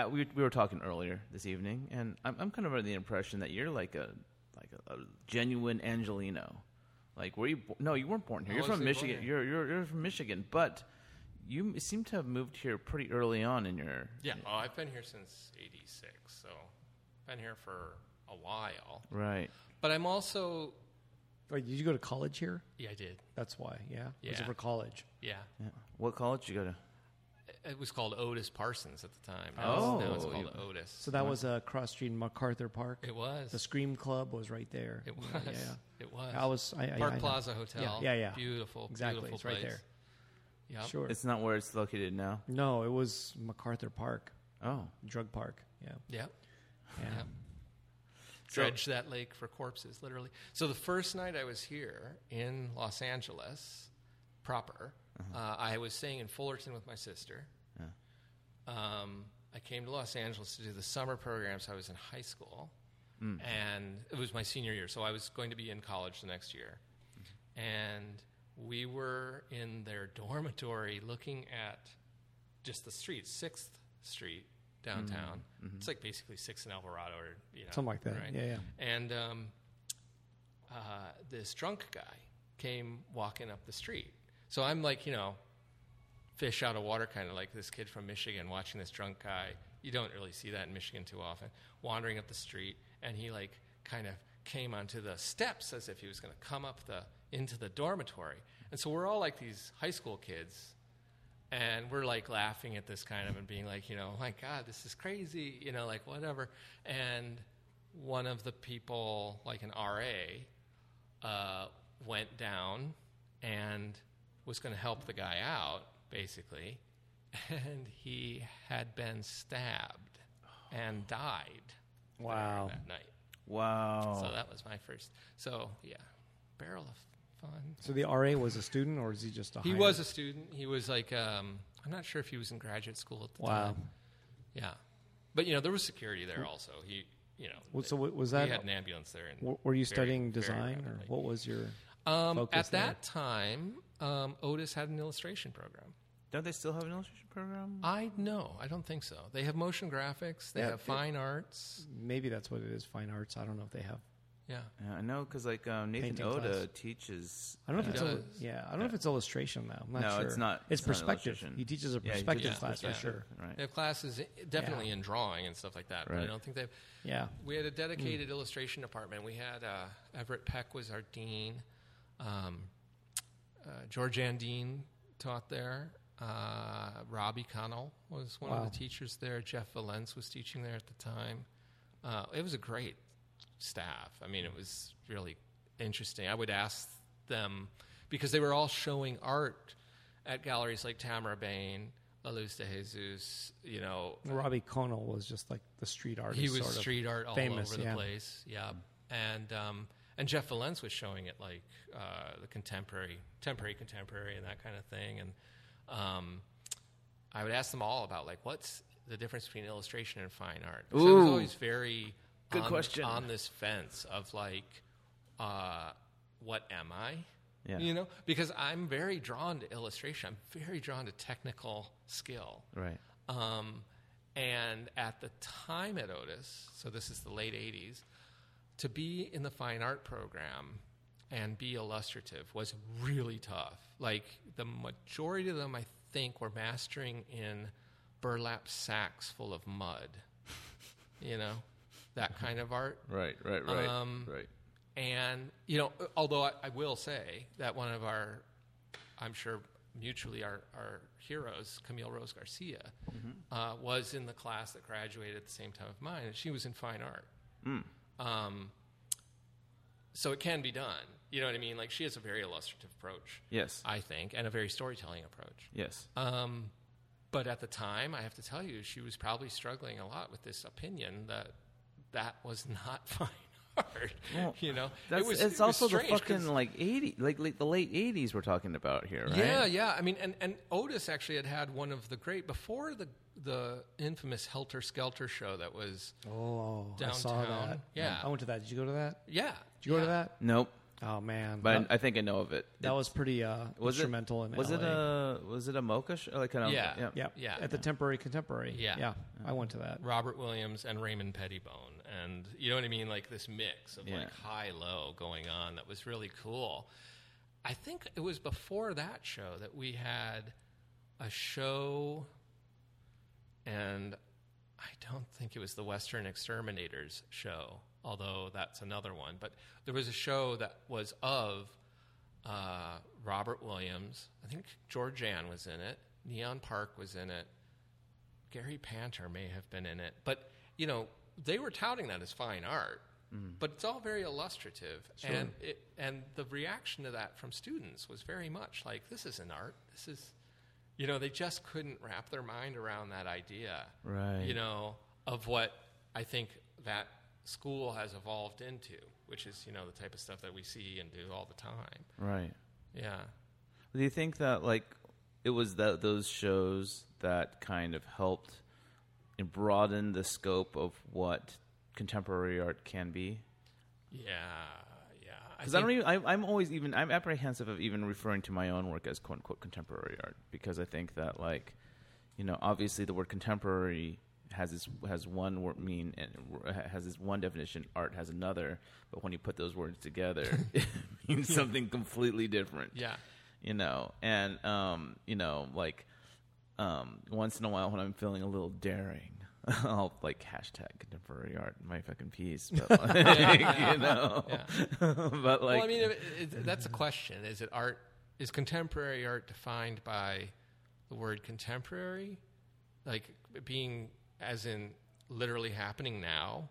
A: uh, we we were talking earlier this evening, and I'm I'm kind of under the impression that you're like a like a, a genuine Angelino. Like, were you? bo- No, you weren't born here.
D: I
A: You're from
D: wasn't born
A: Michigan.
D: here.
A: You're you're you're from Michigan, but you m- seem to have moved here pretty early on in your.
D: Yeah. Oh, I've been here since '86, so been here for a while.
A: Right.
D: But I'm also
C: Wait, did you go to college here?
D: yeah, I did.
C: That's why. Yeah. Was
D: Yeah.
C: it for college?
D: Yeah,
A: Yeah. What college you go to?
D: it was called Otis Parsons at the time.
A: Oh.
D: now it's called
A: You-
D: Otis.
C: So that was a uh, cross street in MacArthur Park.
D: it was.
C: The Scream Club was right there.
D: It was.
C: Yeah, yeah.
D: It was.
C: I was. I, I-
D: Park
C: I know.
D: Plaza Hotel.
C: Yeah, yeah, yeah.
D: Beautiful.
C: Exactly.
D: Beautiful
C: it's right
D: place.
C: there.
D: Yeah.
C: Sure.
A: It's not where it's located now.
C: no, it was MacArthur Park,
A: Oh,
C: drug park. Yeah.
D: Yeah.
C: Yeah.
D: Yeah. Dredge that lake for corpses, literally. So the first night I was here in Los Angeles, proper,
C: Mm-hmm.
D: uh, I was staying in Fullerton with my sister. Um, I came to Los Angeles to do the summer programs. I was in high school,
C: Mm.
D: and it was my senior year, so I was going to be in college the next year. And we were in their dormitory looking at just the street, Sixth Street downtown. It's like basically Sixth and Alvarado, or you know,
C: Mm-hmm. Something like that.
D: right?
C: Yeah, yeah.
D: And um, uh, this drunk guy came walking up the street. So I'm like, you know, fish out of water, kind of like this kid from Michigan watching this drunk guy. You don't really see that in Michigan too often. Wandering up the street, and he like kind of came onto the steps as if he was going to come up the into the dormitory. And so we're all like these high school kids, and we're like laughing at this kind of and being like, you know, "Oh my God, this is crazy, you know, like whatever. And one of the people, like an RA, uh, went down and was going to help the guy out, basically. And he had been stabbed and died there
C: Wow.
D: that night.
A: wow.
D: So that was my first. So, yeah, barrel of fun.
C: So the RA was a student, or is he just a?
D: He
C: hired-
D: was a student. He was like, um, I'm not sure if he was in graduate school at the
C: Wow.
D: time. Yeah. But, you know, there was security there also. He, you know,
C: Well, so
D: they-
C: wa- was
D: we
C: that-
D: had an ambulance there. And
C: W- Were you
D: very,
C: studying
D: very
C: design, or
D: rapidly.
C: what was your?
D: Um,
C: focus
D: at
C: there?
D: that time, um, Otis had an illustration program.
A: Don't they still have an illustration program?
D: I no, I don't think so. They have motion graphics. They
C: Yeah,
D: have
C: it-
D: fine arts.
C: Maybe that's what it is. Fine arts. I don't know if they have.
D: Yeah,
A: Yeah, I know because like um, Nathan
C: Painting
A: Oda
C: class.
A: teaches.
C: I don't know if it's.
D: Yeah.
C: illu- yeah, I don't know if it's illustration though. I'm not
A: No,
C: sure.
A: it's not- it's
C: It's,
A: not
C: perspective.
A: illustration.
C: he teaches a
A: Yeah, he
C: perspective
D: teaches
C: class for
D: perspective.
C: sure.
A: Right.
D: they have classes i- definitely in drawing and stuff like that. But I
A: Right.
D: don't think they've.
C: Yeah. Hmm.
D: We had a dedicated illustration department. We had uh, Everett Peck was our dean. Um, uh, George Andine taught there. Uh, Robbie Connell was one
C: Wow.
D: of the teachers there. Jeff Valence was teaching there at the time. Uh, it was a great staff. I mean, it was really interesting. I would ask them because they were all showing art at galleries like Tamara Bain, La Luz de Jesus, you know,
C: Robbie Connell was just like the street artist.
D: he was
C: sort of.
D: street art all
C: famous,
D: over the
C: yeah.
D: place. Yeah, and um, and Jeff Valence was showing it like uh, the contemporary, temporary, contemporary, and that kind of thing. And um, I would ask them all about like what's the difference between illustration and fine art. So it was
A: Ooh.
D: always very
A: Good
D: on,
A: question.
D: on this fence of like uh, what am I?
A: Yeah.
D: You know, because I'm very drawn to illustration. I'm very drawn to technical skill.
A: Right.
D: Um, and at the time at Otis, so this is the late 80s, to be in the fine art program and be illustrative was really tough. Like the majority of them, I think, were mastering in burlap sacks full of mud, you know, that kind of art.
A: Right. Right. Right.
D: Um,
A: right.
D: And, you know, although I, I will say that one of our, I'm sure mutually our, our heroes, Camille Rose Garcia, uh, was in the class that graduated at the same time of mine, and she was in fine art. Um, so it can be done. You know what I mean? Like, she has a very illustrative approach,
A: Yes.
D: I think, and a very storytelling approach.
A: yes.
D: Um, but at the time, I have to tell you, she was probably struggling a lot with this opinion that that was not fine art.
A: Well,
D: you know,
A: That's,
D: it was.
A: it's
D: it was
A: also the
D: strange 'cause-
A: fucking like eighty, like, like the late eighties we're talking about here, right?
D: Yeah, yeah. I mean, and, and Otis actually had had one of the great before the the infamous Helter Skelter show that was.
C: Oh, I saw
D: Downtown.
C: that.
D: Yeah.
C: I went to that. Did you go to that?
D: Yeah.
C: Did you go to
D: yeah.
C: that?
A: Nope.
C: Oh man,
A: But
C: that,
A: I think I know of it.
C: that was pretty uh,
A: was
C: instrumental
A: it,
C: in
A: Was
C: LA.
A: it a was it a mocha show? Like kind of
D: Yeah.
C: yeah,
D: yeah.
C: at the temporary contemporary.
D: Yeah.
C: yeah, I went to that.
D: Robert Williams and Raymond Pettibone, and you know what I mean, like this mix of like
A: Yeah.
D: high low going on that was really cool. I think it was before that show that we had a show, and I don't think it was the Western Exterminators show, although that's another one. But there was a show that was of uh, Robert Williams. I think George Ann was in it. Neon Park was in it. Gary Panter may have been in it, but you know they were touting that as fine art, but it's all very illustrative, and it, and the reaction to that from students was very much like this is an art. This is, you know, they just couldn't wrap their mind around that idea,
A: Right.
D: You know, of what I think that school has evolved into, which is you know the type of stuff that we see and do all the time.
A: Right.
D: Yeah.
A: Do you think that like it was that those shows that kind of helped and broaden the scope of what contemporary art can be?
D: Yeah. Yeah.
A: Because I
D: think-
A: don't even, I, I'm always even, I'm apprehensive of even referring to my own work as quote unquote contemporary art because I think that like, you know, obviously the word contemporary has this has one word mean and has this one definition, art has another, but when you put those words together, it means something completely different
D: Yeah.
A: you know and um you know like um once in a while when i'm feeling a little daring i'll like hashtag contemporary art in my fucking piece but like, you know
D: Yeah.
A: but like
D: well, I mean, it, it, that's a question. Is it art? Is contemporary art defined by the word contemporary, like being as in literally happening now?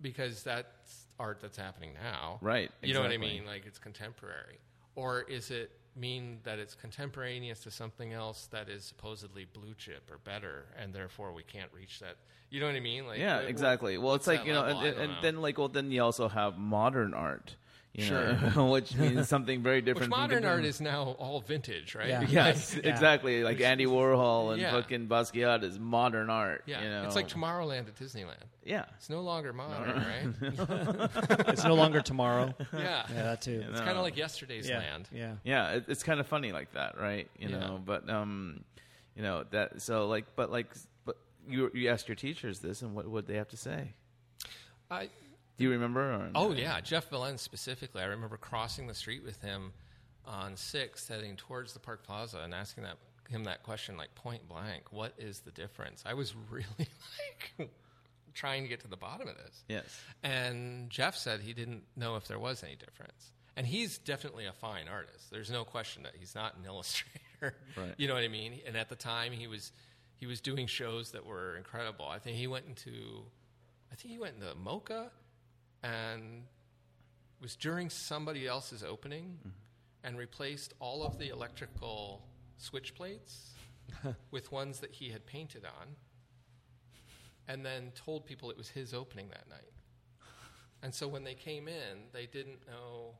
D: Because that's art that's happening now,
A: Mm. Right,
D: You know what I
A: exactly.
D: mean? Like it's contemporary, or is it mean that it's contemporaneous to something else that is supposedly blue chip or better, and therefore we can't reach that? You know what I mean? Like
A: yeah
D: what-
A: exactly well it's
D: what's
A: like
D: that
A: you know
D: level? I
A: and,
D: don't
A: and
D: know.
A: then like well then you also have modern art you know which means something very
D: Which
A: different from
D: modern art
A: contemporary-
D: is now all vintage, right?
C: Yeah.
D: Like,
A: Yes, exactly. Like Andy Warhol and
D: Yeah.
A: fucking Basquiat is modern art.
D: Yeah,
A: you know?
D: it's like Tomorrowland at Disneyland.
A: yeah,
D: It's no longer modern, right?
C: it's no longer tomorrow.
D: yeah,
C: Yeah, that too.
D: it's kind of like yesterday's
C: yeah,
D: land.
C: yeah.
A: yeah it, it's kind of funny like that right you
D: Yeah.
A: know but um you know that so like but like but you you asked your teachers this and what would they have to say
D: I,
A: do you remember or
D: oh yeah, Jeff Valens specifically. I remember crossing the street with him on Sixth, heading towards the Park Plaza, and asking that him that question like point blank, "What is the difference?" I was really like trying to get to the bottom of this.
A: yes
D: And Jeff said he didn't know if there was any difference. And he's definitely a fine artist. There's no question that he's not an illustrator. there.
A: Right.
D: You know what I mean? And at the time, he was he was doing shows that were incredible. I think he went into I think he went into Mocha and it was during somebody else's opening and replaced all of the electrical switch plates with ones that he had painted on and then told people it was his opening that night. And so when they came in, they didn't know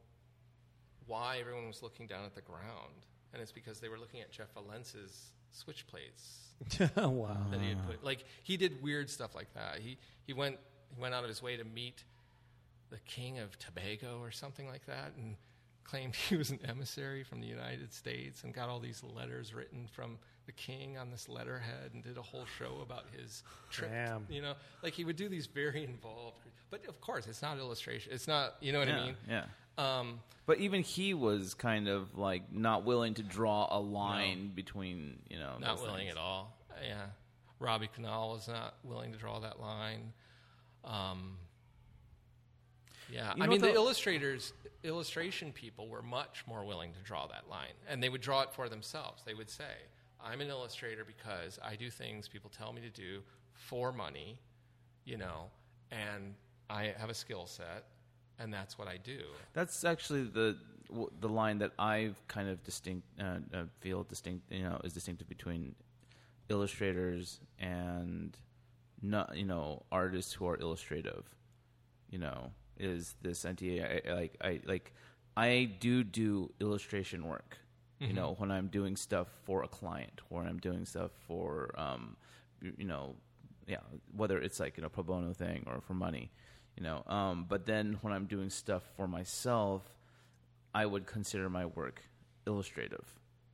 D: why everyone was looking down at the ground. And it's because they were looking at Jeff Valence's switch plates
C: wow.
D: that he had put. Like he did weird stuff like that. He he went he went out of his way to meet the king of Tobago or something like that, and claimed he was an emissary from the United States and got all these letters written from the king on this letterhead and did a whole show about his trip.
C: Damn.
D: You know, like he would do these very involved. But of course, it's not illustration. It's not. You know what I
A: Yeah,
D: mean?
A: yeah.
D: Um,
A: But even he was kind of like not willing to draw a line between you know
D: not willing at all. Yeah, Robbie Canal was not willing to draw that line. Um, yeah,
A: You know
D: I mean
A: what
D: the
A: the-
D: illustrators, illustration people were much more willing to draw that line, and they would draw it for themselves. They would say, "I'm an illustrator because I do things people tell me to do for money, you know, and I have a skill set, and that's what I do."
A: That's actually the w- the line that I've kind of distinct uh, uh, feel distinct you know is distinctive between illustrators and not you know artists who are illustrative. You know, is this idea I, I- like I like I do do illustration work. You know, when I'm doing stuff for a client, or I'm doing stuff for um, you, you know, yeah, whether it's like you know pro bono thing or for money, you know. Um, but then when I'm doing stuff for myself, I would consider my work illustrative.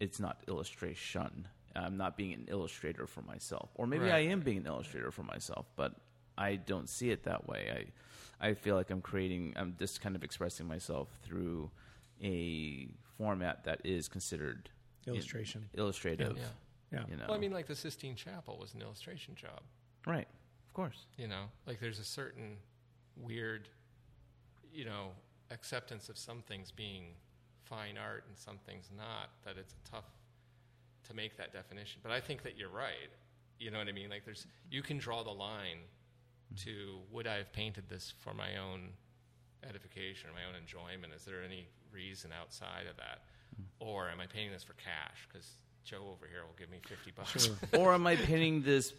A: It's not illustration. I'm not being an illustrator for myself, or maybe I
D: Right.
A: am being an illustrator for myself, but I don't see it that way. I I feel like I'm creating. I'm just kind of expressing myself through a format that is considered i-
C: Illustration.
A: illustrative.
D: Yeah.
C: Yeah.
A: You know.
D: Well, I mean, like the Sistine Chapel was an illustration job.
A: right. Of course.
D: you know like there's a certain weird you know acceptance of some things being fine art and some things not that it's tough to make that definition but i think that you're right you know what i mean like there's you can draw the line to would i have painted this for my own edification or my own enjoyment is there any reason outside of that or am i painting this for cash because joe over here will give me 50 bucks
C: Sure.
A: or am I pinning this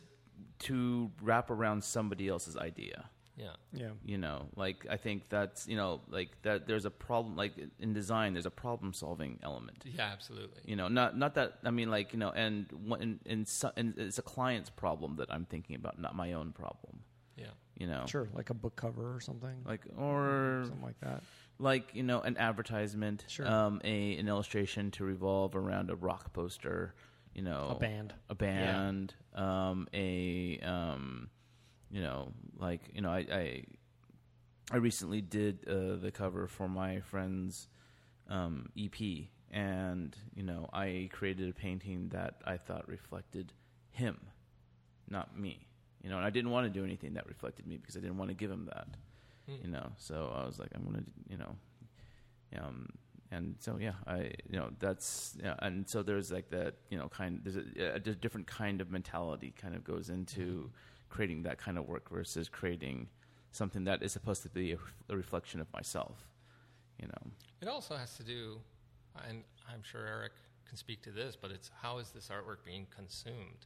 A: to wrap around somebody else's idea?
D: yeah
C: Yeah.
A: You know, like I think that's you know, like that. There's a problem. Like in design, there's a problem solving element.
D: yeah absolutely
A: You know, not not that I mean, like you know, and when and, and, so, and it's a client's problem that I'm thinking about, not my own problem.
D: yeah
A: You know,
C: Sure. Like a book cover or something.
A: like or
C: something like that.
A: like you know an advertisement,
C: Sure.
A: um, a an illustration to revolve around a rock poster. You know,
C: A band.
A: a band, um, a um, you know, like you know, I I, I recently did uh, the cover for my friend's um, EP, and you know, I created a painting that I thought reflected him, not me. You know, and I didn't want to do anything that reflected me because I didn't want to give him that.
D: Mm.
A: You know, so I was like, I'm gonna, you know, um, and so yeah, I you know that's yeah, and so there's like that you know kind there's a, a di- different kind of mentality kind of goes into creating that kind of work versus creating something that is supposed to be a, a reflection of myself, you know.
D: It also has to do, and I'm sure Eric can speak to this, but it's how is this artwork being consumed?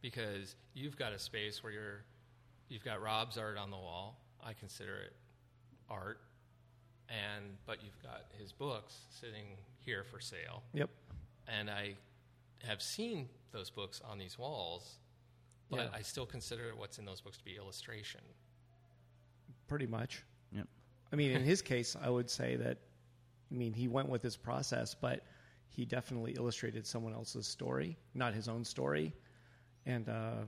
D: Because you've got a space where you're, you've got Rob's art on the wall. I consider it art, and but you've got his books sitting here for sale,
C: Yep.
D: and I have seen those books on these walls, but
C: Yeah.
D: I still consider what's in those books to be illustration.
C: Pretty much.
A: Yep.
C: I mean, in his case, I would say that, I mean, he went with his process, but he definitely illustrated someone else's story, not his own story. And, um,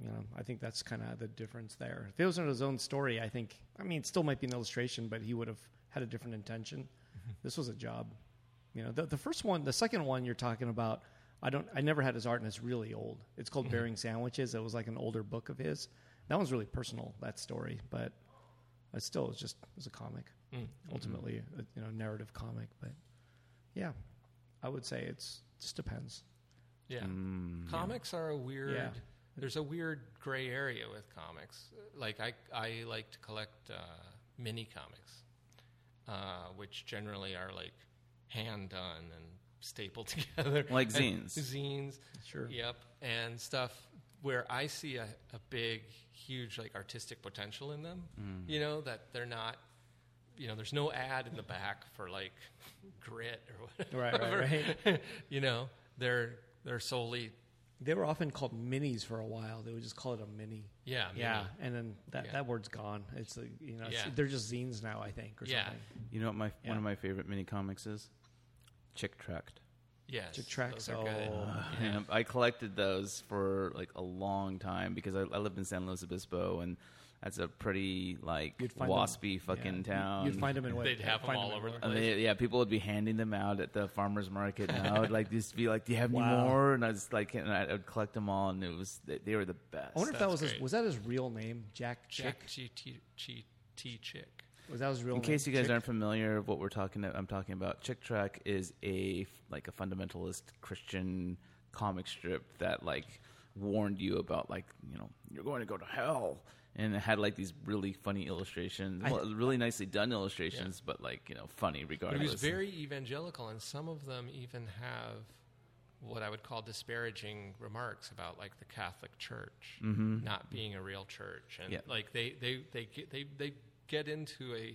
C: you know, I think that's kind of the difference there. If it wasn't his own story, I think, I mean, it still might be an illustration, but he would have had a different intention. This was a job. You know, the, the first one, the second one you're talking about, I don't, I never had his art and it's really old. It's called Bearing Sandwiches. It was like an older book of his. That one's really personal, that story, but it still is just it was a comic ultimately a, you know narrative comic but yeah i would say it's just depends.
D: Yeah.
A: Mm,
D: Comics are a weird.
C: Yeah.
D: There's a weird gray area with comics. Like I, I like to collect uh, mini comics, uh, which generally are like hand done and stapled together,
A: Like
D: And
A: zines.
D: zines.
C: Sure.
D: Yep, and stuff where I see a, a big, huge like artistic potential in them.
C: Mm.
D: You know that they're not. You know, there's no ad in the back for like grit or whatever.
C: Right, right, right.
D: you know, they're they're solely
C: They were often called minis for a while. They would just call it a mini.
D: yeah mini.
C: and then that,
D: Yeah.
C: that word's gone. It's like, you know it's-
D: Yeah.
C: they're just zines now, I think, or
D: Yeah.
C: something.
A: You know what my
C: Yeah.
A: one of my favorite mini comics is? Chick Tract.
D: Yes,
C: To tracks.
D: those are good.
C: Oh.
D: Yeah.
A: And I collected those for like a long time because I, I lived in San Luis Obispo and that's a pretty like
C: You'd find
A: waspy
C: them,
A: fucking
C: yeah.
A: town.
C: You'd find them in what
D: They'd have
C: find
D: them all
C: in
D: over
C: what-
D: the
A: I mean, yeah, people would be handing them out at the farmers market now. I'd like just be like, "Do you have
C: Wow.
A: any more?" And I was like, and I would collect them all, and it was they, they were the best.
C: I wonder if that
D: That's
C: was his,
D: great.
C: was that his real name, Jack Chick?
D: Jack G T G T Chick.
C: Was that his real
A: In
C: name?
A: case you guys
C: Chick?
A: aren't familiar with what we're talking, I'm talking about. Chick Track is a like a fundamentalist Christian comic strip that like warned you about like you know you're going to go to hell, and it had like these really funny illustrations, well, really nicely done illustrations, but like you know funny
D: But
A: regardless.
D: he was very evangelical, and some of them even have what I would call disparaging remarks about like the Catholic Church not being a real church, and
A: Yeah.
D: like they they they get, they they get into a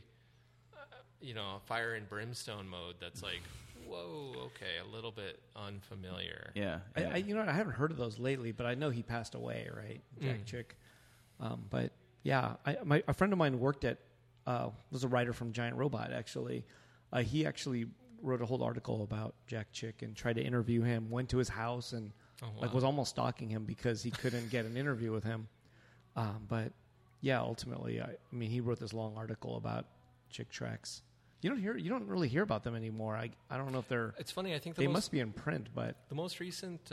D: uh, you know a fire and brimstone mode that's like whoa okay a little bit unfamiliar
A: yeah,
C: I,
A: yeah.
C: I, you know what? I haven't heard of those lately, but I know he passed away, right,
D: Hmm.
C: Jack Chick. Um, but yeah, I, my, a friend of mine worked at uh, was a writer from Giant Robot. Actually, uh, he actually wrote a whole article about Jack Chick and tried to interview him. Went to his house and
D: Oh,
C: like was almost stalking him because he couldn't get an interview with him. Um, but yeah, ultimately, I, I mean, he wrote this long article about Chick Tracks. You don't hear you don't really hear about them anymore. I I don't know if they're
D: it's funny I think the
C: they
D: most
C: must be in print, but
D: The most recent,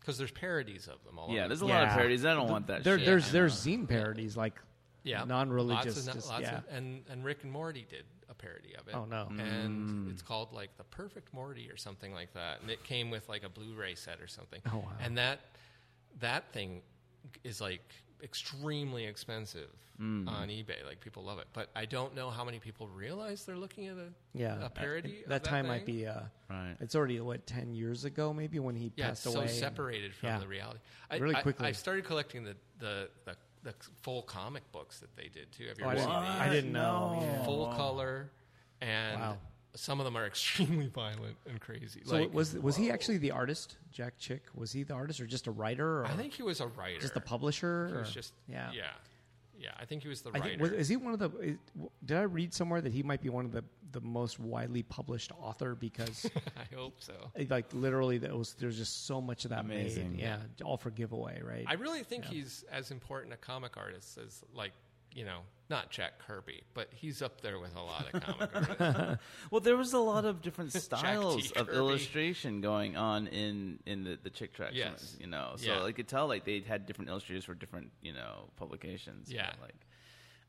D: because there's parodies of them all.
A: yeah,
D: over.
A: there's a lot of
C: Yeah.
A: parodies. I don't want that.
C: There,
A: shit.
C: there's there's zine parodies like
D: yeah,
C: non-religious.
D: Lots of,
C: just-
D: lots
C: yeah.
D: of, and and Rick and Morty did a parody of it.
C: Oh, no.
D: And it's called like the Perfect Morty or something like that, and it came with like a Blu-ray set or something.
C: Oh, wow.
D: And that that thing is like extremely expensive on eBay. Like people love it, but I don't know how many people realize they're looking at a
C: yeah.
D: a parody. of
C: that time might
D: thing.
C: be. Uh,
A: Right.
C: It's already what ten years ago, maybe when he
D: yeah,
C: passed
D: it's
C: away.
D: so separated from
C: yeah.
D: the reality. I,
C: Really
D: I-
C: quickly.
D: I, started collecting the, the, the, the full comic books that they did too. Have you
C: Oh, I
D: ever
C: didn't,
D: seen
C: I
D: these?
C: didn't know. yeah.
D: Full color, and
C: Wow.
D: some of them are extremely violent and crazy.
C: So
D: like,
C: was was he actually the artist, Jack Chick? Was he the artist or just a writer? Or
D: I think he was a writer.
C: just the publisher.
D: He was
C: or-
D: just
C: yeah.
D: yeah, yeah. I think he was the
C: I
D: writer.
C: think, was, is he one of the? Is, w- did I read somewhere that he might be one of the, the most widely published author because
D: I hope so.
C: like literally that was there's just so much of that made.
A: Amazing.
C: Yeah, all for giveaway, right?
D: I really think he's as important a comic artist as like you know not Jack Kirby, but he's up there with a lot of comic artists.
A: Well, there was a lot of different styles of
D: Kirby.
A: illustration going on in in the the chick tracks.
D: Yes.
A: you know, so
D: Yeah.
A: I could tell like they had different illustrators for different you know publications.
D: Yeah.
A: but, like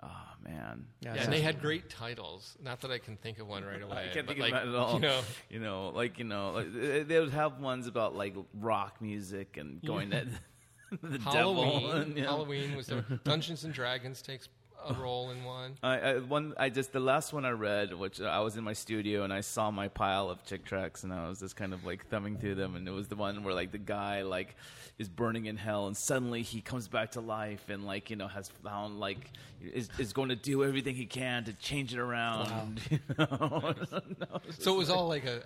A: oh man,
C: Yeah,
D: Yeah,
C: so-
D: and they had great titles. Not that I can think of one right away.
A: I can't
D: but
A: think
D: like,
A: of that at all.
D: You know,
A: You know, like you know, like, they they would have ones about like rock music and going at the devil.
D: Halloween.
A: And, you know.
D: Halloween was the Dungeons and Dragons takes a role in one.
A: I, I one I just the last one I read, which uh, I was in my studio and I saw my pile of chick tracks and I was just kind of like thumbing through them and it was the one where like the guy like is burning in hell and suddenly he comes back to life and like you know has found like is is going to do everything he can to change it around. You know?
D: So it was all like a,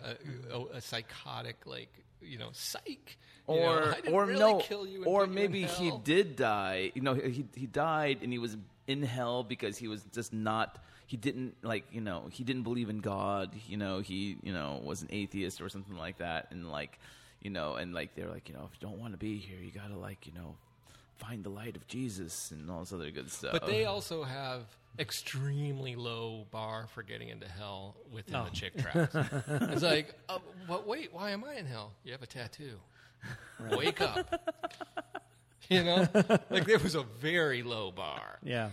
D: a, a, a psychotic, like you know, psych. you know,
A: or
D: I didn't
A: or
D: really
A: no,
D: kill you and
A: or
D: put you in
A: maybe he
D: hell.
A: did die. You know, he he died and he was in hell because he was just not. He didn't like you know he didn't believe in God. You know he you know was an atheist or something like that. And like you know and like they're like you know if you don't want to be here, you gotta like you know find the light of Jesus and all this other good stuff.
D: But they also have extremely low bar for getting into hell within
A: Oh.
D: the chick traps. it's like, uh, but wait, why am I in hell? You have a tattoo. Wake up. You know, like there was a very low bar.
C: yeah,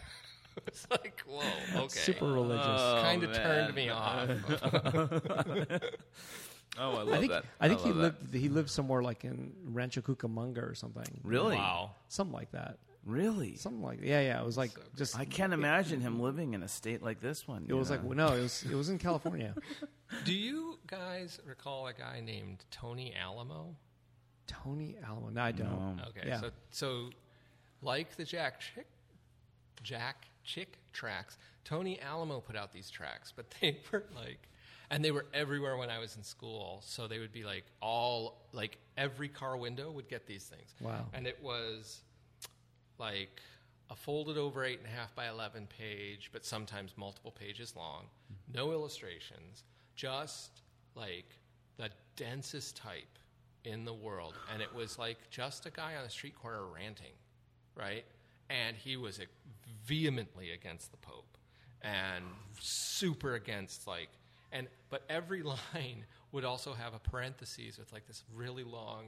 D: It's like, whoa, okay.
C: super religious.
A: Oh,
D: kind of
A: man.
D: turned me off.
A: Oh, I love
C: I think
A: that.
C: I think he
A: love that.
C: lived he lived somewhere like in Rancho Cucamonga or something.
A: Really?
D: Wow.
C: Something like that.
A: Really?
C: Something like yeah, yeah. It was like just
A: I can't imagine him living in a state like this one.
C: it was like no, it was it was in California.
D: Do you guys recall a guy named Tony Alamo?
C: Tony Alamo. No, I don't.
D: Okay,
C: Yeah.
D: so so like the Jack Chick Jack Chick tracks, Tony Alamo put out these tracks, but they were like and they were everywhere when I was in school. So they would be like all like every car window would get these things.
C: Wow.
D: And it was like a folded over eight and a half by eleven page, but sometimes multiple pages long, no illustrations, just like the densest type in the world. And it was like just a guy on a street corner ranting, right? And he was like, vehemently against the Pope and super against like and but every line would also have a parentheses with like this really long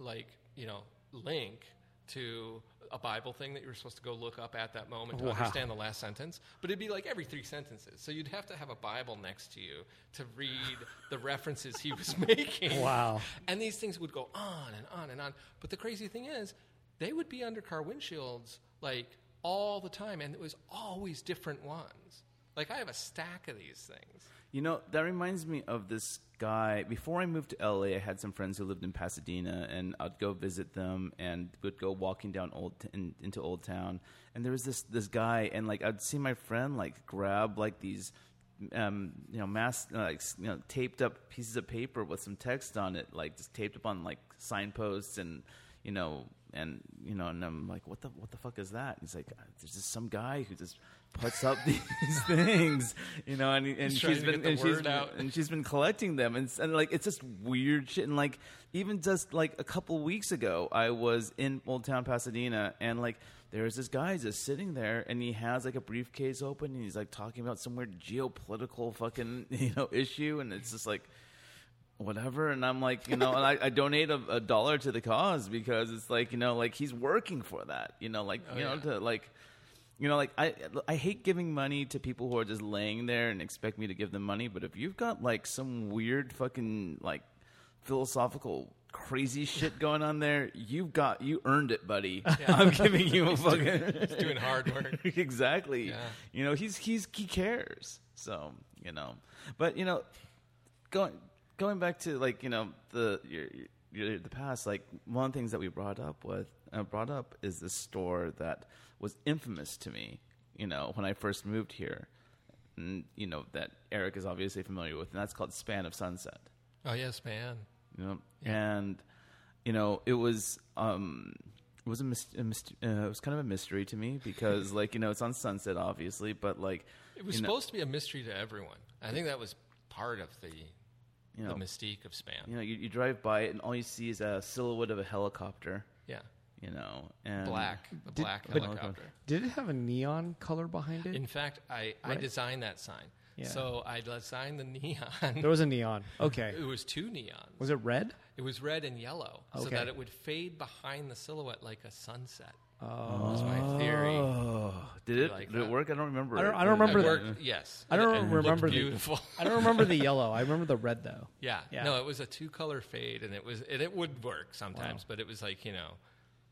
D: like you know link to a bible thing that you were supposed to go look up at that moment to
C: Wow.
D: understand the last sentence but it'd be like every three sentences so you'd have to have a bible next to you to read the references he was making
C: Wow.
D: and these things would go on and on and on. But the crazy thing is, they would be under car windshields like all the time, and it was always different ones. Like I have a stack of these things.
A: You know, that reminds me of this guy. Before I moved to LA, I had some friends who lived in Pasadena, and I'd go visit them, and would go walking down old t- in, into Old Town, and there was this this guy, and like I'd see my friend like grab like these. Um, you know, mass uh, like s- you know, taped up pieces of paper with some text on it, like just taped up on like signposts and you know, and you know, and I'm like, what the what the fuck is that? And he's like, there's just some guy who just puts up these things, you know, and, he- and
D: He's
A: she's
D: trying to
A: been
D: get the
A: and she's
D: word
A: been-
D: out.
A: and she's been collecting them, and, s- and like it's just weird shit. And like even just like a couple weeks ago, I was in Old Town Pasadena, and like there was this guy just sitting there, and he has like a briefcase open, and he's like talking about some weird geopolitical fucking you know issue, and it's just like whatever and i'm like you know and I, I donate a, a dollar to the cause because it's like you know like he's working for that you know like you know
D: yeah.
A: to like you know like i i hate giving money to people who are just laying there and expect me to give them money but if you've got like some weird fucking like philosophical crazy shit going on there you've got you earned it buddy i'm giving you a fucking
D: It's doing hard work.
A: exactly
D: Yeah.
A: you know he's he's he cares so you know but you know going going back to like you know the your, your the past like one of the things that we brought up with uh, brought up is this store that was infamous to me you know when I first moved here and you know that Eric is obviously familiar with and that's called Span of Sunset
D: Oh yes, man.
A: you know and you know it was um it was a, mys- a myst- uh, it was kind of a mystery to me because like you know it's on Sunset obviously but like
D: It was
A: you know,
D: supposed to be a mystery to everyone. I think that was part of the
A: you know,
D: the mystique of Span.
A: you know you, you drive by it and all you see is a silhouette of a helicopter
D: Yeah,
A: you know, and Oh,
D: black, the
C: Did-
D: black
C: but-
D: helicopter.
C: Did it have a neon color behind it?
D: In fact, I, I designed that sign.
C: Yeah.
D: So I designed the neon.
C: there was a neon. Okay.
D: it was two neons.
C: Was it red?
D: It was red and yellow, so
C: Okay.
D: that it would fade behind the silhouette like a sunset. Oh, was my theory.
A: Oh, did it?
D: like
A: did it
D: that?
A: work? I don't remember.
C: I don't-
A: it.
C: I don't
D: It
A: Did it-
C: remember
D: worked, yes.
C: I don't
D: It- it looked
C: remember the-
D: Beautiful.
C: I don't remember the yellow. I remember the red though.
D: yeah.
C: Yeah.
D: No, it was a two-color fade, and it was and it would work sometimes, but it was like you know,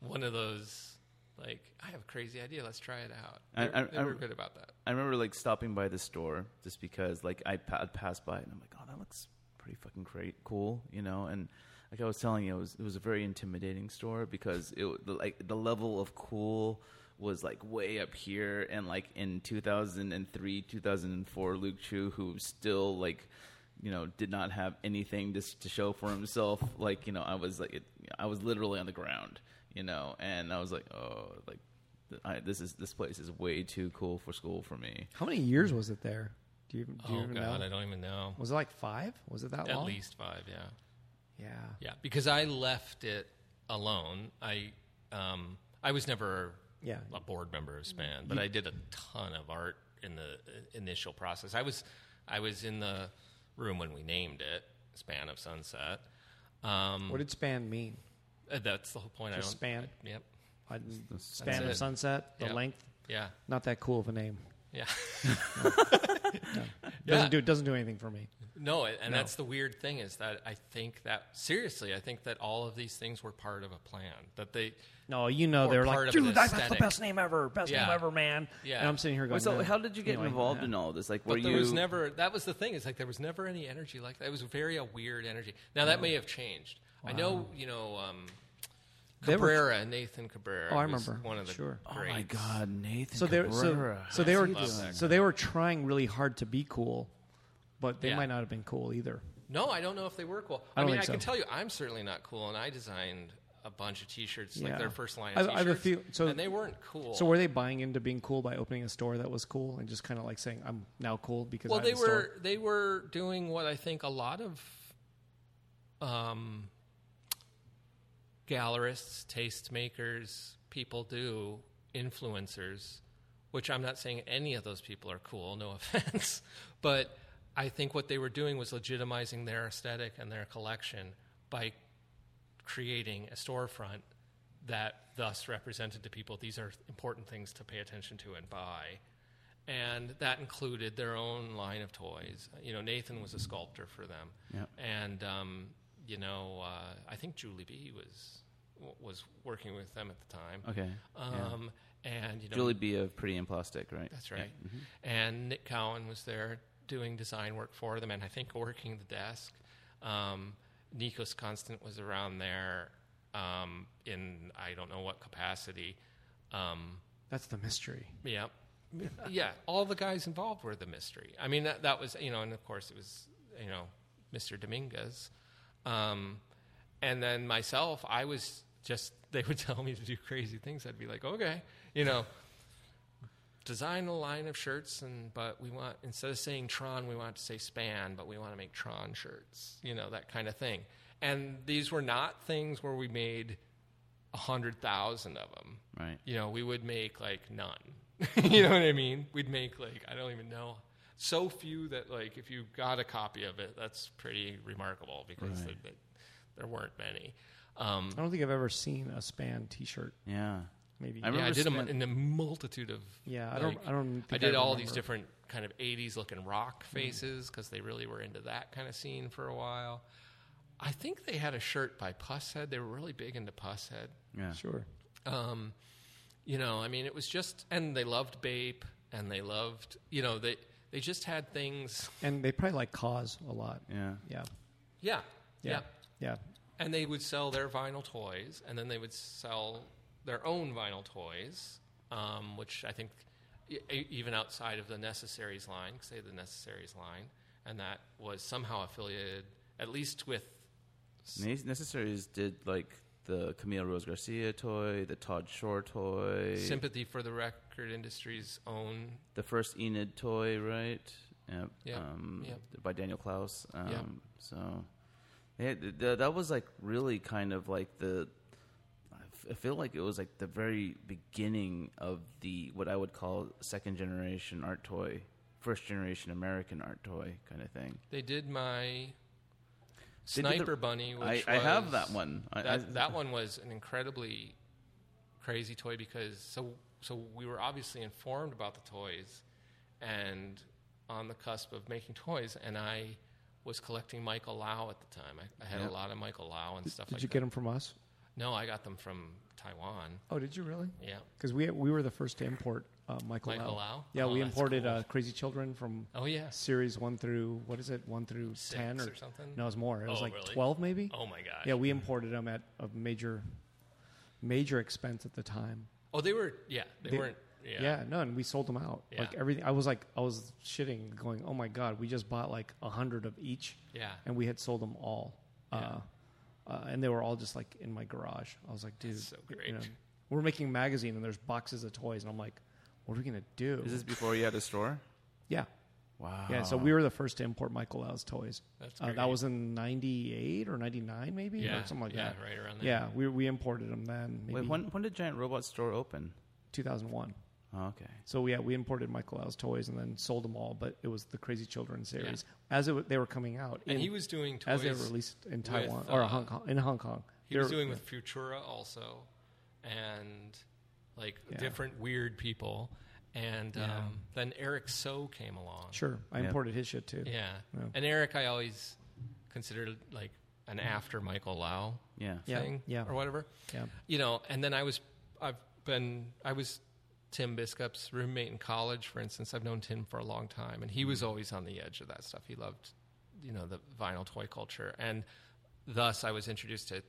D: one of those like I have a crazy idea. Let's try it out.
A: I-
D: They,
A: I-
D: they
A: I-
D: were good about that.
A: I remember like stopping by the store just because like I pa- I'd pass by and I'm like, oh, that looks pretty fucking great, cool, you know. And like I was telling you, it was it was a very intimidating store because it w- the, like the level of cool was like way up here, and like in 2003, 2004, Luke Chu, who still like you know did not have anything to, s- to show for himself like you know i was like it, i was literally on the ground you know and i was like oh like th- I, this is this place is way too cool for school for me
C: How many years was it there? Do you, do you
D: Oh
C: even
D: God,
C: know?
D: I don't even know.
C: Was it like five? Was it that
D: At
C: long?
D: least five. Yeah.
C: Yeah.
D: Yeah, because I left it alone. I um, I was never
C: Yeah.
D: a board member of Span, but I did a ton of art in the uh, initial process. I was I was in the room when we named it Span of Sunset. Um,
C: What did span mean?
D: uh, that's the whole point. I
C: Just
D: don't
C: span?
D: Yep.
C: I, span
D: it.
C: of sunset, the
D: Yeah.
C: length.
D: Yeah.
C: Not that cool of a name.
D: Yeah.
C: Doesn't do doesn't do anything for me.
D: No, and that's the weird thing is that I think that seriously, I think that all of these things were part of a plan. That they
C: No, you know
D: Or
C: they're
D: part
C: like,
D: of
C: dude,
D: the
C: that's the
D: aesthetic.
C: best name ever, best
D: Yeah.
C: name ever, man.
D: Yeah.
C: And I'm sitting here going,
A: Wait, so
C: "No."
A: how did you get
C: Anyway,
A: involved
C: yeah.
A: in all this? Like, were
D: but there
A: you
D: was never that was the thing, is like there was never any energy like that. It was very a weird energy. Now
C: Oh.
D: that may have changed. I know, you know, um,
C: They were-
D: Cabrera, Nathan Cabrera.
C: Oh, I
D: was
C: remember.
D: One of the
C: Sure.
A: Oh my
D: greats.
A: God, Nathan.
C: So they were so,
A: Cabrera.
C: so they were
D: Love that
C: so they were trying really hard to be cool, but they
D: Yeah.
C: might not have been cool either.
D: No, I don't know if they were cool.
C: I
D: I,
C: don't
D: mean,
C: think
D: I can
C: so.
D: tell you, I'm certainly not cool, and I designed a bunch of T-shirts,
C: Yeah.
D: like their first line
C: I-
D: of
C: I
D: T-shirts,
C: have a few- so-
D: and they weren't cool.
C: So were they buying into being cool by opening a store that was cool and just kind of like saying, "I'm now cool because
D: well,
C: I
D: they
C: have a store"?
D: were they were doing what I think a lot of um, gallerists, tastemakers, people do, influencers. Which I'm not saying any of those people are cool. No offense, but I think what they were doing was legitimizing their aesthetic and their collection by creating a storefront that thus represented to people these are important things to pay attention to and buy. And that included their own line of toys. You know, Nathan was a sculptor for them,
A: Yeah.
D: and um, you know, uh, I think Julie B was w- was working with them at the time.
A: okay.
D: Um, And you know,
A: Julie B of Pretty in Plastic, right?
D: that's right. And Nick Cowan was there doing design work for them, and I think working the desk. Um, Nikos Constant was around there um, in I don't know what capacity. Um,
C: That's the mystery.
D: yeah, yeah. All the guys involved were the mystery. I mean, that, that was you know, and of course it was you know, Mr. Dominguez, um, and then myself. I was just they would tell me to do crazy things. I'd be like, okay, you know, design a line of shirts, and but we want instead of saying Tron, we want to say Span, but we want to make Tron shirts. You know, that kind of thing. And these were not things where we made a hundred thousand of them
A: Right.
D: you know, we would make like none. you know what I mean? We'd make like I don't even know so few that like if you got a copy of it, that's pretty remarkable because
A: Right.
D: there, there weren't many. Um,
C: I don't think I've ever seen a span T-shirt.
A: Yeah.
C: Maybe.
A: I
D: yeah, I
A: remember
D: did them
A: spend-
D: in a multitude of
C: yeah, I don't.
D: like,
C: I don't. Think
D: I did all
C: remember. Mm.
D: these different kind of 80s looking rock faces because they really were into that kind of scene for a while. I think they had a shirt by Pusshead. They were really big into Pusshead.
A: Yeah.
C: Sure.
D: um, you know i mean it was just and they loved bape and they loved you know they they just had things
C: And they probably like cause a lot.
A: Yeah.
C: Yeah.
D: yeah yeah,
C: Yeah. Yeah.
D: and they would sell their vinyl toys and then they would sell their own vinyl toys um, which i think e- e- even outside of the necessaries line say the necessaries line and that was somehow affiliated at least with
A: Ne- Necessaries did like the Camille Rose Garcia toy, the Todd Shore toy,
D: sympathy for the record industry's own
A: the first Enid toy, right? Yep.
D: Yep,
A: Um,
D: yep.
A: By Daniel Klaus. Um,
D: Yep.
A: So yeah, th- th- that was like really kind of like the. I f- I feel like it was like the very beginning of the what I would call second generation art toy, first generation American art toy kind of thing.
D: They did my
A: They did the-
D: Sniper Bunny,
A: I,
D: which
A: I have
D: was-
A: that one. I,
D: That,
A: I-
D: that one was an incredibly crazy toy because so so we were obviously informed about the toys and on the cusp of making toys, and I was collecting Michael Lau at the time. I, I had
A: Yeah.
D: a lot of Michael Lau and stuff
C: Did
D: like
C: you
D: that.
C: get them from us?
D: No, I got them from Taiwan.
C: Oh, did you really?
D: Yeah,
C: Because we we were the first to import uh, Michael,
D: Michael
C: Lau.
D: Lau?
C: Yeah,
D: Oh,
C: we
D: that's
C: imported
D: cool.
C: uh, Crazy Children from
D: Oh yeah.
C: series one through what is it? One through
D: Six
C: ten
D: or something?
C: No, it was more. It was
D: Oh,
C: like
D: really?
C: twelve, maybe.
D: Oh my gosh.
C: yeah, we imported them at a major major expense at the time.
D: oh, they were. Yeah, they,
C: They-
D: weren't.
C: Yeah. no, and we sold them out.
D: Yeah.
C: Like everything, I was like, I was shitting, going, "Oh my god, we just bought like a hundred of each,
D: yeah.
C: and we had sold them all." Uh, uh, and they were all just like in my garage. I was like, "Dude,
D: That's so great.
C: we're making a magazine, and there's boxes of toys, and I'm like, what are we gonna do?"
A: is this before you had a store?
C: yeah,
A: Wow.
C: yeah. So we were the first to import Michael Lau's toys.
D: Ah. That's
C: uh, that
D: great.
C: was in '98 or '99, maybe,
D: Yeah,
C: or something like
D: yeah,
C: that.
D: right around there.
C: Yeah, we we imported them then, maybe
A: Wait, when when did Giant Robot Store open?
C: 2001.
A: Oh, okay.
C: So yeah, we imported Michael Lau's toys and then sold them all. But it was the Crazy Children series as it, w- they were coming out,
D: And
C: in-
D: he was doing toys
C: as they were released in Taiwan
D: with,
C: or
D: uh,
C: Hong Kong in Hong Kong.
D: He
C: They
D: was
C: were-
D: doing with Futura also, and like
C: Yeah.
D: different weird people. and
A: Yeah.
D: um, then Eric So came along.
C: Sure, I
A: Yeah.
C: imported his shit too.
D: Yeah.
C: Yeah.
D: and Eric I always considered like an after Michael Lau
A: Yeah.
C: Yeah,
D: thing,
C: yeah.
D: or whatever.
C: Yeah.
D: You know, and then I was I've been I was Tim Biskup's roommate in college, for instance. I've known Tim for a long time, and he was always on the edge of that stuff. He loved, you know, the vinyl toy culture, and thus I was introduced to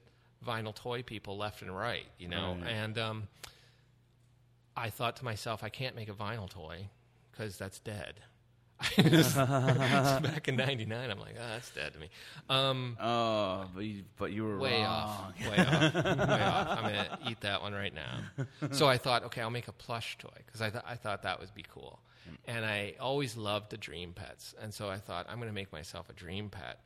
D: vinyl toy people left and right. You know,
A: Right.
D: and um, I thought to myself, I can't make a vinyl toy because that's dead. back in '99, I'm like, oh, that's dead to me. Um,
A: Oh, but you, but you were
D: way
A: wrong.
D: off, way off, way off. I'm gonna eat that one right now. So I thought, okay, I'll make a plush toy because I, th- I thought that would be cool, and I always loved the dream pets, and so I thought I'm gonna make myself a dream pet,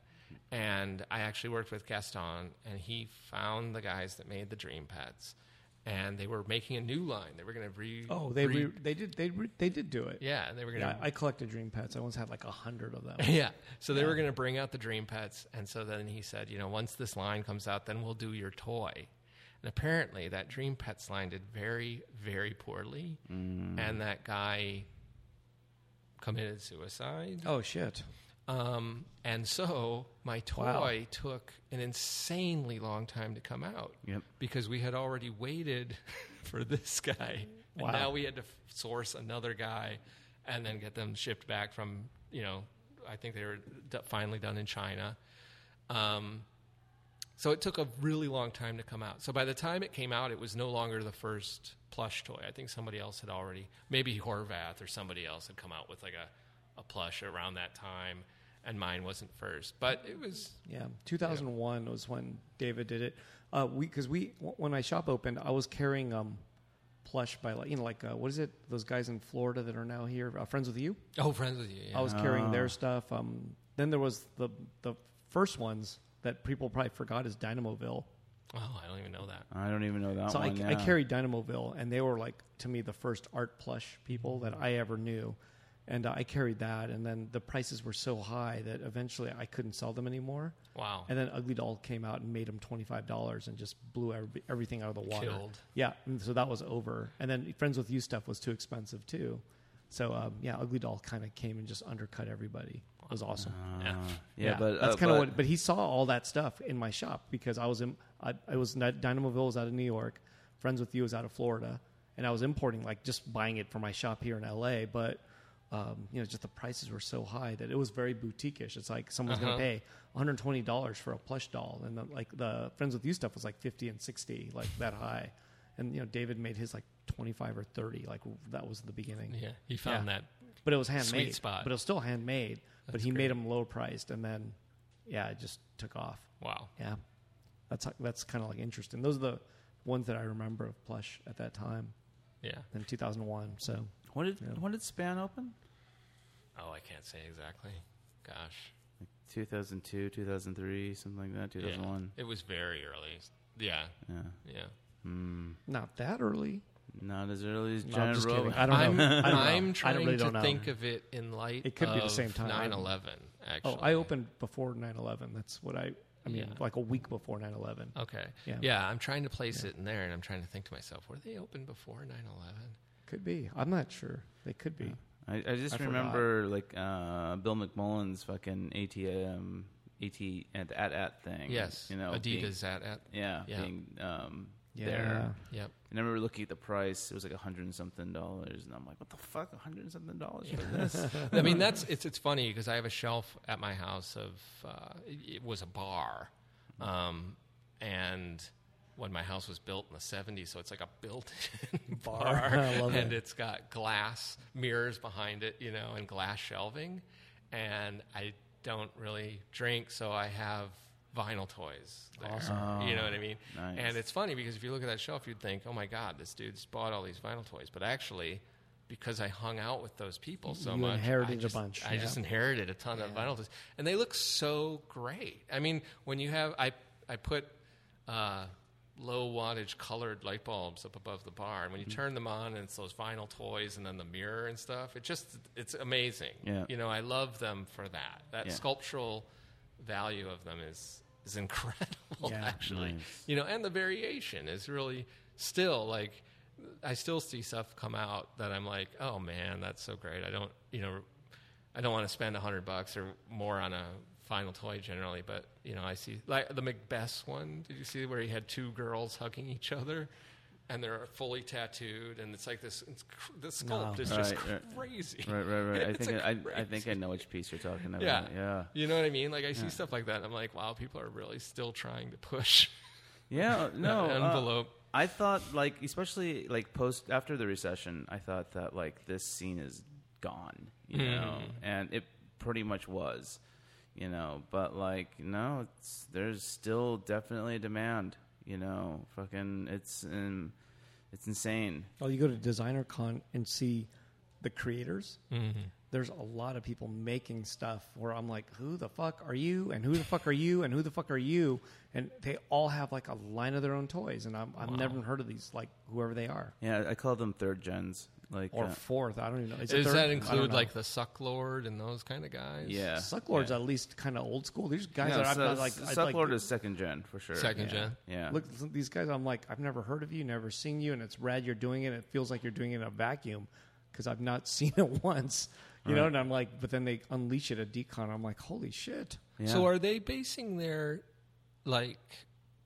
D: and I actually worked with Gaston, and he found the guys that made the dream pets, and they were making a new line. They were gonna re
C: Oh, they
D: re-
C: re- they did they re- they did do it.
D: yeah, and they were gonna
C: Yeah, I collected dream pets. I once had like a hundred of them.
D: yeah. So they were going to bring out the dream pets. And so then he said, you know, once this line comes out, then we'll do your toy. And apparently that dream pets line did very, very poorly. And that guy committed suicide.
C: Oh shit!
D: Um, and so my toy
C: Wow.
D: took an insanely long time to come out
A: Yep.
D: because we had already waited for this guy.
C: Wow.
D: And now we had to f- source another guy and then get them shipped back from, you know, I think they were d- finally done in China. Um, so it took a really long time to come out. So by the time it came out, it was no longer the first plush toy. I think somebody else had already, maybe Horvath or somebody else had come out with like a, a plush around that time, and mine wasn't first. But it was
C: Yeah, 2001 was when David did it. Uh, we because we w- when my shop opened, I was carrying um plush by like you know like uh, what is it? Those guys in Florida that are now here, uh, friends with you.
D: oh, friends with you. Yeah.
C: I was carrying
D: Oh.
C: their stuff. Um, then there was the the first ones that people probably forgot is Dynamoville.
D: oh, I don't even know that.
A: I don't even know that
C: so I,
A: one.
C: I
A: yeah.
C: carried Dynamoville, and they were like to me the first art plush people that I ever knew, and uh, I carried that. And then the prices were so high that eventually I couldn't sell them anymore.
D: Wow.
C: And then Ugly Doll came out and made them twenty five dollars and just blew every, everything out of the water.
D: Killed.
C: Yeah, and so that was over. And then Friends with You stuff was too expensive too. So um, yeah, Ugly Doll kind of came and just undercut everybody. It was awesome.
D: Yeah.
A: Uh, yeah, but
C: that's
A: uh,
C: kind of
A: but-
C: what. But he saw all that stuff in my shop because I was in. I, I was Dynamoville was out of New York, Friends with You was out of Florida, and I was importing like just buying it for my shop here in L.A. But um, you know, just the prices were so high that it was very boutiquish. It's like someone's going
D: Uh-huh.
C: to pay 120 dollars for a plush doll, and the, like the Friends with You stuff was like 50 and 60, like that high. And you know, David made his like 25 or 30. Like that was the beginning.
D: Yeah, he found
C: Yeah.
D: that.
C: But it was handmade.
D: spot.
C: But it was still handmade. but
D: That's
C: he
D: great.
C: made them lower priced, and then yeah, it just took off.
D: Wow.
C: Yeah, that's that's kind of like interesting. Those are the ones that I remember of plush at that time
D: Yeah.
C: in 2001. So
A: When did
C: Yeah.
A: when did Span open?
D: Oh, I can't say exactly. Gosh.
A: 2002, 2003, something like that. 2001.
D: It was very early. Yeah.
A: Yeah.
D: Yeah.
A: Hmm.
C: not that early.
A: Not as early as
C: No, I'm
A: Giant
C: just kidding.
A: Robot.
C: I don't
D: I'm,
C: know. I don't know.
D: I'm
C: I
D: trying
C: don't really
D: to
C: don't know.
D: think of it in light.
C: It could be the same time.
D: 9 11, actually.
C: Oh, I opened before 9/11. That's what I. I mean,
D: Yeah.
C: like a week before 9/11.
D: Okay. Yeah.
C: Yeah.
D: I'm trying to place it in there, and I'm trying to think to myself, were they open before 9 11?
C: Could be. I'm not sure. They could
D: Uh,
C: be.
A: I, I just
C: I forgot.
A: remember like uh, Bill McMullen's fucking ATM, AT at at at thing.
D: Yes.
A: you know
D: Adidas
A: being-
D: at, at.
A: yeah,
D: Yeah.
A: being um,
C: Yeah.
A: there.
D: Yep.
A: And I remember looking at the price; it was like a hundred and something dollars, and I'm like, "What the fuck, a hundred and something dollars for this?"
D: I mean, that's it's it's funny because I have a shelf at my house of uh, it, it was a bar, um, and when my house was built in the '70s, so it's like a built-in bar,
C: I love
D: and
C: it.
D: it's got glass mirrors behind it, you know, and glass shelving, and I don't really drink, so I have vinyl toys there. You know what I mean?
C: Oh,
A: Nice.
D: And it's funny because if you look at that shelf, you'd think, "Oh my God, this dude's bought all these vinyl toys," but actually. Because I hung out with those people so
C: You
D: much, I
C: inherited a
D: just-
C: bunch,
D: I
C: yeah.
D: just inherited a ton of vinyl discs, and they look so great. I mean, when you have I I put uh, low wattage colored light bulbs up above the bar, and when you
C: Mm-hmm.
D: turn them on, and it's those vinyl toys, and then the mirror and stuff. It just it's amazing.
A: Yeah.
D: You know, I love them for that. That
A: Yeah.
D: sculptural value of them is is incredible.
C: Yeah.
D: Actually, you know, and the variation is really still like I still see stuff come out that I'm like, oh man, that's so great. I don't, you know, I don't want to spend a hundred bucks or more on a final toy generally, but you know, I see like the Macbeth one. Did you see where he had two girls hugging each other, and they're fully tattooed, and it's like this. It's, cr- the sculpt is just
A: Right, right.
D: crazy.
A: Right, right, right. I
D: It's
A: think
D: a
A: I, I think
D: crazy-
A: I know which piece you're talking about.
D: Yeah.
A: yeah,
D: You know what I mean? Like I see stuff like that. And I'm like, wow, people are really still trying to push
A: yeah. No
D: that
A: uh,
D: envelope.
A: I thought like especially like post after the recession, I thought that like this scene is gone, you
D: Hmm.
A: know, and it pretty much was, you know. But like no, it's there's still definitely a demand, you know. Fucking, it's um, it's insane.
C: Oh, you go to Designer Con and see the creators.
D: Mm-hmm.
C: There's a lot of people making stuff where I'm like, who the fuck are you? And who the fuck are you? And who the fuck are you? And they all have like a line of their own toys. And I'm, I've never heard of these, like whoever they are.
A: Yeah, I call them third gens, like
C: Or
A: uh,
C: fourth. I don't even know. Is it
D: Does
C: third? I
D: that
C: don't
D: include
C: know.
D: like the Suck Lord and those kind of guys?
A: yeah,
C: Suck Lord's at least kind of old school. These guys
A: No,
C: are I've
A: so-
C: not, like,
A: so
C: I'd,
A: Suck
C: like-
A: Lord is second gen for sure.
D: Second
A: yeah.
D: gen.
A: Yeah.
C: Look, listen, these guys, I'm like, I've never heard of you, never seen you, and it's rad you're doing it. It feels like you're doing it in a vacuum because I've not seen it once, you know. And I'm like, but then they unleash it at decon. I'm like, holy shit!
A: yeah.
D: So are they basing their like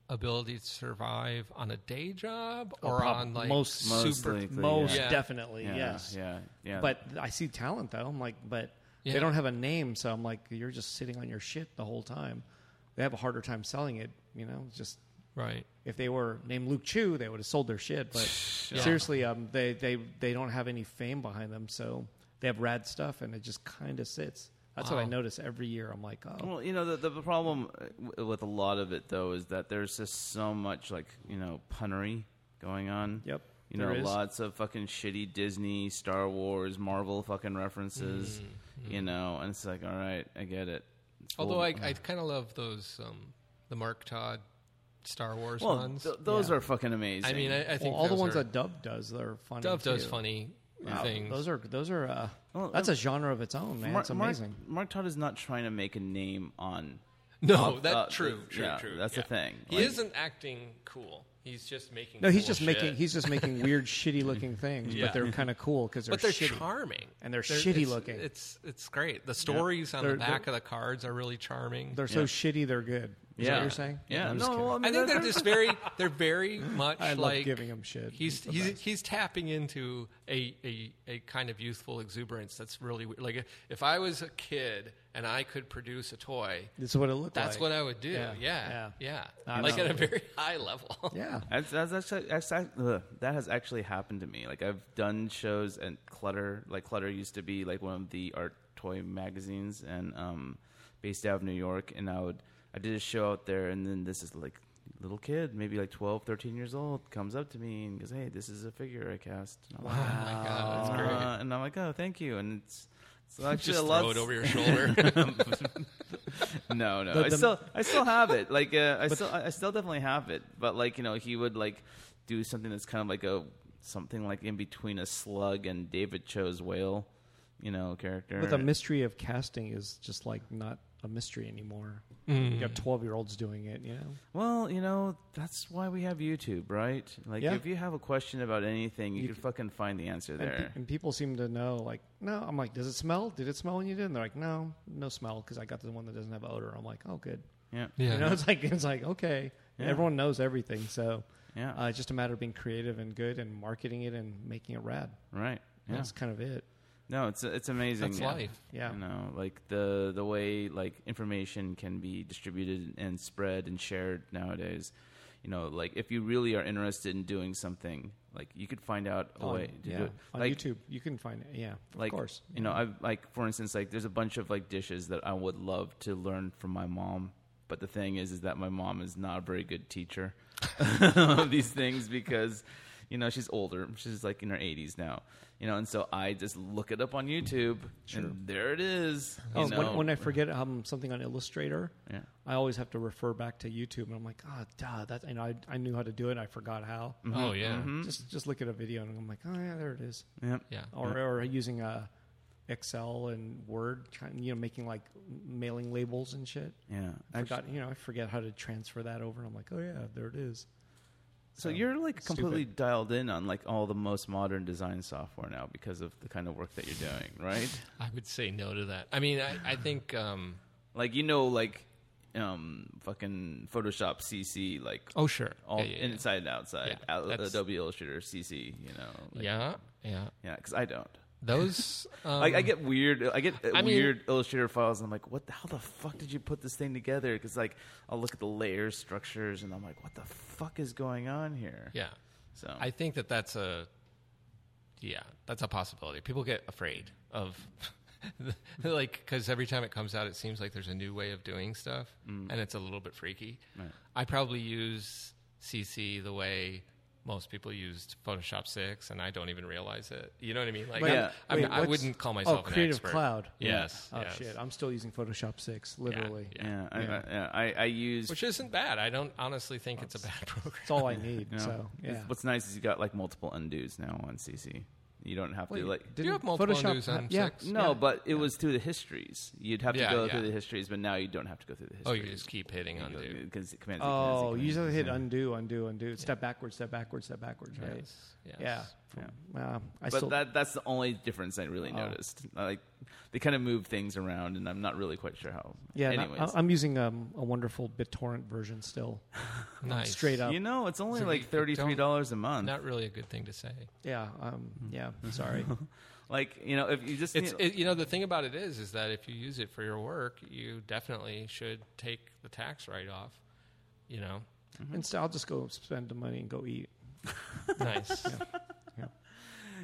D: ability to survive on a day job or
C: Oh, prob-
D: on like
C: most-
A: Most
D: super
A: likely,
C: Most
A: yeah.
D: Yeah.
C: definitely,
A: Yeah,
C: yes.
A: Yeah. Yeah.
C: But I see talent though. I'm like, but
D: Yeah.
C: they don't have a name, so I'm like, you're just sitting on your shit the whole time. They have a harder time selling it, you know. Just
D: right?
C: if they were named Luke Chu, they would have sold their shit. But
D: Yeah.
C: seriously, um, they, they they don't have any fame behind them, so they have rad stuff, and it just kind of sits. That's what I
D: Wow.
C: notice every year. I'm like, oh,
A: Well, you know, the, the problem uh, w- with a lot of it, though, is that there's just so much, like, you know, punnery going on.
C: Yep,
A: You know,
C: there is.
A: lots of fucking shitty Disney, Star Wars, Marvel fucking references,
C: Mm-hmm,
A: you know, and it's like, all right, I get it. It's full
D: Although I,
A: of-
D: I kind of love those um, the Mark Todd Star Wars
A: well,
D: ones.
A: th- those
C: Yeah.
A: are fucking amazing.
D: I mean, I, I
C: well,
D: think
C: all the
D: those
C: ones
D: are,
C: that Dove does, they're funny.
D: Dove does
C: too.
D: funny
C: Wow,
D: things.
C: Those are those are. Uh,
A: Well,
C: that's a genre of its own, man.
A: Mar-
C: it's amazing.
A: Mark, Mark Todd is not trying to make a name on.
D: no, that's
A: uh,
D: true, true,
A: yeah,
D: true.
A: that's the thing.
D: He
A: Like-
D: isn't acting cool. He's just making.
C: no, he's
D: cool
C: just
D: shit.
C: making he's just making weird, shitty looking things,
D: Yeah.
C: but they're kind of cool because they're,
D: but they're
C: shitty.
D: charming
C: And they're shitty
D: it's-
C: looking.
D: It's it's great. The stories on the
C: They're-
D: back of the cards are really charming.
C: they're so shitty, they're good. Is
A: yeah.
C: that what you're saying?
A: Yeah.
C: I'm
A: no,
C: just kidding.
A: well, I, mean,
D: I think they're
A: that-
D: just very they're very much
C: I love
D: like
C: giving him shit.
D: He's
C: It's the
D: he's,
C: best.
D: he's tapping into a, a a kind of youthful exuberance that's really weird. like if I was a kid and I could produce a toy,
C: This is what it looked
D: that's
C: like.
D: what I would do. Yeah,
C: Yeah,
D: yeah,
C: I
D: like
C: know.
D: at a very high level.
C: Yeah.
A: That's, that's actually, that's act- ugh, that has actually happened to me. Like I've done shows and Clutter, like Clutter used to be like one of the art toy magazines, and um, based out of New York. And I would I did a show out there, and then this is like little kid, maybe like 12, 13 years old, comes up to me and goes, "Hey, this is a figure I cast." And I'm like,
D: Oh my god, that's great.
A: "Uh," and I'm like, "Oh, thank you." And it's it's actually
D: Just
A: a
D: throw
A: lot.
D: it over your shoulder.
A: No, no.
C: The-
A: I
C: the-
A: still I still have it. Like uh, I still I still definitely have it. But like, you know, he would like do something that's kind of like a something like in between a slug and David Cho's whale, you know, character.
C: But the mystery of casting is just like not a mystery anymore. You got 12 year olds doing it, you know?
A: well, you know, that's why we have YouTube, right? Like
C: Yeah.
A: if you have a question about anything, you,
C: You
A: can
C: c-
A: fucking find the answer
C: And, pe-
A: there.
C: and people seem to know, like, no, I'm like, does it smell? Did it smell when you did? And they're like, no, no smell because I got the one that doesn't have odor. I'm like, oh, good.
A: yeah.
D: yeah,
C: You know, it's like, it's like, okay.
A: Yeah.
C: Everyone knows everything. So
A: Yeah.
C: uh, it's just a matter of being creative and good and marketing it and making it rad.
A: right. Yeah.
C: That's kind of it.
A: No, it's it's amazing.
D: That's
A: yeah.
D: life.
C: Yeah.
A: You know, like the the way like information can be distributed and spread and shared nowadays. You know, like if you really are interested in doing something, like you could find out a
C: On-
A: way to
C: yeah.
A: do it.
C: On
A: like,
C: YouTube, you can find it. Yeah. Of
A: like,
C: course.
A: You know, I've like for instance, like there's a bunch of like dishes that I would love to learn from my mom. But the thing is, is that my mom is not a very good teacher of these things because, you know, she's older. She's like in her 80s now, you know, and so I just look it up on YouTube and there it is. you
C: Oh,
A: know. uh,
C: when, when I forget um, something on Illustrator,
A: Yeah.
C: I always have to refer back to YouTube, and I'm like, oh, duh, that you know, I, I knew how to do it, and I forgot how.
D: Oh yeah,
A: Mm-hmm.
C: Just just look at a video, and I'm like, oh yeah, there it is.
A: yeah.
D: yeah.
C: Or or using uh, Excel and Word, trying, you know, making like mailing labels and shit.
A: Yeah.
C: I forgot, you know, I forget how to transfer that over, and I'm like, oh yeah, there it is.
A: So you're like completely dialed in on like all the most modern design software now because of the kind of work that you're doing, right?
D: I would say no to that. I mean, I, I think um,
A: like you know, like um, fucking Photoshop CC, like
D: oh sure,
A: all
D: yeah, yeah, yeah.
A: inside and outside,
D: Yeah,
A: Al-
D: that's-
A: Adobe Illustrator CC, you know, like,
D: yeah, yeah.
A: yeah, because I don't.
D: Those um,
A: I, I get weird. I get uh,
D: I mean-
A: weird Illustrator files, and I'm like, "What? The, how the fuck did you put this thing together?" Because like, I'll look at the layer structures, and I'm like, "What the fuck is going on here?"
D: Yeah,
A: So
D: I think that that's a yeah, that's a possibility. People get afraid of like because every time it comes out, it seems like there's a new way of doing stuff,
A: Mm.
D: and it's a little bit freaky. I probably use CC the way. Most people used Photoshop 6, and I don't even realize it. You know what I mean? Like,
A: Wait,
D: I'm-
A: yeah.
D: I'm-
C: Wait,
D: I
C: what's-
D: wouldn't call myself
C: oh, Creative
D: an expert.
C: Cloud.
D: Yes.
C: Oh
D: yes.
C: shit, I'm still using Photoshop 6, literally.
D: Yeah.
A: yeah, I,
C: Yeah.
A: I, yeah, I, I use.
D: Which isn't bad. I don't honestly think it's a bad program.
C: It's all I need.
A: you know,
C: So yeah.
A: What's nice is you got like multiple undos now on CC. You don't have to like.
D: you have multiple undos on
C: yeah,
D: six?
A: No, but it was through the histories. You'd have to
D: Yeah,
A: go
D: yeah.
A: through the histories, but now you don't have to go through the
D: Oh,
A: histories.
D: you just keep hitting undo.
A: Because command Z, command Z,
C: Oh,
A: command
C: you just
A: Z.
C: have to hit undo, undo, undo. Step backwards, step backwards, step backwards, right?
D: Yes, yes.
C: Yeah. Uh, I
A: But
C: still Oh.
A: that, that's the only difference I really noticed. Like they kind of move things around, and I'm not really quite sure how.
C: yeah. and I-
A: Anyways,
C: I, am using um, a wonderful BitTorrent version still,
D: Nice.
C: straight up.
A: you know, it's only
D: So
A: like
D: we- we
A: thirty three dollars a month.
D: Not really a good thing to say.
C: yeah. Um,
A: Hmm.
C: yeah. Sorry.
A: Like you know, if you just
D: It's
A: need-
D: it, you know the thing about it is is that if you use it for your work, you definitely should take the tax write off. You know,
C: Instead, I'll just go spend the money and go eat.
D: nice.
C: Yeah.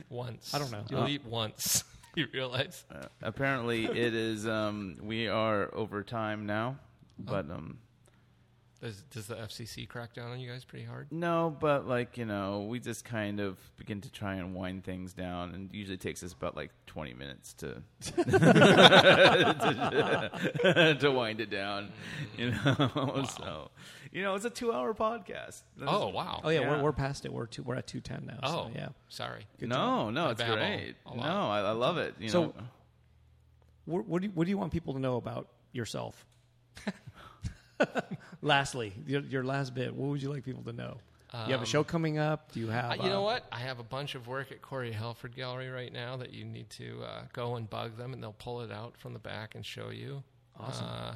D: Once
C: I don't know.
D: You'll
C: Uh,
D: eat once. you realize?
A: uh, apparently it is. Um, we are over time now,
D: Oh.
A: but um,
D: Does, does the FCC crack down on you guys pretty hard?
A: No, but like you know, we just kind of begin to try and wind things down, and it usually takes us about like twenty minutes to to, to wind it down. You know, so you know, it's a two-hour podcast. That's-
D: Oh wow.
C: Oh yeah,
A: Yeah.
C: We're, we're past it. We're two. We're at two ten now.
D: Oh
C: so, yeah.
D: Sorry.
A: no, no,
D: I
A: it's
D: babble
A: great.
D: a
A: No,
D: lot.
A: I, I love it. You
C: So-
A: know,
C: What, what, do you, what do you want people to know about yourself? Lastly, your, your last bit. What would you like people to know? you have a show coming up. Do you have?
D: Uh, you know
C: uh,
D: what? Um, I have a bunch of work at Corey Helford Gallery right now that you need to uh, go and bug them, and they'll pull it out from the back and show you. Awesome. Uh,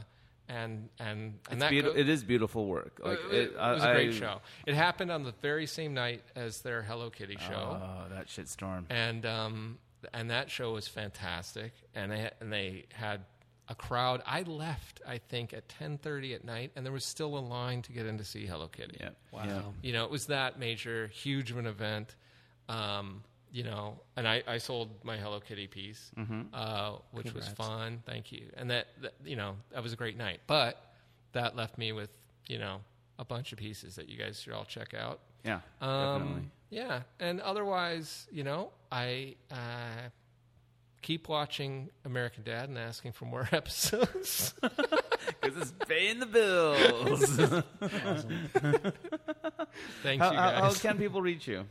D: and and and
A: it's
D: that
A: beauti-
D: go-
A: it is beautiful work. Like
D: it,
A: it, I-
D: was a great
A: I-
D: show. It happened on the very same night as their Hello Kitty show,
A: Oh, that shit storm.
D: and um, and that show was fantastic. And they and they had a crowd. I left, I think, at ten thirty at night, and there was still a line to get in to see Hello Kitty.
A: Yeah.
C: Wow.
A: Yeah.
D: You know, it was that major, huge of an event. Um, you know, and I, I sold my Hello Kitty piece,
A: Mm-hmm.
D: uh, which was fun. Thank you. And that, that, you know, that was a great night. But that left me with, you know, a bunch of pieces that you guys should all check out.
A: Yeah. definitely.
D: Um, yeah. And otherwise, you know, I uh, keep watching American Dad and asking for more episodes.
A: Because it's paying the bills.
D: Thanks,
A: how,
D: you
A: how,
D: guys.
A: how can people reach you?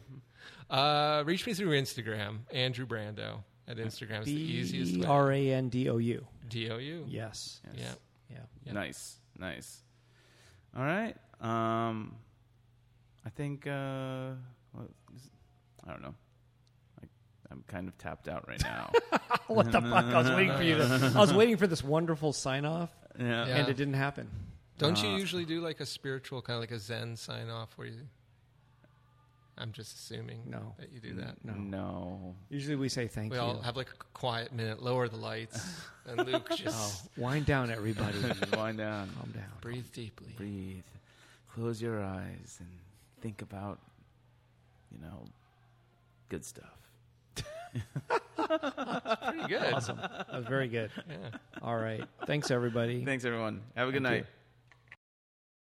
D: Uh, reach me through Instagram, Andrew Brando at Instagram is the easiest
C: B
D: way.
C: R A N D O U.
D: D O U.
C: Yes.
D: Yeah.
C: Yeah.
D: Yeah.
A: Nice, nice. All right. Um, I think uh, what is- I don't know. I, I'm kind of tapped out right now.
C: What the fuck? I was waiting for you to. I was waiting for this wonderful sign off,
A: yeah.
D: Yeah.
C: and it didn't happen.
D: Don't you usually do like a spiritual kind of like a Zen sign off where you? I'm just assuming
C: No.
D: that you do that.
C: No.
A: No.
C: Usually we say thank
D: We
C: you.
D: all have like a quiet minute, lower the lights, and Luke
C: oh,
D: just
C: wind down, everybody.
A: Wind down.
C: Calm down.
D: breathe deeply.
A: Breathe. Close your eyes and think about, you know, good stuff.
D: Pretty good.
C: Awesome. That was very good.
D: Yeah.
C: All right. Thanks, everybody.
A: Thanks, everyone. Have a good night.
C: you.